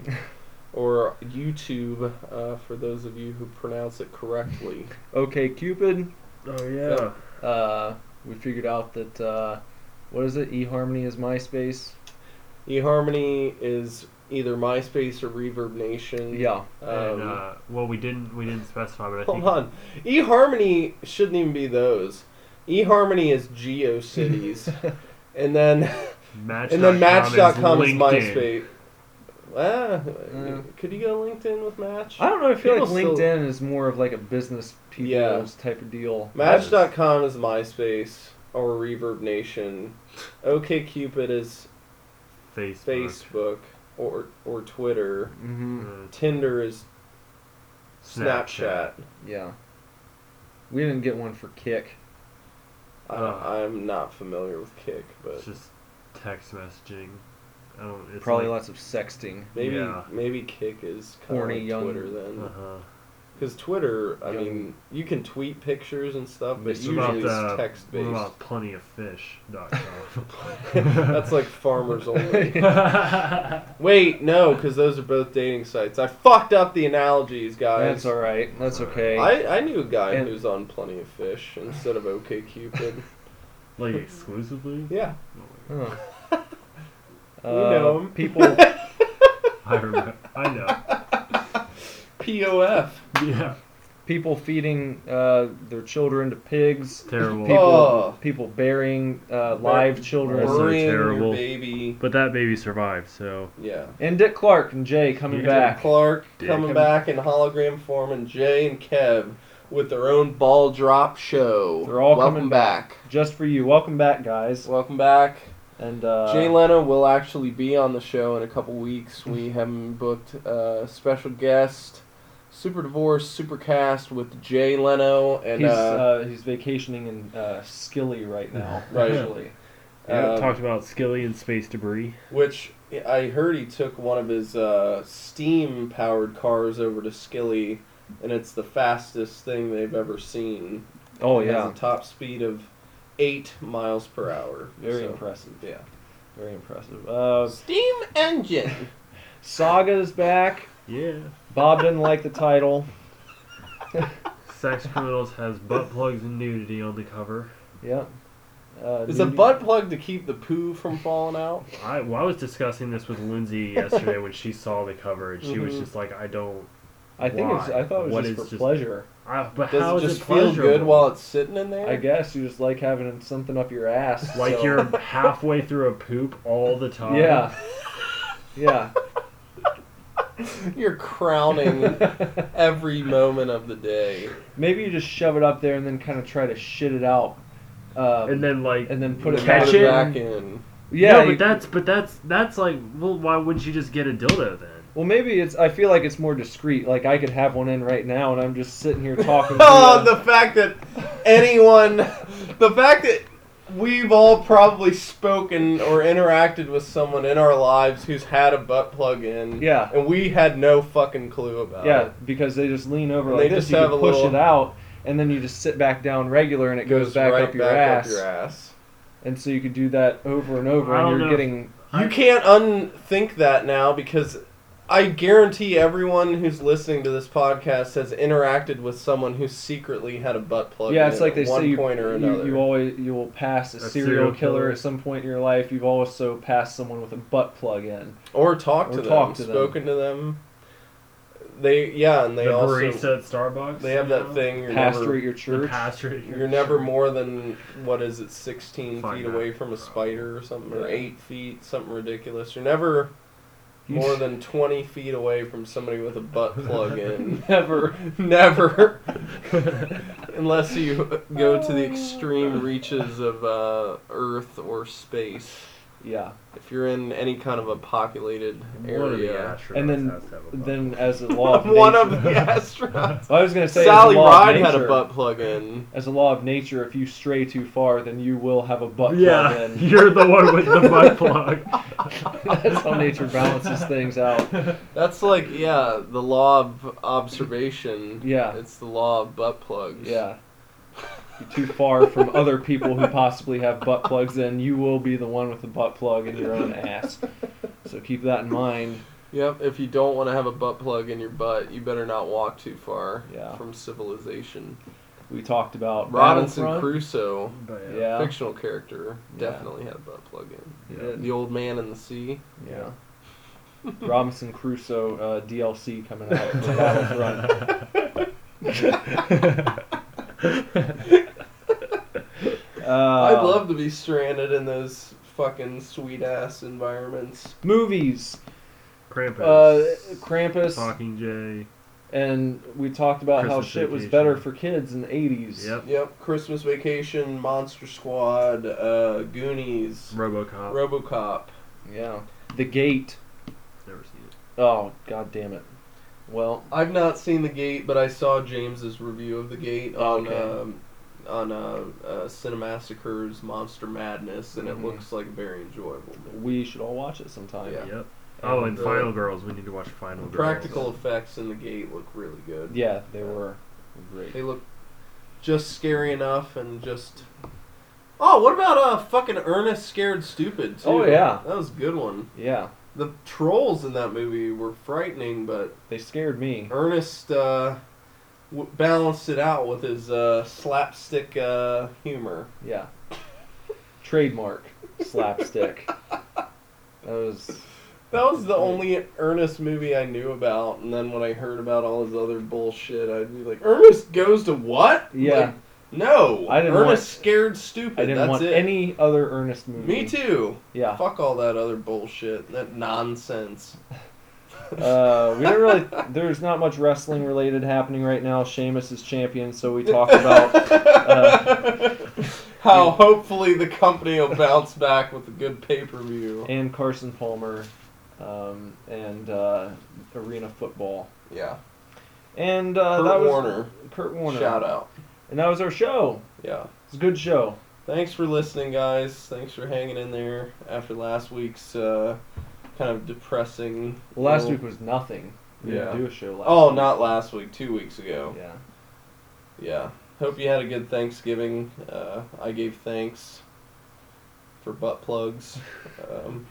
Speaker 5: or YouTube, uh, for those of you who pronounce it correctly.
Speaker 6: Okay, Cupid.
Speaker 7: oh
Speaker 5: Yeah.
Speaker 7: yeah.
Speaker 6: Uh, we figured out that uh, what is it? eHarmony is MySpace.
Speaker 5: eHarmony E is either MySpace or Reverb Nation.
Speaker 6: Yeah,
Speaker 5: Um,
Speaker 7: and, uh, well, we didn't we didn't specify, but I think
Speaker 5: Hold on. eHarmony shouldn't even be those. eHarmony is GeoCities. and then
Speaker 7: Match.
Speaker 5: and then Match.com is,
Speaker 7: LinkedIn.
Speaker 5: MySpace. Ah,
Speaker 6: Yeah.
Speaker 5: could you go LinkedIn with Match?
Speaker 6: I don't know. I feel
Speaker 5: People
Speaker 6: like
Speaker 5: still-
Speaker 6: LinkedIn is more of like a business people's
Speaker 5: Yeah.
Speaker 6: type of deal.
Speaker 5: Match.com is MySpace or Reverb Nation. OKCupid is
Speaker 7: Facebook.
Speaker 5: Facebook or or Twitter.
Speaker 6: hmm
Speaker 7: Uh,
Speaker 5: Tinder is Snapchat.
Speaker 6: Yeah, we didn't get one for Kick.
Speaker 5: I
Speaker 7: Ugh.
Speaker 5: I'm not familiar with Kick, but
Speaker 7: It's just text messaging. I don't. It's
Speaker 6: Probably
Speaker 7: like,
Speaker 6: lots of sexting.
Speaker 5: maybe
Speaker 7: yeah.
Speaker 5: maybe Kick is kind of
Speaker 6: Horny young-
Speaker 5: Twitter then.
Speaker 7: Uh-huh.
Speaker 5: Because Twitter, I
Speaker 6: Young-
Speaker 5: mean, you can tweet pictures and stuff, but
Speaker 6: It's
Speaker 7: What about uh,
Speaker 5: usually
Speaker 7: the-
Speaker 5: it's text
Speaker 7: What
Speaker 5: based.
Speaker 7: about plentyoffish.com?
Speaker 5: That's like farmers only.
Speaker 7: That's
Speaker 5: Wait, no, because those are both dating sites. I fucked up the analogies, guys.
Speaker 6: That's all right. That's okay.
Speaker 5: I, I knew a guy
Speaker 6: And-
Speaker 5: who's on Plenty of Fish instead of OKCupid.
Speaker 7: like exclusively.
Speaker 5: yeah,
Speaker 6: Huh.
Speaker 5: We
Speaker 6: Uh,
Speaker 5: know 'em.
Speaker 6: people.
Speaker 7: I remember. I know.
Speaker 5: POF.
Speaker 7: Yeah.
Speaker 6: People feeding uh, their children to pigs.
Speaker 7: Terrible.
Speaker 6: People,
Speaker 5: Oh.
Speaker 6: people burying uh, live children.
Speaker 7: Also
Speaker 5: Worrying
Speaker 7: terrible.
Speaker 5: your baby.
Speaker 7: But that baby survived, so
Speaker 5: Yeah.
Speaker 6: And Dick Clark and Jay coming
Speaker 7: Dick
Speaker 6: back.
Speaker 5: Clark
Speaker 7: Dick.
Speaker 5: coming back in hologram form, and Jay and Kev with their own ball drop show.
Speaker 6: They're all
Speaker 5: Welcome
Speaker 6: coming
Speaker 5: back.
Speaker 6: Just for you. Welcome back, guys.
Speaker 5: Welcome back.
Speaker 6: And uh,
Speaker 5: Jay Leno will actually be on the show in a couple weeks. We have him booked a special guest, Super Divorce Supercast with Jay Leno and
Speaker 6: he's,
Speaker 5: uh,
Speaker 6: uh, he's vacationing in uh, Scilly right now.
Speaker 5: Right.
Speaker 6: Actually,
Speaker 7: yeah,
Speaker 5: um,
Speaker 7: talked about Skilly and space debris.
Speaker 6: uh,
Speaker 5: which I heard he took one of his uh, steam powered cars over to Skilly, and it's the fastest thing they've ever seen.
Speaker 6: Oh
Speaker 5: it
Speaker 6: yeah.
Speaker 5: has a top speed of eight miles per hour.
Speaker 6: Very
Speaker 5: So,
Speaker 6: impressive.
Speaker 5: Yeah,
Speaker 6: Very impressive. Uh,
Speaker 5: steam engine.
Speaker 6: Saga's back.
Speaker 7: Yeah.
Speaker 6: Bob didn't like the title.
Speaker 7: Sex Criminals has butt plugs and nudity on the cover.
Speaker 6: Yeah. Uh,
Speaker 5: Is a
Speaker 6: nudity-
Speaker 5: butt plug to keep the poo from falling out?
Speaker 7: I, well, I was discussing this with Lindsay yesterday when she saw the cover, and she was
Speaker 5: Mhm.
Speaker 7: just like, I don't
Speaker 6: I think it's,
Speaker 7: Why?
Speaker 6: I thought it was
Speaker 7: What
Speaker 6: just
Speaker 7: is
Speaker 6: for
Speaker 7: just-
Speaker 6: pleasure.
Speaker 7: Ah, but how
Speaker 5: Does it
Speaker 7: is
Speaker 5: just feel good
Speaker 7: pleasurable?
Speaker 5: while it's sitting in there?
Speaker 6: I guess you just like having something up your ass.
Speaker 7: like
Speaker 6: so-
Speaker 7: you're halfway through a poop all the time?
Speaker 6: Yeah. yeah.
Speaker 5: You're crowning every moment of the day.
Speaker 6: Maybe you just shove it up there and then kind of try to shit it out. Um,
Speaker 7: and then like
Speaker 6: and then put it
Speaker 7: Catch
Speaker 6: back.
Speaker 5: Put
Speaker 7: it?
Speaker 5: back in.
Speaker 6: Yeah,
Speaker 7: no,
Speaker 6: you-
Speaker 7: but that's but that's that's like well, why wouldn't you just get a dildo then?
Speaker 6: well, maybe it's. I feel like it's more discreet. Like I could have one in right now, and I'm just sitting here talking.
Speaker 5: Oh,
Speaker 6: to
Speaker 5: the fact that anyone, the fact that we've all probably spoken or interacted with someone in our lives who's had a butt plug in.
Speaker 6: Yeah.
Speaker 5: And we had no fucking clue about
Speaker 6: yeah,
Speaker 5: it.
Speaker 6: because they just lean over
Speaker 5: Uh, And
Speaker 6: like
Speaker 5: they
Speaker 6: this.
Speaker 5: just
Speaker 6: You
Speaker 5: have
Speaker 6: can
Speaker 5: a
Speaker 6: push
Speaker 5: little-
Speaker 6: it out, and then you just sit back down regular, and it goes, back,
Speaker 5: right
Speaker 6: up, your
Speaker 5: back
Speaker 6: ass.
Speaker 5: up your ass.
Speaker 6: And so you could do that over and over,
Speaker 7: I
Speaker 6: and
Speaker 7: don't
Speaker 6: you're
Speaker 7: know.
Speaker 6: getting
Speaker 5: You can't unthink that now because I guarantee everyone who's listening to this podcast has interacted with someone who secretly had a butt plug.
Speaker 6: yeah,
Speaker 5: in
Speaker 6: it's like
Speaker 5: at
Speaker 6: they
Speaker 5: one
Speaker 6: say you,
Speaker 5: point or
Speaker 6: you-
Speaker 5: another.
Speaker 6: You, always you will pass a,
Speaker 7: A
Speaker 6: serial,
Speaker 7: serial
Speaker 6: killer,
Speaker 7: killer.
Speaker 6: at some point in your life. You've also passed someone with a butt plug in.
Speaker 5: or talked
Speaker 6: or
Speaker 5: to them,
Speaker 6: talked to them.
Speaker 5: spoken to them. They yeah, and they
Speaker 7: the
Speaker 5: also
Speaker 7: barista at Starbucks.
Speaker 5: they have
Speaker 7: you
Speaker 5: that
Speaker 7: know?
Speaker 5: thing. You're
Speaker 6: Pastor
Speaker 5: never,
Speaker 6: at your
Speaker 7: The
Speaker 6: church.
Speaker 7: pastor at your
Speaker 5: you're never
Speaker 7: church.
Speaker 5: more than what is it, sixteen
Speaker 7: Fuck
Speaker 5: feet
Speaker 7: that,
Speaker 5: away from a
Speaker 7: bro.
Speaker 5: spider or something, or
Speaker 6: Yeah.
Speaker 5: eight feet, something ridiculous. You're never
Speaker 6: You
Speaker 5: more
Speaker 6: s-
Speaker 5: than twenty feet away from somebody with a butt plug in.
Speaker 6: Never.
Speaker 5: Never, unless you go to the
Speaker 6: Oh.
Speaker 5: extreme reaches of uh, Earth or space.
Speaker 6: Yeah.
Speaker 5: If you're in any kind of a populated
Speaker 7: One of the
Speaker 5: area,
Speaker 7: astronauts
Speaker 6: And then
Speaker 7: has to have a butt.
Speaker 6: then as a law of
Speaker 5: one of
Speaker 6: nature-
Speaker 5: the astronauts.
Speaker 6: I was gonna say as a
Speaker 5: Sally
Speaker 6: law of
Speaker 5: Ride had a
Speaker 6: nature-
Speaker 5: butt plug in.
Speaker 6: As a law of nature, if you stray too far, then you will have a butt plug
Speaker 7: yeah,
Speaker 6: in.
Speaker 7: you're the one with the butt plug.
Speaker 6: That's how nature balances things out.
Speaker 5: That's like yeah, the law of observation.
Speaker 6: Yeah.
Speaker 5: it's the law of butt plugs.
Speaker 6: Yeah. You're too far from other people who possibly have butt plugs in, you will be the one with the butt plug in your own ass. So keep that in mind.
Speaker 5: Yep. If you don't want to have a butt plug in your butt, you better not walk too far
Speaker 6: Yeah.
Speaker 5: from civilization.
Speaker 6: We talked about
Speaker 5: Robinson
Speaker 6: Battlefront.
Speaker 5: Crusoe,
Speaker 7: But,
Speaker 6: Yeah.
Speaker 5: fictional character,
Speaker 6: Yeah.
Speaker 5: definitely had a butt plug in.
Speaker 6: You did.
Speaker 5: The old man in the sea.
Speaker 6: Yeah. Robinson Crusoe uh, DLC coming out for Battlefront. Uh,
Speaker 5: I'd love to be stranded in those fucking sweet ass environments.
Speaker 6: Uh, movies.
Speaker 7: Krampus,
Speaker 6: Uh, Krampus,
Speaker 7: Talking Jay.
Speaker 6: and we talked about how
Speaker 7: Christmas
Speaker 6: shit was
Speaker 7: Vacation.
Speaker 6: better for kids in the 80s.
Speaker 7: Yep.
Speaker 5: Yep, Christmas Vacation, Monster Squad, uh, Goonies,
Speaker 7: RoboCop.
Speaker 5: RoboCop.
Speaker 6: Yeah. The Gate.
Speaker 7: Never seen it.
Speaker 6: Oh, god damn it. Well,
Speaker 5: I've not seen The Gate, but I saw James's review of The Gate on
Speaker 6: Oh, Okay.
Speaker 5: um, on uh, uh, Cinemassacre's Monster Madness, and
Speaker 6: Mhm.
Speaker 5: it looks like a very enjoyable. Movie.
Speaker 6: we should all watch it sometime.
Speaker 5: Yeah.
Speaker 7: Yep. Oh, and
Speaker 5: The-
Speaker 7: Final Girls. We need to watch Final
Speaker 5: The
Speaker 7: Girls.
Speaker 5: practical effects in The Gate look really good.
Speaker 6: Yeah, they were great.
Speaker 5: They look just scary enough and just. Oh, what about uh fucking Ernest Scared Stupid? Too?
Speaker 6: Oh, yeah.
Speaker 5: that was a good one.
Speaker 6: Yeah,
Speaker 5: The trolls in that movie were frightening, but
Speaker 6: they scared me.
Speaker 5: Ernest uh, w- balanced it out with his uh, slapstick uh, humor.
Speaker 6: Yeah. Trademark slapstick. That was
Speaker 5: That was the only Ernest movie I knew about, and then when I heard about all his other bullshit, I'd be like, Ernest goes to what?
Speaker 6: Yeah.
Speaker 5: Like, no.
Speaker 6: I didn't
Speaker 5: Ernest
Speaker 6: want-
Speaker 5: scared stupid.
Speaker 6: I didn't
Speaker 5: That's
Speaker 6: want
Speaker 5: it.
Speaker 6: any other Ernest movie.
Speaker 5: Me too.
Speaker 6: Yeah.
Speaker 5: Fuck all that other bullshit. That nonsense.
Speaker 6: Uh, we didn't really. There's not much wrestling related happening right now. Sheamus is champion, so we talked about. uh,
Speaker 5: How hopefully the company will bounce back with a good pay per view.
Speaker 6: and Carson Palmer, um, and uh, arena football,
Speaker 5: Yeah.
Speaker 6: and uh,
Speaker 5: Kurt
Speaker 6: that was
Speaker 5: Warner.
Speaker 6: Kurt Warner.
Speaker 5: Shout out.
Speaker 6: And that was our show.
Speaker 5: Yeah.
Speaker 6: It's a good show.
Speaker 5: Thanks for listening, guys. Thanks for hanging in there after last week's uh, kind of depressing.
Speaker 6: Well, last
Speaker 5: little-
Speaker 6: week was nothing. We
Speaker 5: Yeah.
Speaker 6: didn't do a show last.
Speaker 5: Oh,
Speaker 6: week.
Speaker 5: not last week. Two weeks ago.
Speaker 6: Yeah.
Speaker 5: Yeah. Hope you had a good Thanksgiving. Uh, I gave thanks for butt plugs. Um,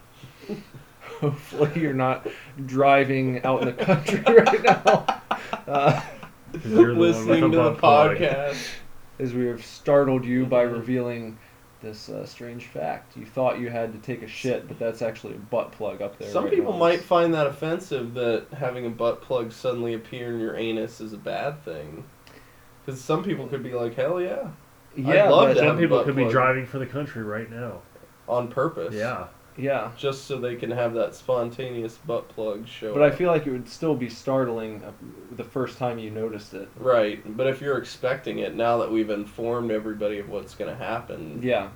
Speaker 6: Hopefully you're not driving out in the country right now. Uh,
Speaker 7: 'Cause you're the one with
Speaker 5: listening to the
Speaker 7: butt plug.
Speaker 5: podcast. Mm-hmm.
Speaker 6: as we have startled you by revealing this uh, strange fact. You thought you had to take a shit, but that's actually a butt plug up there.
Speaker 5: Some
Speaker 6: right
Speaker 5: people
Speaker 6: now.
Speaker 5: might find that offensive that having a butt plug suddenly appear in your anus is a bad thing. Because some people could be like, hell yeah,
Speaker 6: Yeah,
Speaker 5: love
Speaker 6: but-
Speaker 5: to
Speaker 7: Some
Speaker 5: have a
Speaker 7: people
Speaker 5: butt
Speaker 7: could be
Speaker 5: plug.
Speaker 7: driving for the country right now.
Speaker 5: on purpose.
Speaker 7: Yeah.
Speaker 6: yeah.
Speaker 5: Just so they can have that spontaneous butt plug show
Speaker 6: But I
Speaker 5: up.
Speaker 6: feel like it would still be startling uh, the first time you noticed it.
Speaker 5: Right, but if you're expecting it, now that we've informed everybody of what's going to happen,
Speaker 6: Yeah.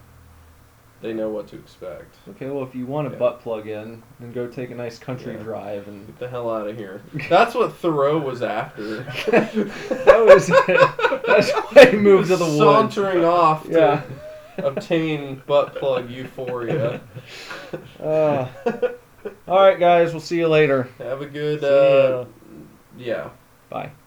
Speaker 5: they know what to expect.
Speaker 6: Okay. Well, if you want a
Speaker 5: Yeah.
Speaker 6: butt plug in, then go take a nice country
Speaker 5: Yeah.
Speaker 6: drive and.
Speaker 5: Get the hell out of here. That's what Thoreau was after.
Speaker 6: that was it. That's why he moved to the woods.
Speaker 5: Sauntering off to
Speaker 6: Yeah.
Speaker 5: obtain butt plug euphoria.
Speaker 6: Uh, all right, guys. We'll see you later.
Speaker 5: Have a good,
Speaker 6: See ya.
Speaker 5: uh, yeah.
Speaker 6: Bye.